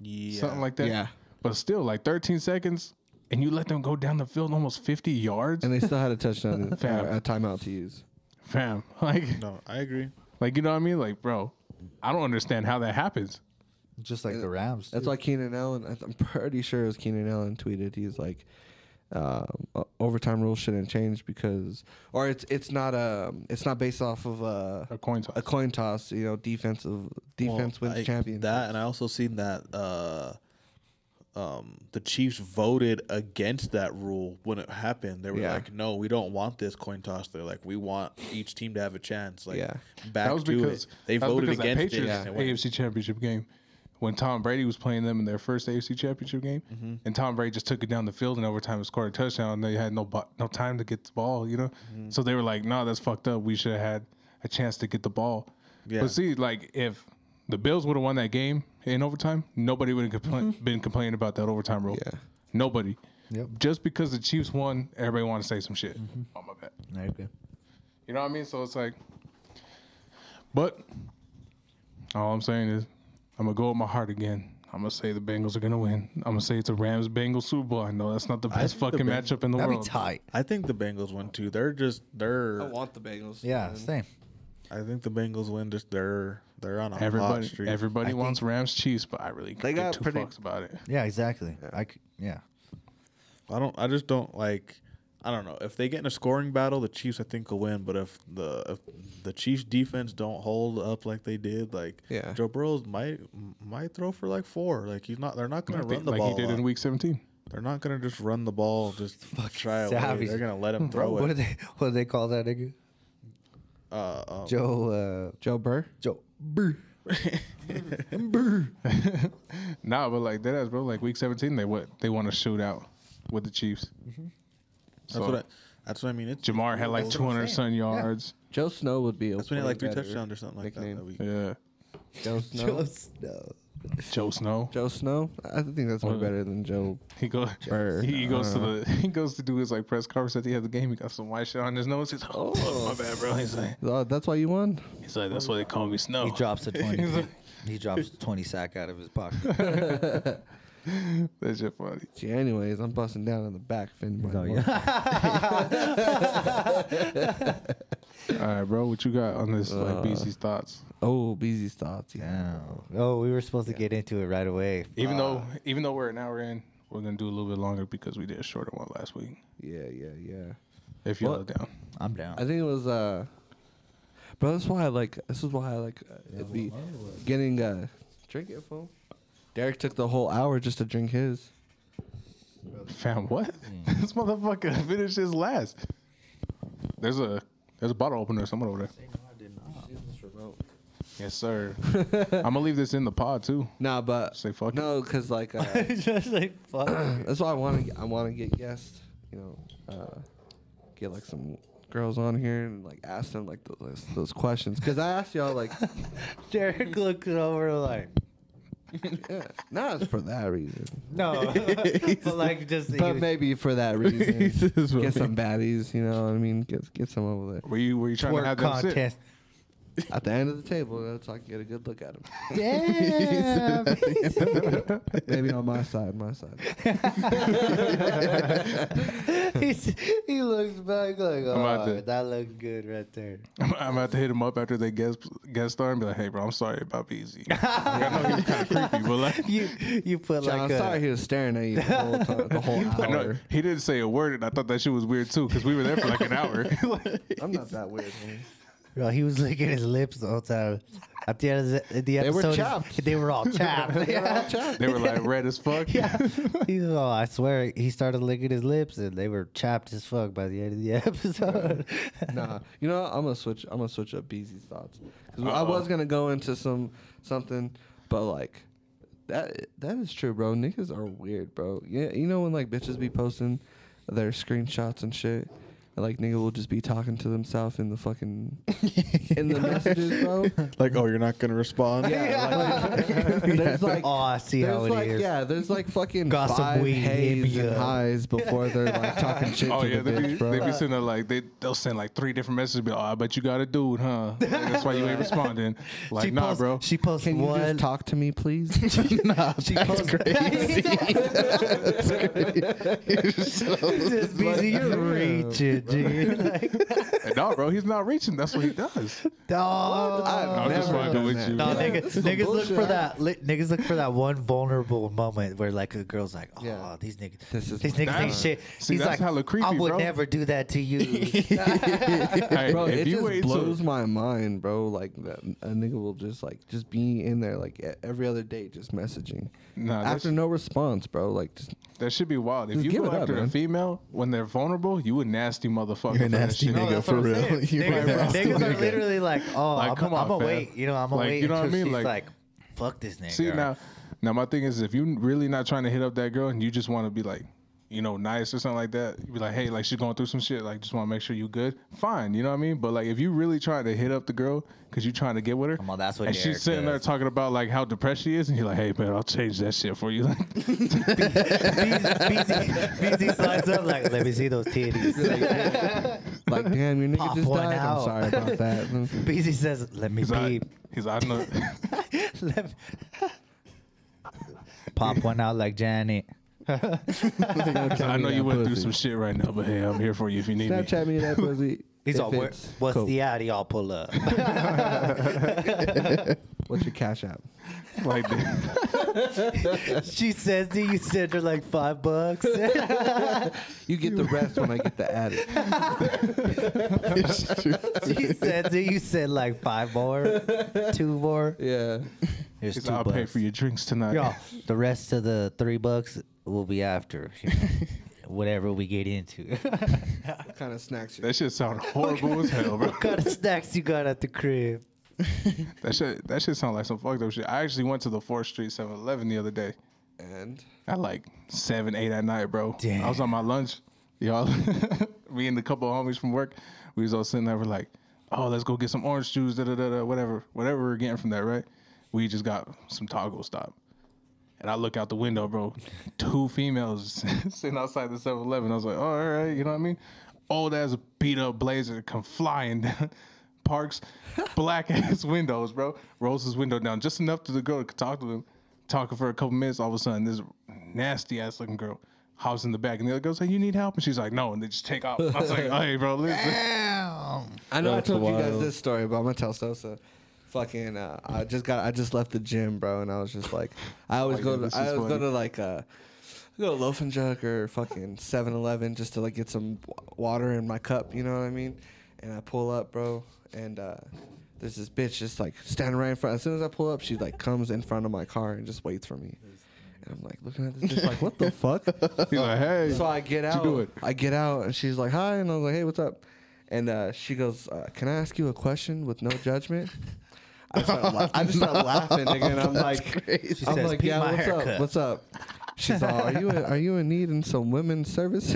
S4: yeah.
S1: something like that.
S2: Yeah.
S1: But still, like 13 seconds, and you let them go down the field almost 50 yards,
S2: And they still had a touchdown, uh,
S1: Fam.
S2: a timeout to use.
S1: fam. Like,
S4: No, I agree.
S1: like you know what I mean? Like, bro, I don't understand how that happens.
S3: just like the Rams.
S2: That's why Keenan Allen. I- I'm pretty sure it was Keenan Allen tweeted. He's like, um, o- overtime rules shouldn't change because, or it's it's not a it's not based off of a
S1: A coin toss.
S2: a coin toss. You know, defensive defense
S4: Well,
S2: wins
S4: I-
S2: champion.
S4: That, and I also seen that uh, um, the Chiefs voted against that rule when it happened. They were
S2: Yeah.
S4: like, "No, we don't want this coin toss." They're like, "We want each team to have a chance." Like,
S2: Yeah.
S4: back
S1: that was
S4: to
S1: because
S4: it. They
S1: that was
S4: voted
S1: because that
S4: against it.
S1: Patriots
S4: and it went-
S1: AFC Championship game when Tom Brady was playing them in their first AFC Championship game,
S4: Mm-hmm.
S1: and Tom Brady just took it down the field in overtime and scored a touchdown. And they had no bo- no time to get the ball, you know.
S4: Mm-hmm.
S1: So they were like, "No, that's fucked up. We should have had a chance to get the ball."
S4: Yeah.
S1: But see, like if the Bills would have won that game in overtime, nobody would have compla-
S4: Mm-hmm.
S1: been complaining about that overtime rule.
S2: Yeah.
S1: Nobody.
S3: Yep.
S1: Just because the Chiefs won, everybody want to say some shit.
S4: Mm-hmm.
S1: Oh my bad.
S3: Okay.
S1: You know what I mean? So it's like, but all I'm saying is, I'm gonna go with my heart again. I'm gonna say the Bengals are gonna win. I'm gonna say it's a Rams Bengals Super Bowl. I know that's not the best
S4: think the
S1: fucking
S4: Bengals-
S1: matchup in the
S3: That'd
S1: world.
S3: be tight.
S4: I think the Bengals won too. They're just they're.
S2: I want the Bengals.
S3: Yeah, same.
S4: I think the Bengals win. Just they're they're on a hot
S1: Everybody,
S4: streak.
S1: everybody wants Rams Chiefs, but I really
S2: They
S1: they
S2: got
S1: got two
S2: pretty-
S1: fucks about it.
S3: Yeah, exactly. I c- yeah.
S4: I don't. I just don't like. I don't know if they get in a scoring battle, the Chiefs I think will win. But if the if the Chiefs defense don't hold up like they did, like
S2: Yeah.
S4: Joe Burrow might might throw for like four. Like he's not. They're not going to
S1: Like,
S4: run the
S1: like he
S4: ball.
S1: did
S4: a
S1: in
S4: lot.
S1: Week 17.
S4: they're not going to just run the ball. Just try away.
S3: savage.
S4: They're going to let him throw
S3: What do
S4: it.
S3: they what do they call that nigga?
S4: Uh, um,
S3: Joe uh
S2: Joe Burr.
S3: Joe
S1: Nah, but like that ass, bro. Like Week 17, they what they want to shoot out with the Chiefs.
S4: Mm-hmm. that's what. I, that's what I mean. It's
S1: Jamar had like
S4: That's
S1: 200 some yards.
S2: Joe Snow would be. a
S4: That's when he had
S2: way
S4: like three
S2: better
S4: touchdowns or something like
S2: nickname.
S4: that. that week.
S1: Yeah,
S2: Joe Snow.
S3: Snow.
S1: Joe Snow.
S2: Joe Snow. I think that's way
S1: Well,
S2: better than Joe.
S1: He goes.
S2: Or-
S1: He, he goes to the. He goes to do his like press conference at the end of the game. He got some white shit on his nose. He's like, oh, my bad, bro. He's like,
S2: Oh, that's why you won.
S1: he's like, that's why they call me Snow.
S3: He drops a twenty.
S1: He's like,
S3: he drops a twenty sack out of his pocket.
S1: that shit funny.
S2: Gee, anyways, I'm busting down in the back. Finn.
S3: Oh, yeah.
S1: All right, bro. What you got on this like BC's thoughts?
S2: Oh, Beezy's thoughts. Yeah.
S3: Damn. Oh, we were supposed to get into it right away.
S1: Even though, even though we're an hour in, we're gonna do a little bit longer because we did a shorter one last week.
S2: Yeah, yeah, yeah.
S1: If you
S2: Well-
S1: look down,
S3: I'm down.
S2: I think it was uh Bro, that's why I like this is why I like uh, it'd be getting uh drink it fool. Derek took the whole hour just to drink his.
S1: fam, what? this motherfucker finished his last. There's a there's a bottle opener somewhere over there. Yes, sir. I'm gonna leave this in the pod too.
S2: Nah, but
S1: Say fuck it.
S2: no, cause like uh,
S3: Just like fuck.
S2: that's why I want to I want to get guests. You know, uh, get like some girls on here and like asked them like those those questions because I asked y'all like
S3: Derek looked over like,
S2: yeah, not for that reason,
S3: no, but like just he
S2: but
S3: was-
S2: maybe for that reason. Get some baddies, you know what I mean? Get get some over there.
S1: Were you were you trying to
S3: twerk
S1: have them sit?
S3: contest.
S2: At the end of the table, that's how I can get a good look at them.
S3: Yeah.
S2: Maybe on my side, my side.
S3: He's- he looks back like,
S1: I'm out
S3: oh,
S1: there."
S3: that looked good right there.
S1: I'm, I'm about to hit him up after they guest guest star and be like, "Hey, bro, I'm sorry about BZ. I know he's kind of creepy, but like,
S3: You you put
S2: John,
S3: like a,
S2: sorry he was staring at you the whole time, the whole
S1: I know
S2: hour.
S1: he didn't say a word, and I thought that shit was weird too because we were there for like an hour.
S2: I'm not that weird. homie.
S3: Bro, he was licking his lips the whole time. At the end of the, the
S2: They were
S3: episode,
S2: chapped.
S3: they were all chapped.
S2: They were all chapped.
S1: they were like red as fuck.
S3: yeah, he was all, I swear, he started licking his lips, and they were chapped as fuck by the end of the episode.
S2: nah, you know what? I'm gonna switch. I'm gonna switch up BZ's thoughts because I
S1: Uh-oh.
S2: was gonna go into some something, but like that that is true, bro. Niggas are weird, bro. Yeah, you know when like bitches be posting their screenshots and shit. And, like nigga will just be talking to themselves in the fucking in the messages, bro.
S4: like, oh, you're not gonna respond.
S2: Yeah, like, there's like
S3: oh, I see how
S2: there's
S3: it is.
S2: like yeah, there's like fucking
S3: Gossip
S2: five
S3: weed,
S2: hays
S3: hit me
S2: and
S3: up.
S2: highs before they're like talking shit
S1: Oh
S2: to
S1: yeah,
S2: the
S1: they
S2: bitch,
S1: be,
S2: bro.
S1: they be sending like they they'll send like three different messages. Be like, oh, I bet you got a dude, huh? Like, that's why you ain't responding. Like,
S3: she
S1: nah,
S3: posts,
S1: bro.
S3: She posts
S2: Can you
S3: one.
S2: just talk to me, please?
S3: she posts crazy. just busy, you're reaching, dude. Like,
S1: And no, bro, he's not reaching. That's what he does.
S3: dog.
S1: I just
S2: never
S1: fucking
S2: done
S1: with
S2: that.
S1: you.
S3: No,
S1: Yeah,
S3: nigga-
S2: this is some
S3: niggas look
S2: bullshit.
S3: for that. Li- niggas look for that one vulnerable moment where like a girl's like, "Oh,
S2: Yeah.
S3: these niggas,
S2: This is
S3: these
S2: my
S3: niggas ain't
S1: time."
S3: shit."
S1: See,
S3: He's
S1: that's
S3: like,
S1: hella creepy,
S3: "I would
S1: bro.
S3: never do that to you."
S1: Hey,
S2: bro,
S1: if
S2: it
S1: you
S2: just
S1: wait till-
S2: blows my mind, bro. Like that, a nigga will just like just be in there like e- every other day, just messaging.
S1: Nah, that's-
S2: After no response, bro. Like just
S1: That should be wild. If
S2: Just
S1: you
S2: give
S1: go
S2: it up,
S1: after a
S2: man.
S1: female when they're vulnerable, you a nasty motherfucker.
S5: You're
S1: for
S5: a
S1: that
S5: nasty
S1: shit.
S5: nigga
S3: that's
S5: for
S3: what I'm
S5: real.
S3: saying.
S5: You're
S3: niggas,
S5: a
S3: are-
S5: nasty
S3: niggas are
S5: nigga.
S3: literally like, "Oh,
S1: Like,
S3: I'm,
S1: come on,
S3: I'm gonna
S1: fam.
S3: wait." You know, I'm gonna
S1: Like,
S3: wait
S1: you know what I
S3: until
S1: mean?
S3: she's like,
S1: Like-
S3: "Fuck this nigga."
S1: See
S3: or,
S1: now, now my thing is, if you really not trying to hit up that girl and you just want to be like, you know, nice or something like that, you be like, hey, like she's going through some shit, like just want to make sure you good. Fine, you know what I mean. But like, if you really trying to hit up the girl because you trying to get with her,
S3: Come on, that's what
S1: and
S3: Derek
S1: she's sitting there
S3: does.
S1: talking about like how depressed she is, and you're like, hey man, I'll change that shit for you.
S3: BZ, BZ slides up like, "Let me see those titties."
S2: like, damn, your nigga
S3: Pop
S2: just
S3: one
S2: died.
S3: out.
S2: I'm sorry about that.
S3: BZ says, "Let me
S1: he's like,
S3: peep."
S1: he's like, I know.
S3: Let me- Pop one out like Janet.
S1: I know you went
S2: wouldn't
S1: through some shit right now, but hey, I'm here for you if you need me.
S2: Snapchat me that pussy.
S3: He's
S2: if
S3: all, "Where-
S2: it's
S3: what's
S2: cool.
S3: the addy? I'll pull up.
S2: What's your cash app?
S1: Like, that.
S3: she says to you, send her like five bucks.
S2: You get the rest when I get the addict.
S3: she says to you, send like five more, two more.
S2: Yeah.
S3: Here's
S1: he's
S3: two
S1: like, I'll
S3: bucks.
S1: pay for your drinks tonight.
S3: Yeah, the rest of the three bucks will be after. you know, Whatever we get into.
S2: What kind of snacks? You
S1: That shit sound horrible as hell, bro.
S3: what kind of snacks you got at the crib?
S1: That shit, that shit sound like some fucked up shit. I actually went to the Fourth Street 7-Eleven the other day
S2: and
S1: at like seven, eight at night, bro.
S3: Damn.
S1: I was on my lunch, y'all. me and a couple of homies from work, we was all sitting there. We're like, oh, let's go get some orange juice, da da da da, whatever, whatever we're getting from that, right? We just got some taco stop. And I look out the window, bro. Two females sitting outside the 7 Eleven. I was like, oh, all right, you know what I mean? Old ass beat up blazer come flying down. Parks, black ass windows, bro. Rolls his window down just enough to the girl to talk to him. Talking for a couple minutes, all of a sudden, this nasty ass looking girl hops in the back, and the other girl's like, You need help? And she's like, No. And they just take off. I was like, Hey, bro, listen.
S2: I know
S5: That's
S2: I told you guys
S5: wild.
S2: this story, but I'm gonna tell Sosa. Fucking, uh, I just got, I just left the gym, bro, and I was just like, I always
S1: my
S2: go,
S1: God, Oh, this
S2: to, I
S1: is
S2: always go
S1: funny.
S2: to like, uh, I go to Loaf and Jug or fucking 7-Eleven just to like get some w- water in my cup, you know what I mean? And I pull up, bro, and uh, there's this bitch just like standing right in front. As soon as I pull up, she like comes in front of my car and just waits for me. And I'm like looking at this bitch like, what the fuck?
S1: He's like, Hey.
S2: So I get out.
S1: do it.
S2: I get out, and she's like, "Hi," and I was like, "Hey, what's up?" And uh, she goes, uh, "Can I ask you a question with no judgment?" I just start, la- I just start laughing, nigga, and I'm like,
S3: She
S2: "I'm
S3: says,
S2: like,
S3: "Peep
S2: yeah,
S3: my
S2: what's
S3: haircut."
S2: up? What's up?" She's all, "Are you are you in need in some women's services?"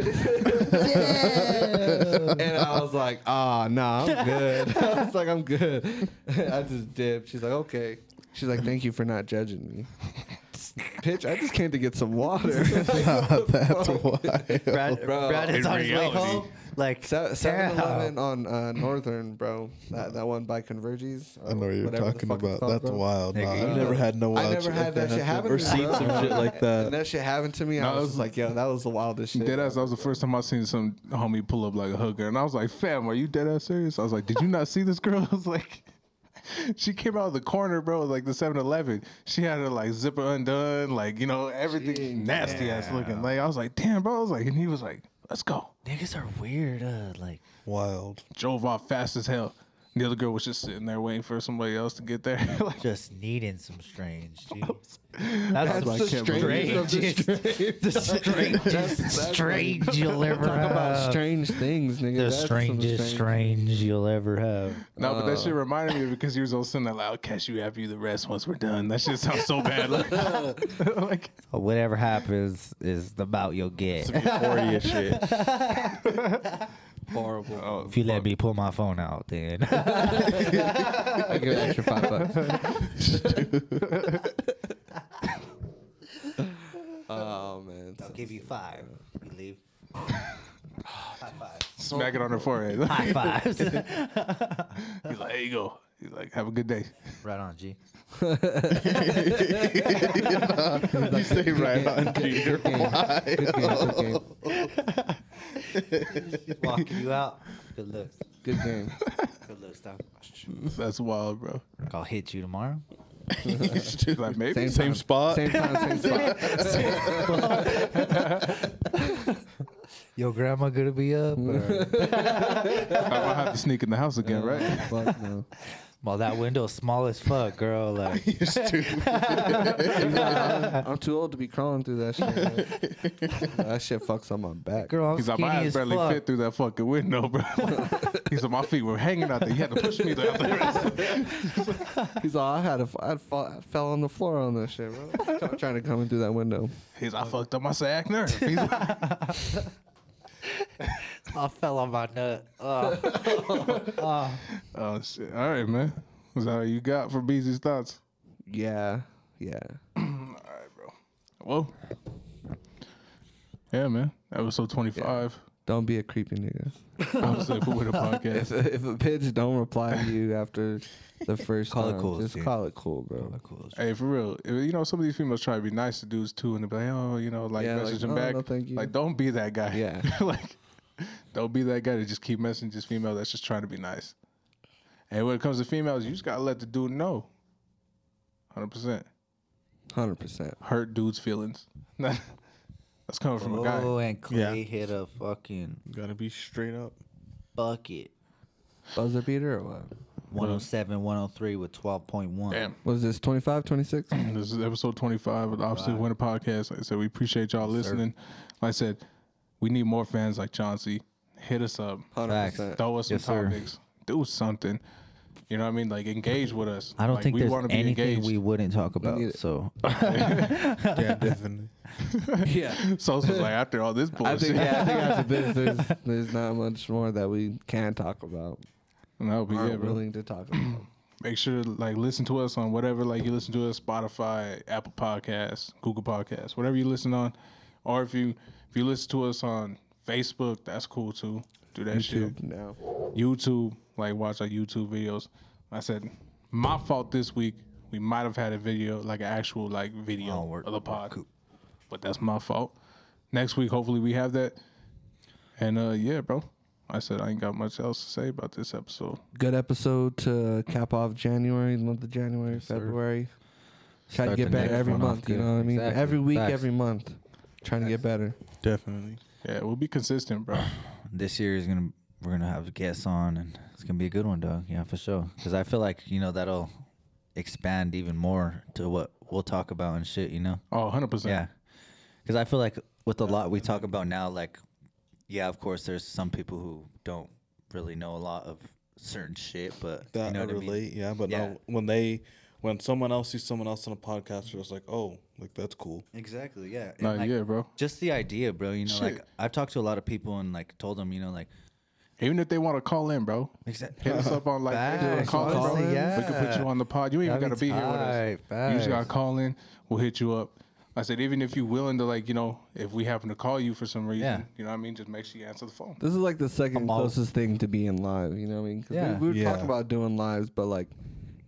S2: and I was like, "Ah, oh, nah, I'm good." I was like, "I'm good." I just dipped. She's like, "Okay." She's like, "Thank you for not judging me." Bitch, I just came to get some water.
S5: That's why.
S3: Brad,
S2: Bro.
S3: Brad is
S1: In
S3: on his way
S1: reality.
S3: home. Like
S2: Seven
S3: damn.
S2: Eleven on uh, Northern, bro. That, that one by Converges. or
S5: I know what you're
S2: whatever the
S5: talking
S2: fuck it's
S5: about.
S2: called,
S5: That's
S2: bro.
S5: wild. Nah,
S3: Nigga, you
S5: I
S3: know-
S5: never had no wild
S2: I never
S5: shit
S2: had
S5: like
S2: that shit happen.
S4: Or
S2: to me,
S4: seats
S2: bro.
S4: and shit like that.
S2: And that shit happened to me.
S1: No,
S2: I
S1: it
S2: was
S1: was-
S2: just like, yo, that was the wildest shit.
S1: Deadass, that was the first time I seen some homie pull up like a hooker, and I was like, "Fam, are you dead ass serious?" I was like, "Did you not see this girl?" I was like, "She came out of the corner, bro, like the 7-Eleven. She had her like zipper undone, like you know everything nasty ass looking. Like I was like, "Damn, bro." I was like, and he was like, "Let's go."
S3: niggas are weird. Uh, like
S5: Wild.
S1: Drove off fast as hell. The other girl was just sitting there waiting for somebody else to get there. like,
S3: just needing some strange. Dude. That's,
S1: what I
S3: the
S1: can't believe.
S3: strangest. The strangest, strange you'll ever
S2: Talk about
S3: have.
S2: strange things, nigga.
S3: the
S2: That's some
S3: strangest strange you'll ever have.
S1: no, but that shit reminded me because he was also sending that loud catch you after you the rest once we're done. That shit sounds so bad. Like, like
S3: Or whatever happens is the bout you'll get.
S4: Some euphoria shit.
S2: Horrible.
S1: oh,
S3: If you let me pull my phone out, then
S2: I give an extra five bucks. oh man.
S3: I'll give you five. You leave. High fives.
S1: smack it on her forehead.
S3: High fives.
S1: He's like, there you go. He's like, have a good day.
S3: right on, G.
S5: you say right on, G. You're
S2: Good game. Good game.
S3: Walking you out. Good luck.
S2: Good game.
S3: Good luck, stop.
S1: That's wild, bro.
S3: I'll hit you tomorrow.
S1: He's like, maybe.
S2: Same,
S5: Same
S2: time.
S5: spot.
S2: Same time. Same spot.
S3: Your grandma gonna be up? Or?
S1: I might have to sneak in the house again, right?
S2: Fuck no.
S3: well, that window's small as fuck, girl. Like,
S2: I'm too old to be crawling through that shit. man. that shit fucks on my back.
S3: girl, I'm
S1: He's like,
S3: skinny
S1: my ass
S3: as
S1: barely
S3: fuck.
S1: fit through that fucking window, bro. He's like, my feet were hanging out there. You had to push me down there.
S2: He's like, I had a, I fall, I fell on the floor on that shit, bro. Try- trying to come in through that window.
S1: He's like, I fucked up my sag nerve. He's like,
S3: I fell on my nut. Oh.
S1: oh, shit. All right, man. That's all you got for BZ's thoughts.
S2: Yeah, yeah.
S1: Well, yeah, man. Episode 25.
S2: Don't be a creepy nigga.
S1: I was like, with a
S2: If,
S1: podcast.
S2: if a bitch don't reply to you after the first
S3: Call it
S2: time,
S3: cool,
S2: just
S3: dude.
S2: call it cool, bro.
S1: Hey, for real, If- you know some of these females try to be nice to dudes too, and they be like, oh, you know, like
S2: Yeah, like,
S1: message them
S2: no,
S1: back.
S2: no, thank you.
S1: Like, don't be that guy.
S2: Yeah.
S1: like, don't be that guy to just keep messaging this female that's just trying to be nice. And when it comes to females, you just gotta let the dude know. Hundred percent
S2: Hundred percent.
S1: hurt dudes' feelings. that's coming from a guy.
S3: Oh, and Clay
S4: Yeah.
S3: hit a fucking
S4: Gotta be straight up.
S3: bucket.
S2: Buzzer beater or what?
S3: 107, 103 with 12.1.
S1: Damn.
S2: Was this 25, 26?
S1: This is episode 25 of the Opposite Winter Podcast. Like I said, we appreciate y'all listening. Like I said, we need more fans like Chauncey. Hit us up.
S3: Facts.
S1: throw us some
S3: Yes, sir.
S1: topics. Do something. You know what I mean? Like engage with us.
S3: I don't
S1: Like,
S3: think
S1: we
S3: there's
S1: wanna
S3: anything we wouldn't talk about.
S2: need-
S3: So
S5: yeah, definitely.
S2: Yeah.
S1: So it's just like after all this
S2: I
S1: bullshit.
S2: think, yeah, I think after this, there's, there's not much more that we can talk about.
S1: no, but
S2: Aren't
S1: yeah, bro.
S2: willing to talk about.
S1: Make sure to like listen to us on whatever like you listen to us Spotify, Apple Podcasts, Google Podcasts, whatever you listen on. Or if you if you listen to us on Facebook, that's cool too. Do that shit.
S2: now.
S1: YouTube, like watch our YouTube videos. I said, my fault this week. We might have had a video, like an actual like video
S3: Oh, work-
S1: of the pod, but that's my fault. Next week, hopefully, we have that. And uh yeah, bro. I said I ain't got much else to say about this episode.
S2: Good episode to cap off January, the month of January, February. Try to
S3: Start
S2: get
S3: the
S2: better
S3: next
S2: every
S3: one off
S2: month, you
S3: good.
S2: know what I mean?
S3: Exactly.
S2: Every week,
S3: Facts.
S2: every month. Trying to get better.
S4: Definitely.
S1: Yeah, we'll be consistent, bro.
S3: this year is gonna we're gonna have guests on, and it's gonna be a good one, dog. Yeah, for sure. Because I feel like you know that'll expand even more to what we'll talk about and shit. You know.
S1: Oh, 100 percent.
S3: Yeah. Because I feel like with a lot we talk about now, like, yeah, of course, there's some people who don't really know a lot of certain shit, but
S4: That
S3: you know
S4: I
S3: what I mean?
S4: relate, yeah. But
S3: Yeah.
S4: now when they when someone else sees someone else on a podcast, they're just like, oh, like that's cool.
S3: Exactly. Yeah. And,
S1: Nah,
S3: like,
S1: yeah, bro.
S3: Just the idea, bro. You know, like
S1: Shit.
S3: I've talked to a lot of people and like told them, you know, like
S1: Even if they want to call in, bro,
S3: exactly.
S1: hit us up on like
S3: Facts,
S1: call in, bro.
S3: honestly,
S1: We can put
S3: yeah.
S1: you on the pod. You ain't even
S3: That'd
S1: gotta be
S3: be
S1: here with us.
S3: tight,
S1: You just gotta
S3: facts.
S1: call in. We'll hit you up. I said, even if you're willing to like, you know, if we happen to call you for some reason,
S3: Yeah.
S1: you know what I mean, just make sure you answer the phone.
S2: This is like the second
S3: all-
S2: closest thing to being live. You know what I mean? 'Cause
S3: Yeah.
S2: We, we were
S5: Yeah.
S2: talking about doing lives, but like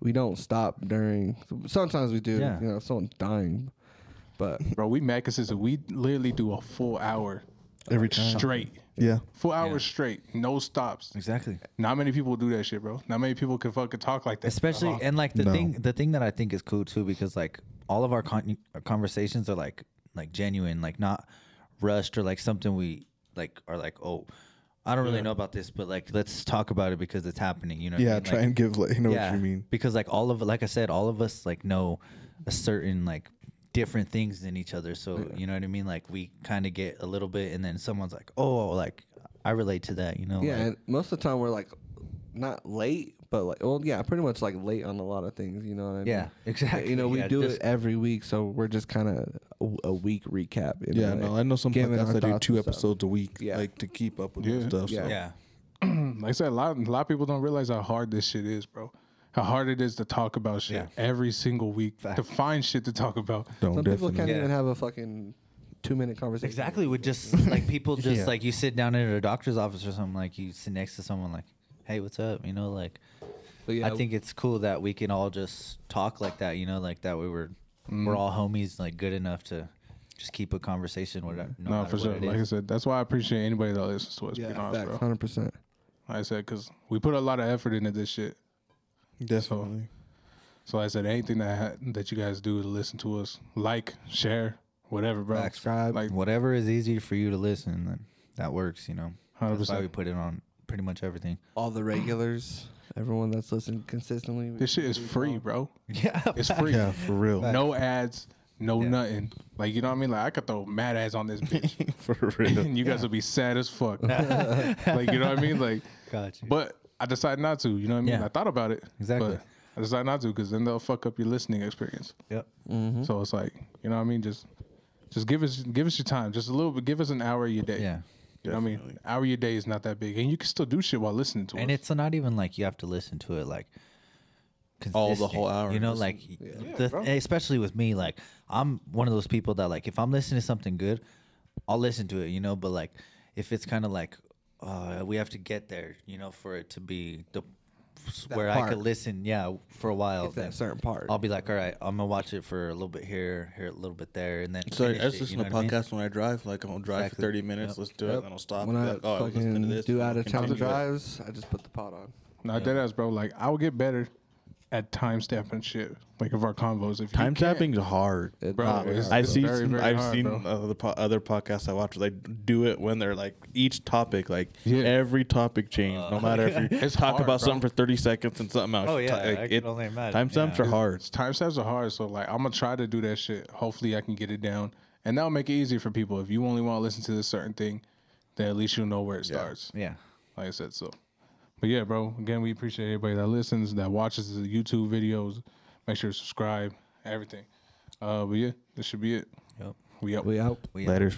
S2: we don't stop during. Sometimes we do.
S3: Yeah.
S2: You know, someone's dying, but
S1: Bro, we Macuses, we literally do a full hour
S5: Every
S1: straight.
S5: Yeah.
S1: Full hours straight, no stops.
S3: Exactly.
S1: Not many people do that shit, bro. Not many people can fucking talk like that. Uh-huh.
S3: Especially and like the
S5: No.
S3: thing the thing that I think is cool too because like all of our, con- our conversations are like like genuine, like not rushed or like something we like are like, "Oh, I don't really know about this, but like let's talk about it because it's happening." You know? what I
S5: Yeah.
S3: mean?
S5: Try
S3: Like,
S5: and give, like, you know what you mean.
S3: Because like all of like I said, all of us like know a certain like different things than each other. So you know what I mean? Like we kind of get a little bit, and then someone's like, "Oh, like I relate to that," you know?
S2: yeah,
S3: like-
S2: and most of the time we're like not late, but like well, yeah, pretty much like late on a lot of things. You know what I mean?
S3: Yeah, exactly.
S2: You know, we
S3: Yeah,
S2: do
S3: just-
S2: it every week, so we're just kind of a, a week recap. in a
S5: Yeah,
S2: way.
S5: no, I know some
S2: Giving
S5: podcasts
S2: our
S5: that do
S2: thoughts
S5: two
S2: and stuff.
S5: episodes a week,
S2: Yeah.
S5: like to keep up with
S1: Yeah.
S5: yeah. stuff.
S2: Yeah.
S5: So.
S3: yeah,
S1: like I said, a lot, a lot of people don't realize how hard this shit is, bro. How hard it is to talk about shit
S3: Yeah.
S1: every single week, to find shit to talk about.
S5: Don't
S2: Some people
S5: definitely.
S2: can't
S3: Yeah.
S2: even have a fucking two minute conversation.
S3: exactly. With just like people, just
S5: Yeah.
S3: like you sit down at a doctor's office or something, like you sit next to someone, like, "Hey, what's up?" You know, like
S2: But yeah,
S3: I think it's cool that we can all just talk like that. You know, like that we were we're all homies, like good enough to just keep a conversation. Whatever. No,
S1: No,
S3: matter
S1: for
S3: what
S1: sure.
S3: it
S1: Like I
S3: is.
S1: said, that's why I appreciate anybody that listens to us.
S2: yeah,
S1: being honest, bro.
S2: hundred percent.
S1: Like I said, because we put a lot of effort into this shit.
S5: Definitely.
S1: So like I said, anything that ha- that you guys do to listen to us, like, share, whatever, bro.
S2: Subscribe.
S1: Like,
S3: whatever is easy for you to listen, then that works. You know, that's why
S1: 100%.
S3: we put it on pretty much everything.
S2: all the regulars, everyone that's listened consistently. we-
S1: this shit is free, bro.
S3: Yeah,
S1: It's free.
S5: Yeah, for real.
S1: No ads, no
S3: Yeah.
S1: nothing. Like, you know what I mean? Like, I could throw mad ads on this bitch.
S5: for real.
S1: and you guys will be sad as fuck. like you know what I mean? Like,
S3: got you.
S1: but I decided not to. You know what I mean?
S3: Yeah.
S1: I thought about it.
S3: Exactly.
S1: But I decided not to because then they'll fuck up your listening experience.
S3: Yep. Mm-hmm.
S1: So it's like you know what I mean? Just, just give us give us your time. Just a little bit. Give us an hour of your day.
S3: Yeah.
S1: You know what I mean? An hour of your day is not that big, and you can still do shit while listening to
S3: And
S1: us.
S3: it's not even like you have to listen to it like
S4: All the
S3: consistent,
S4: whole hour
S3: You know,
S4: and
S3: like the, especially with me, like I'm one of those people that like if I'm listening to something good, I'll listen to it. You know, but like if it's kind of like uh, we have to get there, you know, for it to be the where I
S2: part.
S3: could listen, yeah, for a while.
S2: It's that
S3: then
S2: certain part.
S3: I'll be like, all right, I'm gonna watch it for a little bit here, here a little bit there, and then.
S4: So I
S3: finish
S4: just
S3: it,
S4: listen
S3: you
S4: to
S3: know what I mean?
S4: podcasts when I drive. Like I'll drive
S3: Exactly.
S4: for thirty minutes,
S3: Yep.
S4: listen to it,
S2: Yep.
S4: and then I'll stop.
S2: when
S4: and be
S2: I
S4: like, oh, I was listening to
S2: fucking
S4: this,
S2: do
S4: and I'll
S2: out of town
S4: continue it.
S2: drives, I just put the pot on.
S1: not that ass, bro. Like I will get better at time stamping shit. Like of our convos. If you
S4: Time
S1: can't-
S4: tapping's hard.
S1: bro. it's
S4: I see.
S1: very,
S4: some-
S1: very
S4: I've
S1: hard,
S4: seen
S1: bro.
S4: other po- other podcasts I watch. They do it when they're like each topic, like
S1: Yeah.
S4: every topic change. no matter if you
S1: It's
S4: talk
S1: hard,
S4: about
S1: bro.
S4: something for thirty seconds and something else.
S3: Oh, yeah,
S4: ti-
S3: I can only imagine,
S4: Time stamps
S3: yeah.
S4: are hard.
S1: Time stamps are hard, so like I'm gonna try to do that shit. Hopefully, I can get it down, and that'll make it easier for people. If you only want to listen to this certain thing, then at least you'll know where it starts.
S3: Yeah.
S1: Like I said, so. But yeah, bro. Again, we appreciate everybody that listens, that watches the YouTube videos. Make sure to subscribe, everything. Uh, but yeah, this should be it.
S3: Yep.
S1: We up.
S2: We out.
S3: We
S4: Letters.